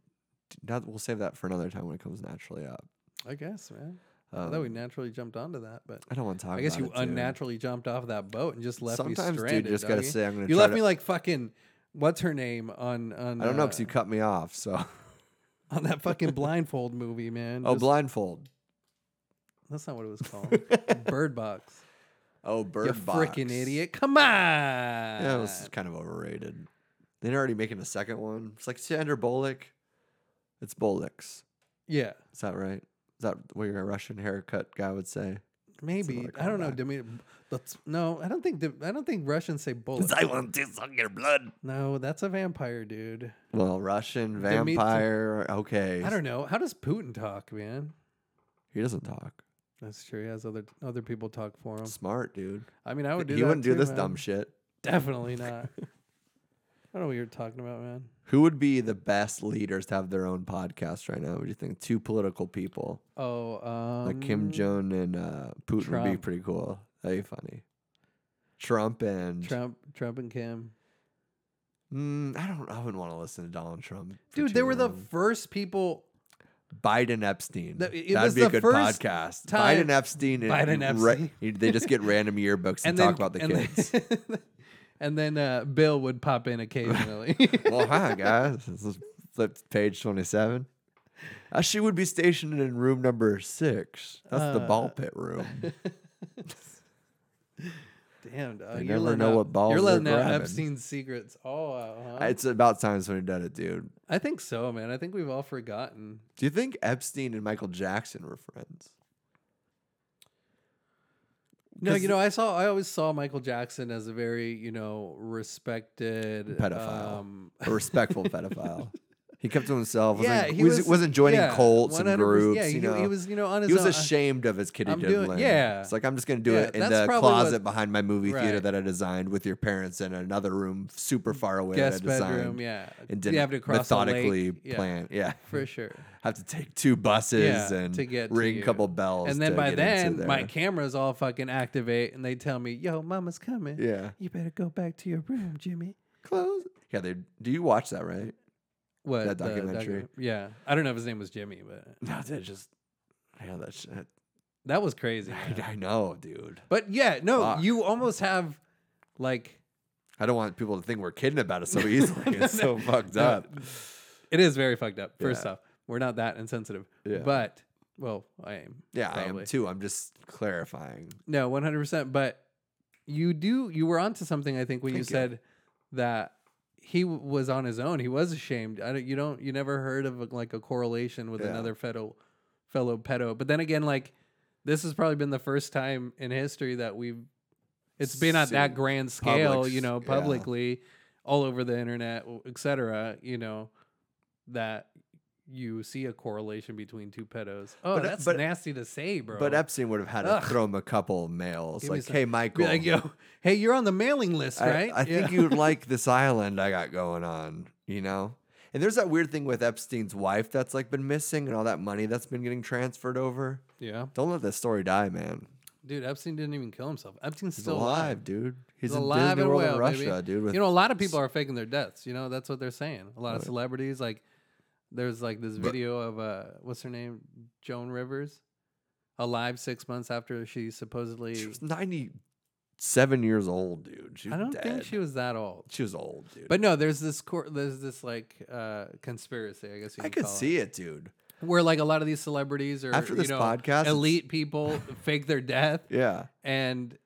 [SPEAKER 2] Not we'll save that for another time when it comes naturally up.
[SPEAKER 3] I guess, man. I
[SPEAKER 2] Um,
[SPEAKER 3] thought we naturally jumped onto that, but
[SPEAKER 2] I don't want to talk.
[SPEAKER 3] I guess
[SPEAKER 2] about
[SPEAKER 3] you
[SPEAKER 2] it, dude.
[SPEAKER 3] unnaturally jumped off that boat and just left me
[SPEAKER 2] Sometimes,
[SPEAKER 3] stranded.
[SPEAKER 2] dude, you just gotta
[SPEAKER 3] doggy.
[SPEAKER 2] say I'm gonna.
[SPEAKER 3] you
[SPEAKER 2] try
[SPEAKER 3] left
[SPEAKER 2] to-
[SPEAKER 3] me like fucking. What's her name on on?
[SPEAKER 2] I don't know because
[SPEAKER 3] uh,
[SPEAKER 2] you cut me off. So
[SPEAKER 3] on that fucking blindfold movie, man.
[SPEAKER 2] oh,
[SPEAKER 3] Just-
[SPEAKER 2] blindfold.
[SPEAKER 3] that's not what it was called. Bird Box.
[SPEAKER 2] Oh, bird
[SPEAKER 3] you
[SPEAKER 2] box.
[SPEAKER 3] freaking idiot! Come on.
[SPEAKER 2] Yeah, this is kind of overrated. They're already making a second one. It's like Sandra Bullock. It's Bullocks.
[SPEAKER 3] Yeah,
[SPEAKER 2] Is that right? Is that what your Russian haircut guy would say?
[SPEAKER 3] maybe
[SPEAKER 2] another
[SPEAKER 3] I don't know.
[SPEAKER 2] callback.
[SPEAKER 3] Demi, that's, no, I don't think Dem- I don't think Russians say bullet.
[SPEAKER 2] I want to suck your blood.
[SPEAKER 3] No, that's a vampire, dude.
[SPEAKER 2] Well, Russian
[SPEAKER 3] Dmitri-
[SPEAKER 2] vampire. Okay,
[SPEAKER 3] I don't know. How does Putin talk, man?
[SPEAKER 2] He doesn't talk.
[SPEAKER 3] That's true. He has other other people talk for him.
[SPEAKER 2] Smart dude.
[SPEAKER 3] I mean, I would do.
[SPEAKER 2] he
[SPEAKER 3] that
[SPEAKER 2] wouldn't
[SPEAKER 3] too,
[SPEAKER 2] do this
[SPEAKER 3] man.
[SPEAKER 2] dumb shit.
[SPEAKER 3] Definitely not. I don't know what you're talking about, man.
[SPEAKER 2] Who would be the best leaders to have their own podcast right now? Would you think two political people
[SPEAKER 3] Oh, um,
[SPEAKER 2] like Kim Jong and uh, Putin would be
[SPEAKER 3] Trump.
[SPEAKER 2] pretty cool? That'd be funny. Trump and
[SPEAKER 3] Trump, Trump and Kim.
[SPEAKER 2] Mm, I don't. I wouldn't want to listen to Donald Trump. for
[SPEAKER 3] Dude,
[SPEAKER 2] too
[SPEAKER 3] they were the
[SPEAKER 2] long.
[SPEAKER 3] first people
[SPEAKER 2] Biden Epstein.
[SPEAKER 3] That- it
[SPEAKER 2] That'd
[SPEAKER 3] was
[SPEAKER 2] be a
[SPEAKER 3] the
[SPEAKER 2] good
[SPEAKER 3] first
[SPEAKER 2] podcast.
[SPEAKER 3] time-
[SPEAKER 2] Biden Epstein. And
[SPEAKER 3] Biden
[SPEAKER 2] you ra-
[SPEAKER 3] Epstein.
[SPEAKER 2] you- they just get random yearbooks and, talk about the
[SPEAKER 3] and
[SPEAKER 2] kids.
[SPEAKER 3] Then, and then uh, Bill would pop in occasionally.
[SPEAKER 2] well, hi guys. This is flip to page twenty-seven. Uh, she would be stationed in room number six. That's the
[SPEAKER 3] Uh.
[SPEAKER 2] ball pit room.
[SPEAKER 3] Damn, dog.
[SPEAKER 2] They
[SPEAKER 3] you're
[SPEAKER 2] never
[SPEAKER 3] letting
[SPEAKER 2] know
[SPEAKER 3] out-
[SPEAKER 2] what balls
[SPEAKER 3] You're
[SPEAKER 2] they're
[SPEAKER 3] letting out
[SPEAKER 2] grabbing.
[SPEAKER 3] Epstein's secrets all out, huh? I,
[SPEAKER 2] it's about time somebody done it, dude.
[SPEAKER 3] think so, man. I think we've all forgotten.
[SPEAKER 2] Do you think Epstein and Michael Jackson were friends?
[SPEAKER 3] No,
[SPEAKER 2] 'Cause-
[SPEAKER 3] you know, I saw. I always saw Michael Jackson as a very, you know, respected
[SPEAKER 2] Pedophile.
[SPEAKER 3] Um,
[SPEAKER 2] A respectful pedophile. He kept to himself. Wasn't,
[SPEAKER 3] yeah, he
[SPEAKER 2] was,
[SPEAKER 3] was,
[SPEAKER 2] wasn't joining
[SPEAKER 3] yeah,
[SPEAKER 2] cults and
[SPEAKER 3] 100%,
[SPEAKER 2] groups.
[SPEAKER 3] Yeah, he,
[SPEAKER 2] you know,
[SPEAKER 3] he was, you know, on his
[SPEAKER 2] he was
[SPEAKER 3] own. uh,
[SPEAKER 2] ashamed of his kitty
[SPEAKER 3] I'm doing-
[SPEAKER 2] diddling.
[SPEAKER 3] yeah.
[SPEAKER 2] it's like I'm just gonna do
[SPEAKER 3] Yeah,
[SPEAKER 2] it in
[SPEAKER 3] that's
[SPEAKER 2] the
[SPEAKER 3] probably what-
[SPEAKER 2] closet behind my movie theater
[SPEAKER 3] Right.
[SPEAKER 2] that I designed with your parents in another room super far away
[SPEAKER 3] guest
[SPEAKER 2] that I designed.
[SPEAKER 3] bedroom. Yeah,
[SPEAKER 2] And
[SPEAKER 3] You
[SPEAKER 2] didn't
[SPEAKER 3] have to cross a lake,
[SPEAKER 2] methodically
[SPEAKER 3] yeah,
[SPEAKER 2] plan. Yeah,
[SPEAKER 3] for sure.
[SPEAKER 2] have to take two buses
[SPEAKER 3] Yeah,
[SPEAKER 2] and
[SPEAKER 3] to get to
[SPEAKER 2] ring
[SPEAKER 3] you.
[SPEAKER 2] a couple bells.
[SPEAKER 3] and then
[SPEAKER 2] to
[SPEAKER 3] by
[SPEAKER 2] get into
[SPEAKER 3] then my
[SPEAKER 2] there.
[SPEAKER 3] cameras all fucking activate and they tell me yo mama's coming
[SPEAKER 2] yeah,
[SPEAKER 3] you better go back to your room jimmy
[SPEAKER 2] close. Yeah, they do. You watch that right?
[SPEAKER 3] what
[SPEAKER 2] That
[SPEAKER 3] the
[SPEAKER 2] documentary.
[SPEAKER 3] yeah i don't know if his name was jimmy but
[SPEAKER 2] No, they just. Yeah, that shit.
[SPEAKER 3] that was crazy man.
[SPEAKER 2] I, I know, dude.
[SPEAKER 3] but yeah no
[SPEAKER 2] Fuck.
[SPEAKER 3] you almost have like
[SPEAKER 2] I don't want people to think we're kidding about it so easily. It's so fucked
[SPEAKER 3] no,
[SPEAKER 2] up.
[SPEAKER 3] it is very fucked up first
[SPEAKER 2] Yeah.
[SPEAKER 3] off we're not that insensitive
[SPEAKER 2] Yeah.
[SPEAKER 3] but well i am
[SPEAKER 2] Yeah, I
[SPEAKER 3] probably.
[SPEAKER 2] am too. I'm just clarifying.
[SPEAKER 3] No, one hundred percent. But you do you were onto something. I think when you
[SPEAKER 2] Thank you.
[SPEAKER 3] said that he w- was on his own, he was ashamed. I don't, you don't you never heard of like a correlation with
[SPEAKER 2] Yeah.
[SPEAKER 3] another fellow fellow pedo. But then again, like this has probably been the first time in history that we've it's been at
[SPEAKER 2] Seen
[SPEAKER 3] that grand scale,
[SPEAKER 2] public
[SPEAKER 3] you
[SPEAKER 2] s-
[SPEAKER 3] know,
[SPEAKER 2] yeah.
[SPEAKER 3] publicly, all over the internet, w- et cetera. You know that. You see a correlation between two pedos. Oh,
[SPEAKER 2] But, uh,
[SPEAKER 3] that's
[SPEAKER 2] but-
[SPEAKER 3] nasty to say, bro.
[SPEAKER 2] But Epstein would have had to
[SPEAKER 3] Ugh.
[SPEAKER 2] throw him a couple mails,
[SPEAKER 3] Give me
[SPEAKER 2] like,
[SPEAKER 3] some-
[SPEAKER 2] "Hey,
[SPEAKER 3] Be
[SPEAKER 2] Michael,
[SPEAKER 3] like, yo, hey, you're on the mailing list,
[SPEAKER 2] I,
[SPEAKER 3] right?
[SPEAKER 2] I think
[SPEAKER 3] Yeah.
[SPEAKER 2] you'd like this island I got going on." You know. And there's that weird thing with Epstein's wife that's like been missing, and all that money that's been getting transferred over.
[SPEAKER 3] Yeah,
[SPEAKER 2] Don't let this story die, man.
[SPEAKER 3] dude, Epstein didn't even kill himself. Epstein's
[SPEAKER 2] He's
[SPEAKER 3] still
[SPEAKER 2] alive,
[SPEAKER 3] alive.
[SPEAKER 2] dude. He's,
[SPEAKER 3] He's
[SPEAKER 2] in
[SPEAKER 3] alive
[SPEAKER 2] Disney
[SPEAKER 3] and
[SPEAKER 2] World in
[SPEAKER 3] well, baby.
[SPEAKER 2] Russia, dude. With
[SPEAKER 3] you know, a lot of people are faking their deaths. You know, that's what they're saying. A lot of
[SPEAKER 2] Right.
[SPEAKER 3] celebrities, like, there's like this video of uh, what's her name, Joan Rivers, alive six months after she supposedly.
[SPEAKER 2] she was 97 years old, dude. She was
[SPEAKER 3] I don't
[SPEAKER 2] dead.
[SPEAKER 3] think she was that old.
[SPEAKER 2] She was old, dude.
[SPEAKER 3] But no, there's this cor- there's this like uh, conspiracy, I guess you
[SPEAKER 2] I
[SPEAKER 3] can
[SPEAKER 2] could
[SPEAKER 3] call
[SPEAKER 2] see it, dude.
[SPEAKER 3] it, where like a lot of these celebrities or
[SPEAKER 2] After
[SPEAKER 3] you
[SPEAKER 2] this
[SPEAKER 3] know,
[SPEAKER 2] podcast, it's-
[SPEAKER 3] elite people fake their death
[SPEAKER 2] Yeah,
[SPEAKER 3] and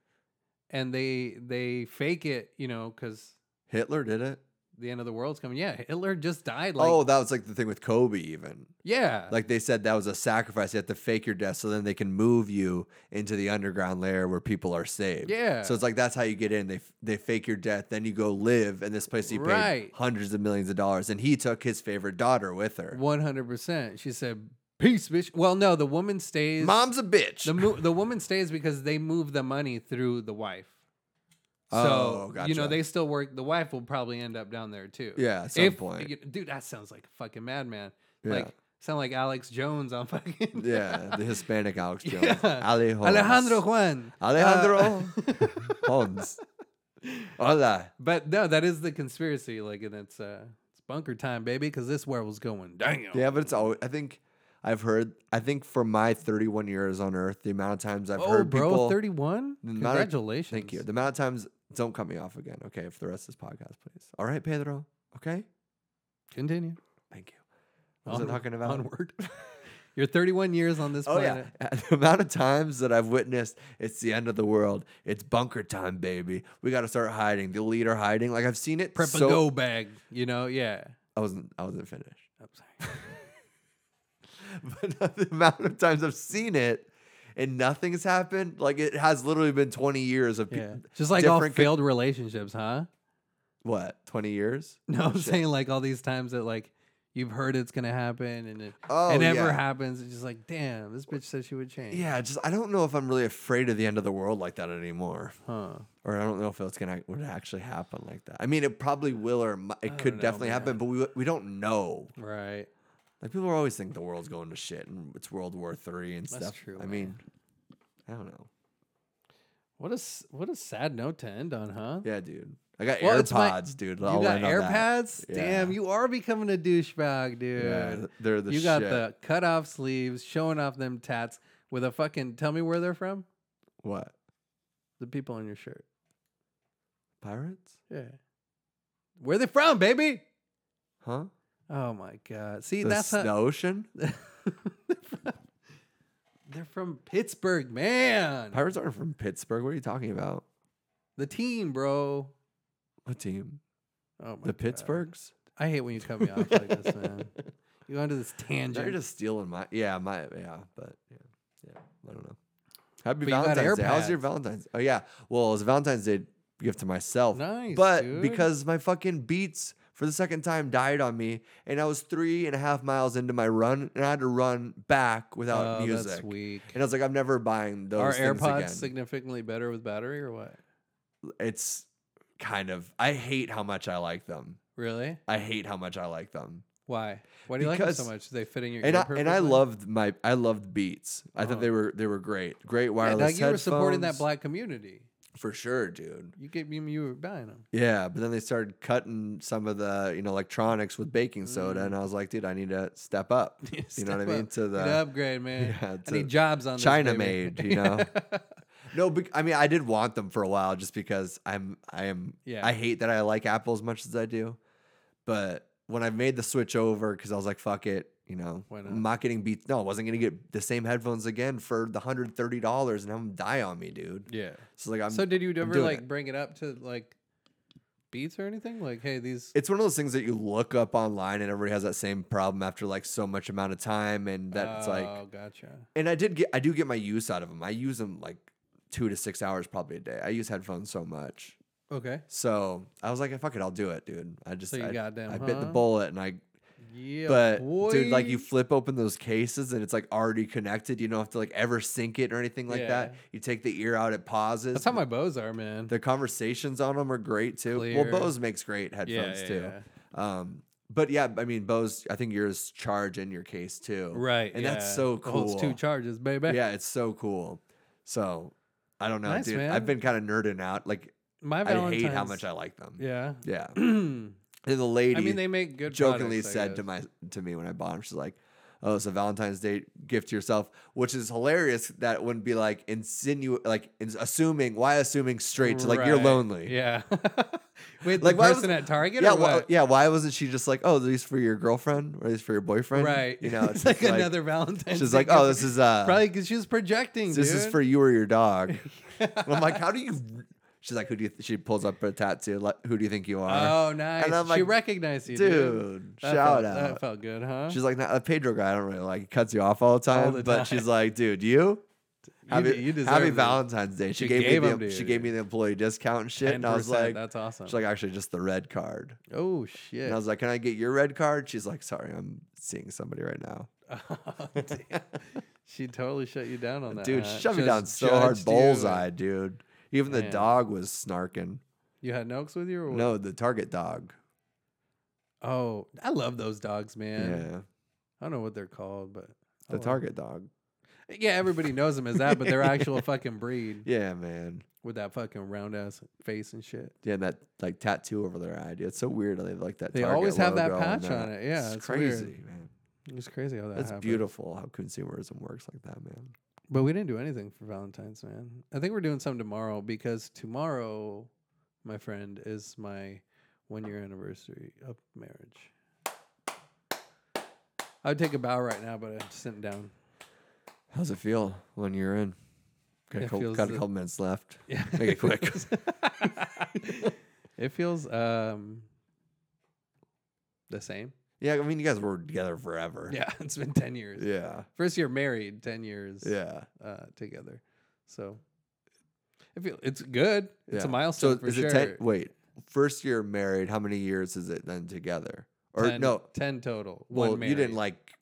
[SPEAKER 3] and they they fake it, you know, because
[SPEAKER 2] Hitler did it.
[SPEAKER 3] the end of the world's coming. Yeah, Hitler just died. Like,
[SPEAKER 2] oh, that was like the thing with Kobe, even.
[SPEAKER 3] yeah,
[SPEAKER 2] Like they said, that was a sacrifice. You have to fake your death so then they can move you into the underground layer where people are saved.
[SPEAKER 3] Yeah.
[SPEAKER 2] So it's like that's how you get in. They f- they fake your death, then you go live in this place you paid
[SPEAKER 3] Right.
[SPEAKER 2] hundreds of millions of dollars. And he took his favorite daughter with her.
[SPEAKER 3] one hundred percent. She said, Peace, bitch. Well, no, the woman stays.
[SPEAKER 2] Mom's a bitch.
[SPEAKER 3] The mo- the woman stays because they move the money through the wife. So
[SPEAKER 2] Oh,
[SPEAKER 3] you know
[SPEAKER 2] gotcha.
[SPEAKER 3] they still work. The wife will probably end up down there too.
[SPEAKER 2] yeah, at some
[SPEAKER 3] If-
[SPEAKER 2] point.
[SPEAKER 3] you- dude, that sounds like a fucking madman.
[SPEAKER 2] Yeah.
[SPEAKER 3] Like sound like Alex Jones on fucking
[SPEAKER 2] yeah, the Hispanic Alex Jones.
[SPEAKER 3] Yeah.
[SPEAKER 2] Ali Holmes.
[SPEAKER 3] Alejandro Juan. Uh,
[SPEAKER 2] Alejandro Holmes. Hola.
[SPEAKER 3] but no, that is the conspiracy. Like, and it's uh, it's bunker time, baby, because this werewolf's going. Damn.
[SPEAKER 2] Yeah, but it's always. I think I've heard. I think for my 31 years on Earth, the amount of times I've
[SPEAKER 3] Oh,
[SPEAKER 2] heard
[SPEAKER 3] bro,
[SPEAKER 2] people.
[SPEAKER 3] thirty-one.
[SPEAKER 2] The amount of-
[SPEAKER 3] Congratulations.
[SPEAKER 2] Thank you. The amount of times. Don't cut me off again, okay? For the rest of this podcast, please. All right, Pedro. Okay.
[SPEAKER 3] Continue.
[SPEAKER 2] Thank you. What was I
[SPEAKER 3] Onward-
[SPEAKER 2] talking about?
[SPEAKER 3] Onward. You're 31 years on this
[SPEAKER 2] Oh
[SPEAKER 3] planet.
[SPEAKER 2] yeah. The amount of times that I've witnessed it's the end of the world. It's bunker time, baby. We got to start hiding. The elite are hiding. Like I've seen it.
[SPEAKER 3] Prep
[SPEAKER 2] so-
[SPEAKER 3] a go bag. You know, yeah.
[SPEAKER 2] I wasn't. I wasn't finished.
[SPEAKER 3] I'm sorry.
[SPEAKER 2] but the amount of times I've seen it and nothing's happened, like it has literally been 20 years of pe-
[SPEAKER 3] Yeah. Just like all
[SPEAKER 2] different co-
[SPEAKER 3] failed relationships, huh?
[SPEAKER 2] what 20 years.
[SPEAKER 3] No, I'm saying like all these times that like you've heard it's gonna happen and it,
[SPEAKER 2] Oh,
[SPEAKER 3] it never
[SPEAKER 2] yeah.
[SPEAKER 3] happens. It's just like, damn, this bitch said she would change.
[SPEAKER 2] Yeah, just I don't know if I'm really afraid of the end of the world like that anymore,
[SPEAKER 3] Huh.
[SPEAKER 2] or I don't know if it's gonna would actually happen like that. I mean, it probably will, or it mi- it could
[SPEAKER 3] don't know,
[SPEAKER 2] definitely happen,
[SPEAKER 3] man.
[SPEAKER 2] but we we don't know.
[SPEAKER 3] Right.
[SPEAKER 2] Like people are always think the world's going to shit and it's World War Three and
[SPEAKER 3] That's
[SPEAKER 2] stuff.
[SPEAKER 3] true,
[SPEAKER 2] I
[SPEAKER 3] man.
[SPEAKER 2] mean, I don't know.
[SPEAKER 3] What a s- what a sad note to end on, huh?
[SPEAKER 2] Yeah, dude, I got
[SPEAKER 3] Well, it's my-
[SPEAKER 2] AirPods, dude.
[SPEAKER 3] You
[SPEAKER 2] I'll
[SPEAKER 3] got
[SPEAKER 2] end on that.
[SPEAKER 3] AirPods?
[SPEAKER 2] Yeah.
[SPEAKER 3] Damn, you are becoming a douchebag, dude.
[SPEAKER 2] Yeah, they're the
[SPEAKER 3] you got
[SPEAKER 2] shit.
[SPEAKER 3] the cut off sleeves, showing off them tats with a fucking tell me where they're from?
[SPEAKER 2] what
[SPEAKER 3] The people on your shirt.
[SPEAKER 2] pirates?
[SPEAKER 3] Yeah. Where they from, baby?
[SPEAKER 2] Huh?
[SPEAKER 3] Oh my god. See,
[SPEAKER 2] the
[SPEAKER 3] that's
[SPEAKER 2] the
[SPEAKER 3] how
[SPEAKER 2] ocean?
[SPEAKER 3] they're from Pittsburgh, man.
[SPEAKER 2] Pirates aren't from Pittsburgh. What are you talking about?
[SPEAKER 3] The team, bro.
[SPEAKER 2] What team?
[SPEAKER 3] Oh my
[SPEAKER 2] The
[SPEAKER 3] God.
[SPEAKER 2] Pittsburghs?
[SPEAKER 3] I hate when you cut me off like this, man. You onto this
[SPEAKER 2] Now
[SPEAKER 3] tangent.
[SPEAKER 2] You're just stealing my yeah, my yeah, but yeah. Yeah. I don't know. Happy
[SPEAKER 3] But you got
[SPEAKER 2] Valentine's Day. How's your
[SPEAKER 3] AirPods.
[SPEAKER 2] Valentine's? Oh yeah. Well, it was a Valentine's Day gift to myself.
[SPEAKER 3] Nice,
[SPEAKER 2] But
[SPEAKER 3] dude.
[SPEAKER 2] because my fucking beats for the second time died on me, and I was three and a half miles into my run, and I had to run back without
[SPEAKER 3] oh,
[SPEAKER 2] music.
[SPEAKER 3] that's weak.
[SPEAKER 2] And I was like, I'm never buying those
[SPEAKER 3] Are
[SPEAKER 2] things
[SPEAKER 3] AirPods
[SPEAKER 2] again.
[SPEAKER 3] significantly better with battery or what?
[SPEAKER 2] it's kind of. I hate how much I like them.
[SPEAKER 3] Really?
[SPEAKER 2] I hate how much I like them.
[SPEAKER 3] Why? Why do you like them so
[SPEAKER 2] Because-
[SPEAKER 3] much? Do they fit in your
[SPEAKER 2] and
[SPEAKER 3] ear
[SPEAKER 2] I, and I
[SPEAKER 3] perfectly?
[SPEAKER 2] loved my I loved Beats. I
[SPEAKER 3] Oh.
[SPEAKER 2] thought they were they were great, great
[SPEAKER 3] Yeah,
[SPEAKER 2] wireless
[SPEAKER 3] like you were supporting that
[SPEAKER 2] headphones.
[SPEAKER 3] black community.
[SPEAKER 2] for sure, dude.
[SPEAKER 3] You gave me you were buying them.
[SPEAKER 2] Yeah, but then they started cutting some of the you know electronics with baking soda,
[SPEAKER 3] Mm.
[SPEAKER 2] and I was like, dude, I need to step up. you know what I mean? To
[SPEAKER 3] Need to
[SPEAKER 2] the
[SPEAKER 3] upgrade, man.
[SPEAKER 2] Yeah,
[SPEAKER 3] I
[SPEAKER 2] to
[SPEAKER 3] need jobs on
[SPEAKER 2] China
[SPEAKER 3] this, baby.
[SPEAKER 2] made, you know? no, bec- I mean, I did want them for a while just because I'm I am
[SPEAKER 3] Yeah.
[SPEAKER 2] I hate that I like Apple as much as I do, but when I made the switch over because I was like, fuck it. You know,
[SPEAKER 3] Why not?
[SPEAKER 2] I'm not getting Beats. No, I wasn't gonna get the same headphones again for the hundred thirty dollars, and I'm die on me, dude.
[SPEAKER 3] yeah.
[SPEAKER 2] So like I'm
[SPEAKER 3] so did you ever
[SPEAKER 2] doing
[SPEAKER 3] like
[SPEAKER 2] it.
[SPEAKER 3] bring it up to like beats or anything? Like, hey, these
[SPEAKER 2] it's one of those things that you look up online and everybody has that same problem after like so much amount of time and that's like
[SPEAKER 3] Oh, gotcha.
[SPEAKER 2] and I did get I do get my use out of them. I use them like 2 to 6 hours probably a day. I use headphones so much.
[SPEAKER 3] Okay.
[SPEAKER 2] So, I was like, fuck it, I'll do it, dude. I just
[SPEAKER 3] So you
[SPEAKER 2] I,
[SPEAKER 3] goddamn
[SPEAKER 2] I bit the
[SPEAKER 3] huh?
[SPEAKER 2] bullet and I
[SPEAKER 3] Yeah.
[SPEAKER 2] but dude like you
[SPEAKER 3] boy.
[SPEAKER 2] flip open those cases and it's like already connected. You don't have to like ever sync it or anything like that.
[SPEAKER 3] Yeah.
[SPEAKER 2] You take the ear out, it pauses.
[SPEAKER 3] That's how my bows are, man.
[SPEAKER 2] the conversations on them are great too.
[SPEAKER 3] Clear.
[SPEAKER 2] Well, Bose makes great headphones
[SPEAKER 3] yeah,
[SPEAKER 2] too. Um, but yeah, I mean, Bose, I think yours charge in your case too.
[SPEAKER 3] Right.
[SPEAKER 2] And that's
[SPEAKER 3] yeah.
[SPEAKER 2] so
[SPEAKER 3] Holds two
[SPEAKER 2] cool.
[SPEAKER 3] charges, baby.
[SPEAKER 2] Yeah, it's so cool. So I don't know,
[SPEAKER 3] Nice,
[SPEAKER 2] dude.
[SPEAKER 3] man.
[SPEAKER 2] I've been kind of nerding out. Like,
[SPEAKER 3] My
[SPEAKER 2] I
[SPEAKER 3] Valentine's.
[SPEAKER 2] hate how much I like them.
[SPEAKER 3] Yeah.
[SPEAKER 2] Yeah.
[SPEAKER 3] I
[SPEAKER 2] And the lady
[SPEAKER 3] mean, they uh, make good.
[SPEAKER 2] jokingly
[SPEAKER 3] products, I
[SPEAKER 2] said to
[SPEAKER 3] guess.
[SPEAKER 2] my to me when I bought them, she's like, "Oh, it's a Valentine's Day gift to yourself," which is hilarious. That it wouldn't be like insinu like ins- assuming. Why assuming straight to like you're
[SPEAKER 3] Right.
[SPEAKER 2] lonely?
[SPEAKER 3] Yeah. With
[SPEAKER 2] Like,
[SPEAKER 3] the
[SPEAKER 2] why was-
[SPEAKER 3] person at Target
[SPEAKER 2] yeah,
[SPEAKER 3] or
[SPEAKER 2] why,
[SPEAKER 3] what?
[SPEAKER 2] yeah. Why wasn't she just like, oh, these for your girlfriend or these for your boyfriend?
[SPEAKER 3] Right.
[SPEAKER 2] You know,
[SPEAKER 3] it's, like, another Valentine's.
[SPEAKER 2] She's
[SPEAKER 3] Day
[SPEAKER 2] like, oh,
[SPEAKER 3] gift.
[SPEAKER 2] this is uh,
[SPEAKER 3] probably because she was projecting.
[SPEAKER 2] this is
[SPEAKER 3] dude.
[SPEAKER 2] for you or your dog. and I'm like, how do you? She's like, who do you? She pulls up a tattoo. Like, who do you think you are?
[SPEAKER 3] Oh, nice.
[SPEAKER 2] I'm
[SPEAKER 3] she
[SPEAKER 2] like,
[SPEAKER 3] recognized you,
[SPEAKER 2] dude,
[SPEAKER 3] dude. That
[SPEAKER 2] shout
[SPEAKER 3] felt, That
[SPEAKER 2] out.
[SPEAKER 3] felt good, huh?
[SPEAKER 2] She's like, nah, that Pedro guy, I don't really like. He cuts you off all the time,
[SPEAKER 3] the
[SPEAKER 2] but
[SPEAKER 3] time.
[SPEAKER 2] she's like, dude, you.
[SPEAKER 3] de-
[SPEAKER 2] Happy,
[SPEAKER 3] you deserve
[SPEAKER 2] happy
[SPEAKER 3] this.
[SPEAKER 2] Valentine's Day. She,
[SPEAKER 3] She
[SPEAKER 2] gave,
[SPEAKER 3] gave
[SPEAKER 2] me
[SPEAKER 3] 'em to
[SPEAKER 2] the,
[SPEAKER 3] you,
[SPEAKER 2] she gave me the employee discount and shit, and I was
[SPEAKER 3] 10%,
[SPEAKER 2] like,
[SPEAKER 3] that's awesome.
[SPEAKER 2] she's like actually just the red card.
[SPEAKER 3] oh shit.
[SPEAKER 2] And I was like, "Can I get your red card?" She's like, "Sorry, I'm seeing somebody right now."
[SPEAKER 3] Oh, damn. she totally shut you down on that.
[SPEAKER 2] dude,
[SPEAKER 3] huh?
[SPEAKER 2] shove me
[SPEAKER 3] Just
[SPEAKER 2] down so hard,
[SPEAKER 3] judged you.
[SPEAKER 2] bullseye, dude. Even the
[SPEAKER 3] Man.
[SPEAKER 2] dog was snarking.
[SPEAKER 3] You had Noakes with you? Or what?
[SPEAKER 2] No, the target dog.
[SPEAKER 3] Oh, I love those dogs, man.
[SPEAKER 2] yeah,
[SPEAKER 3] I don't know what they're called, but I
[SPEAKER 2] the
[SPEAKER 3] love-
[SPEAKER 2] target dog.
[SPEAKER 3] Yeah, everybody knows them as that, but they're actual fucking breed
[SPEAKER 2] Yeah, man.
[SPEAKER 3] with that fucking round ass face and shit.
[SPEAKER 2] Yeah, and that like tattoo over their eye. Dude. It's so weird. how They have, like that.
[SPEAKER 3] They
[SPEAKER 2] Target
[SPEAKER 3] always have that
[SPEAKER 2] logo and
[SPEAKER 3] patch on it. Yeah,
[SPEAKER 2] it's,
[SPEAKER 3] it's weird.
[SPEAKER 2] crazy, man.
[SPEAKER 3] It's crazy how that
[SPEAKER 2] That's
[SPEAKER 3] happened.
[SPEAKER 2] beautiful how consumerism works like that, man.
[SPEAKER 3] But we didn't do anything for Valentine's, man. I think we're doing something tomorrow because tomorrow, my friend, is my one year anniversary of marriage. I would take a bow right now, but I'm sitting down.
[SPEAKER 2] How's it feel when you're in? Got a
[SPEAKER 3] It
[SPEAKER 2] couple,
[SPEAKER 3] feels
[SPEAKER 2] got a
[SPEAKER 3] the-
[SPEAKER 2] couple minutes left.
[SPEAKER 3] Yeah.
[SPEAKER 2] Make it quick.
[SPEAKER 3] it feels um the same.
[SPEAKER 2] Yeah, I mean, you guys were together forever.
[SPEAKER 3] Yeah, it's been 10 years.
[SPEAKER 2] Yeah.
[SPEAKER 3] First year married, 10 years
[SPEAKER 2] Yeah.
[SPEAKER 3] uh together. So it feel, it's good. It's
[SPEAKER 2] yeah.
[SPEAKER 3] a milestone for
[SPEAKER 2] is
[SPEAKER 3] sure.
[SPEAKER 2] it ten? Wait, first year married. How many years is it then together? Or
[SPEAKER 3] 10
[SPEAKER 2] no?
[SPEAKER 3] 10 total.
[SPEAKER 2] Well,
[SPEAKER 3] one married.
[SPEAKER 2] you didn't like.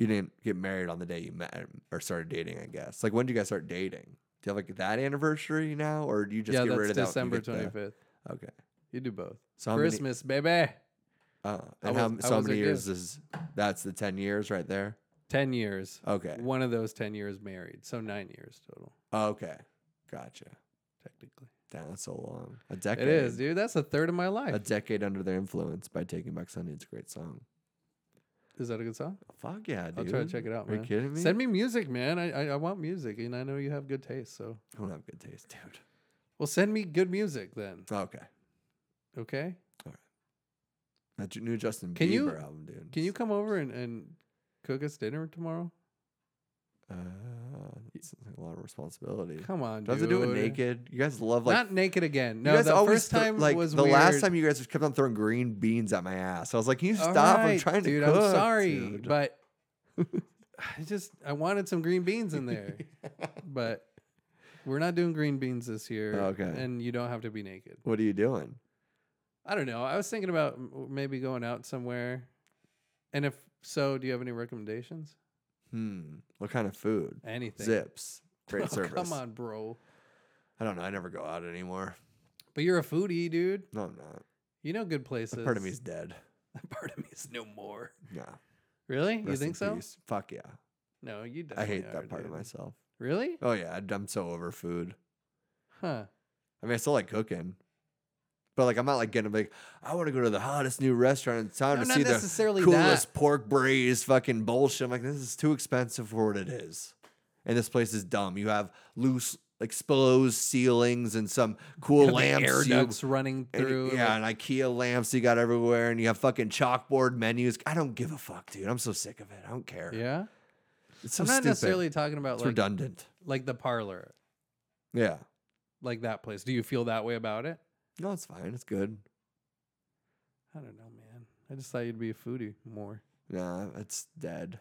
[SPEAKER 2] You didn't get married on the day you met or started dating. I guess. Like, when did you guys start dating? Do you have like that anniversary now, or do you just
[SPEAKER 3] yeah,
[SPEAKER 2] get
[SPEAKER 3] that's
[SPEAKER 2] rid of that? when you
[SPEAKER 3] December
[SPEAKER 2] get the-
[SPEAKER 3] 25th.
[SPEAKER 2] Okay.
[SPEAKER 3] You do both.
[SPEAKER 2] So how many?
[SPEAKER 3] Christmas, baby.
[SPEAKER 2] Uh,
[SPEAKER 3] I
[SPEAKER 2] and how,
[SPEAKER 3] Oh, was- I
[SPEAKER 2] so how
[SPEAKER 3] was
[SPEAKER 2] many
[SPEAKER 3] her
[SPEAKER 2] years is that's the ten years right there?
[SPEAKER 3] 10 years.
[SPEAKER 2] Okay.
[SPEAKER 3] One of those 10 years married. So 9 years total,
[SPEAKER 2] Okay. Gotcha.
[SPEAKER 3] technically.
[SPEAKER 2] Damn, that's so long. A decade.
[SPEAKER 3] It is, dude. That's a third of my life.
[SPEAKER 2] A decade under their influence by Taking Back Sunday. It's a great song.
[SPEAKER 3] Is that a good song?
[SPEAKER 2] Fuck yeah, dude.
[SPEAKER 3] I'll try to check it out,
[SPEAKER 2] Are
[SPEAKER 3] man.
[SPEAKER 2] you kidding me?
[SPEAKER 3] Send me music, man. I, I I want music, and I know you have good taste. So,
[SPEAKER 2] I don't have good taste, dude.
[SPEAKER 3] well, send me good music then.
[SPEAKER 2] Okay.
[SPEAKER 3] Okay.
[SPEAKER 2] That ju- new Justin
[SPEAKER 3] Can
[SPEAKER 2] Bieber
[SPEAKER 3] you-
[SPEAKER 2] album, dude.
[SPEAKER 3] Can you come over and, and cook us dinner tomorrow?
[SPEAKER 2] Uh, that's a lot of responsibility.
[SPEAKER 3] Come on,
[SPEAKER 2] Do I have to
[SPEAKER 3] dude.
[SPEAKER 2] do it naked? You guys love like.
[SPEAKER 3] Not naked again. No,
[SPEAKER 2] you guys
[SPEAKER 3] the
[SPEAKER 2] always
[SPEAKER 3] first
[SPEAKER 2] thro-
[SPEAKER 3] time
[SPEAKER 2] like
[SPEAKER 3] was
[SPEAKER 2] the last
[SPEAKER 3] weird.
[SPEAKER 2] time you guys just kept on throwing green beans at my ass. I was like, "Can you
[SPEAKER 3] All
[SPEAKER 2] stop? I'm
[SPEAKER 3] right,
[SPEAKER 2] trying to
[SPEAKER 3] dude,
[SPEAKER 2] cook."
[SPEAKER 3] I'm sorry,
[SPEAKER 2] dude."
[SPEAKER 3] but I just I wanted some green beans in there, but we're not doing green beans this year.
[SPEAKER 2] Okay.
[SPEAKER 3] and you don't have to be naked.
[SPEAKER 2] what are you doing?
[SPEAKER 3] I don't know. I was thinking about m- maybe going out somewhere, and if so, do you have any recommendations?
[SPEAKER 2] Hmm. What kind of food?
[SPEAKER 3] Anything?
[SPEAKER 2] Zips. Great
[SPEAKER 3] Oh,
[SPEAKER 2] service.
[SPEAKER 3] Come on, bro.
[SPEAKER 2] I don't know. I never go out anymore.
[SPEAKER 3] But you're a foodie, dude.
[SPEAKER 2] No, I'm not.
[SPEAKER 3] You know good places.
[SPEAKER 2] That part of me's dead.
[SPEAKER 3] part of me is no more.
[SPEAKER 2] Yeah.
[SPEAKER 3] Really? you
[SPEAKER 2] Rest in
[SPEAKER 3] think so?
[SPEAKER 2] peace. Fuck yeah.
[SPEAKER 3] No, you.
[SPEAKER 2] I
[SPEAKER 3] Definitely
[SPEAKER 2] hate
[SPEAKER 3] are,
[SPEAKER 2] that part of
[SPEAKER 3] dude.
[SPEAKER 2] myself.
[SPEAKER 3] Really?
[SPEAKER 2] Oh yeah, I'd- I'm so over food.
[SPEAKER 3] Huh?
[SPEAKER 2] I mean, I still like cooking, but like I'm not like getting like I want to go to the hottest new restaurant in town
[SPEAKER 3] No,
[SPEAKER 2] to
[SPEAKER 3] not
[SPEAKER 2] see the
[SPEAKER 3] necessarily
[SPEAKER 2] coolest
[SPEAKER 3] that.
[SPEAKER 2] pork braised fucking bullshit. I'm like, this is too expensive for what it is, and this place is dumb. You have loose exposed ceilings and some cool
[SPEAKER 3] You know, the air
[SPEAKER 2] lamps you-
[SPEAKER 3] ducts running
[SPEAKER 2] and y-
[SPEAKER 3] through.
[SPEAKER 2] yeah, and
[SPEAKER 3] like-
[SPEAKER 2] IKEA lamps you got everywhere, and you have fucking chalkboard menus. I don't give a fuck, dude. I'm so sick of it. I don't care.
[SPEAKER 3] yeah.
[SPEAKER 2] It's so
[SPEAKER 3] I'm not
[SPEAKER 2] stupid.
[SPEAKER 3] necessarily talking about
[SPEAKER 2] it's
[SPEAKER 3] like
[SPEAKER 2] redundant.
[SPEAKER 3] like the parlor,
[SPEAKER 2] Yeah.
[SPEAKER 3] like that place. Do you feel that way about it?
[SPEAKER 2] No, it's fine. It's good.
[SPEAKER 3] I don't know, man. I just thought you'd be a foodie more.
[SPEAKER 2] Nah, it's dead.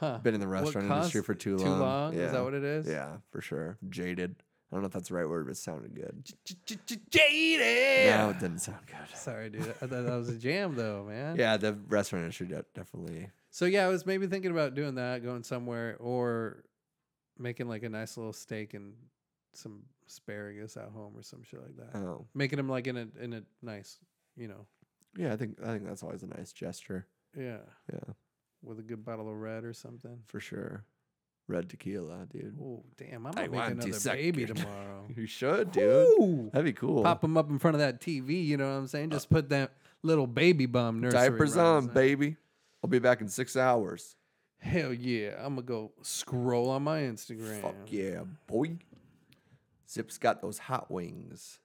[SPEAKER 3] Huh?
[SPEAKER 2] Been in the
[SPEAKER 3] What
[SPEAKER 2] restaurant industry
[SPEAKER 3] caused-
[SPEAKER 2] for too long.
[SPEAKER 3] Too long?
[SPEAKER 2] Yeah.
[SPEAKER 3] Is that what it is?
[SPEAKER 2] Yeah, for sure. Jaded. I don't know if that's the right word, but it sounded good.
[SPEAKER 3] Jaded.
[SPEAKER 2] No, it didn't sound good.
[SPEAKER 3] Sorry, dude. I thought that was a jam, though, man.
[SPEAKER 2] Yeah, the restaurant industry de- definitely.
[SPEAKER 3] So yeah, I was maybe thinking about doing that, going somewhere, or making like a nice little steak and some asparagus at home or some shit like that.
[SPEAKER 2] Oh,
[SPEAKER 3] Making them like in a in a nice, you know,
[SPEAKER 2] yeah. I think I think that's always a nice gesture.
[SPEAKER 3] yeah,
[SPEAKER 2] Yeah,
[SPEAKER 3] with a good bottle of red or something.
[SPEAKER 2] for sure. Red tequila, dude.
[SPEAKER 3] Oh damn! I'm
[SPEAKER 2] I
[SPEAKER 3] gonna make
[SPEAKER 2] want
[SPEAKER 3] another
[SPEAKER 2] to suck
[SPEAKER 3] baby
[SPEAKER 2] your-
[SPEAKER 3] tomorrow.
[SPEAKER 2] You should, dude.
[SPEAKER 3] Ooh.
[SPEAKER 2] That'd be cool.
[SPEAKER 3] Pop them up in front of that TV. You know what I'm saying? Just put that little baby bum nursery
[SPEAKER 2] Diapers
[SPEAKER 3] rhymes
[SPEAKER 2] on,
[SPEAKER 3] in.
[SPEAKER 2] baby. I'll be back in six hours.
[SPEAKER 3] Hell yeah! I'm gonna go scroll on my Instagram.
[SPEAKER 2] Fuck yeah, boy. Zip's got those hot wings.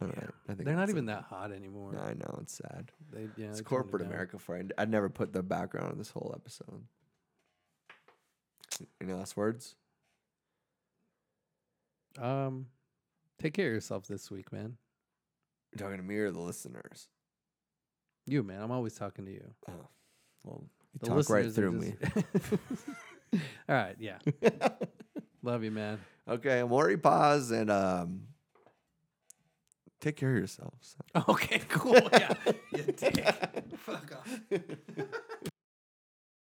[SPEAKER 2] All right. I think
[SPEAKER 3] They're not
[SPEAKER 2] that's
[SPEAKER 3] even
[SPEAKER 2] it.
[SPEAKER 3] that hot anymore.
[SPEAKER 2] I know it's sad.
[SPEAKER 3] They, yeah,
[SPEAKER 2] It's
[SPEAKER 3] they toned it
[SPEAKER 2] corporate
[SPEAKER 3] down.
[SPEAKER 2] America for I would never put the background on this whole episode. Any last words?
[SPEAKER 3] Um, take care of yourself this week, man.
[SPEAKER 2] You're talking to me or the listeners?
[SPEAKER 3] You, man. I'm always talking to you.
[SPEAKER 2] Oh, well, you
[SPEAKER 3] The
[SPEAKER 2] talk right
[SPEAKER 3] listeners are
[SPEAKER 2] through me.
[SPEAKER 3] just- All right. Yeah. Love you, man.
[SPEAKER 2] Okay, Maury, pause and um, take care of yourselves.
[SPEAKER 3] Okay. Cool. Yeah. you dick. Fuck off.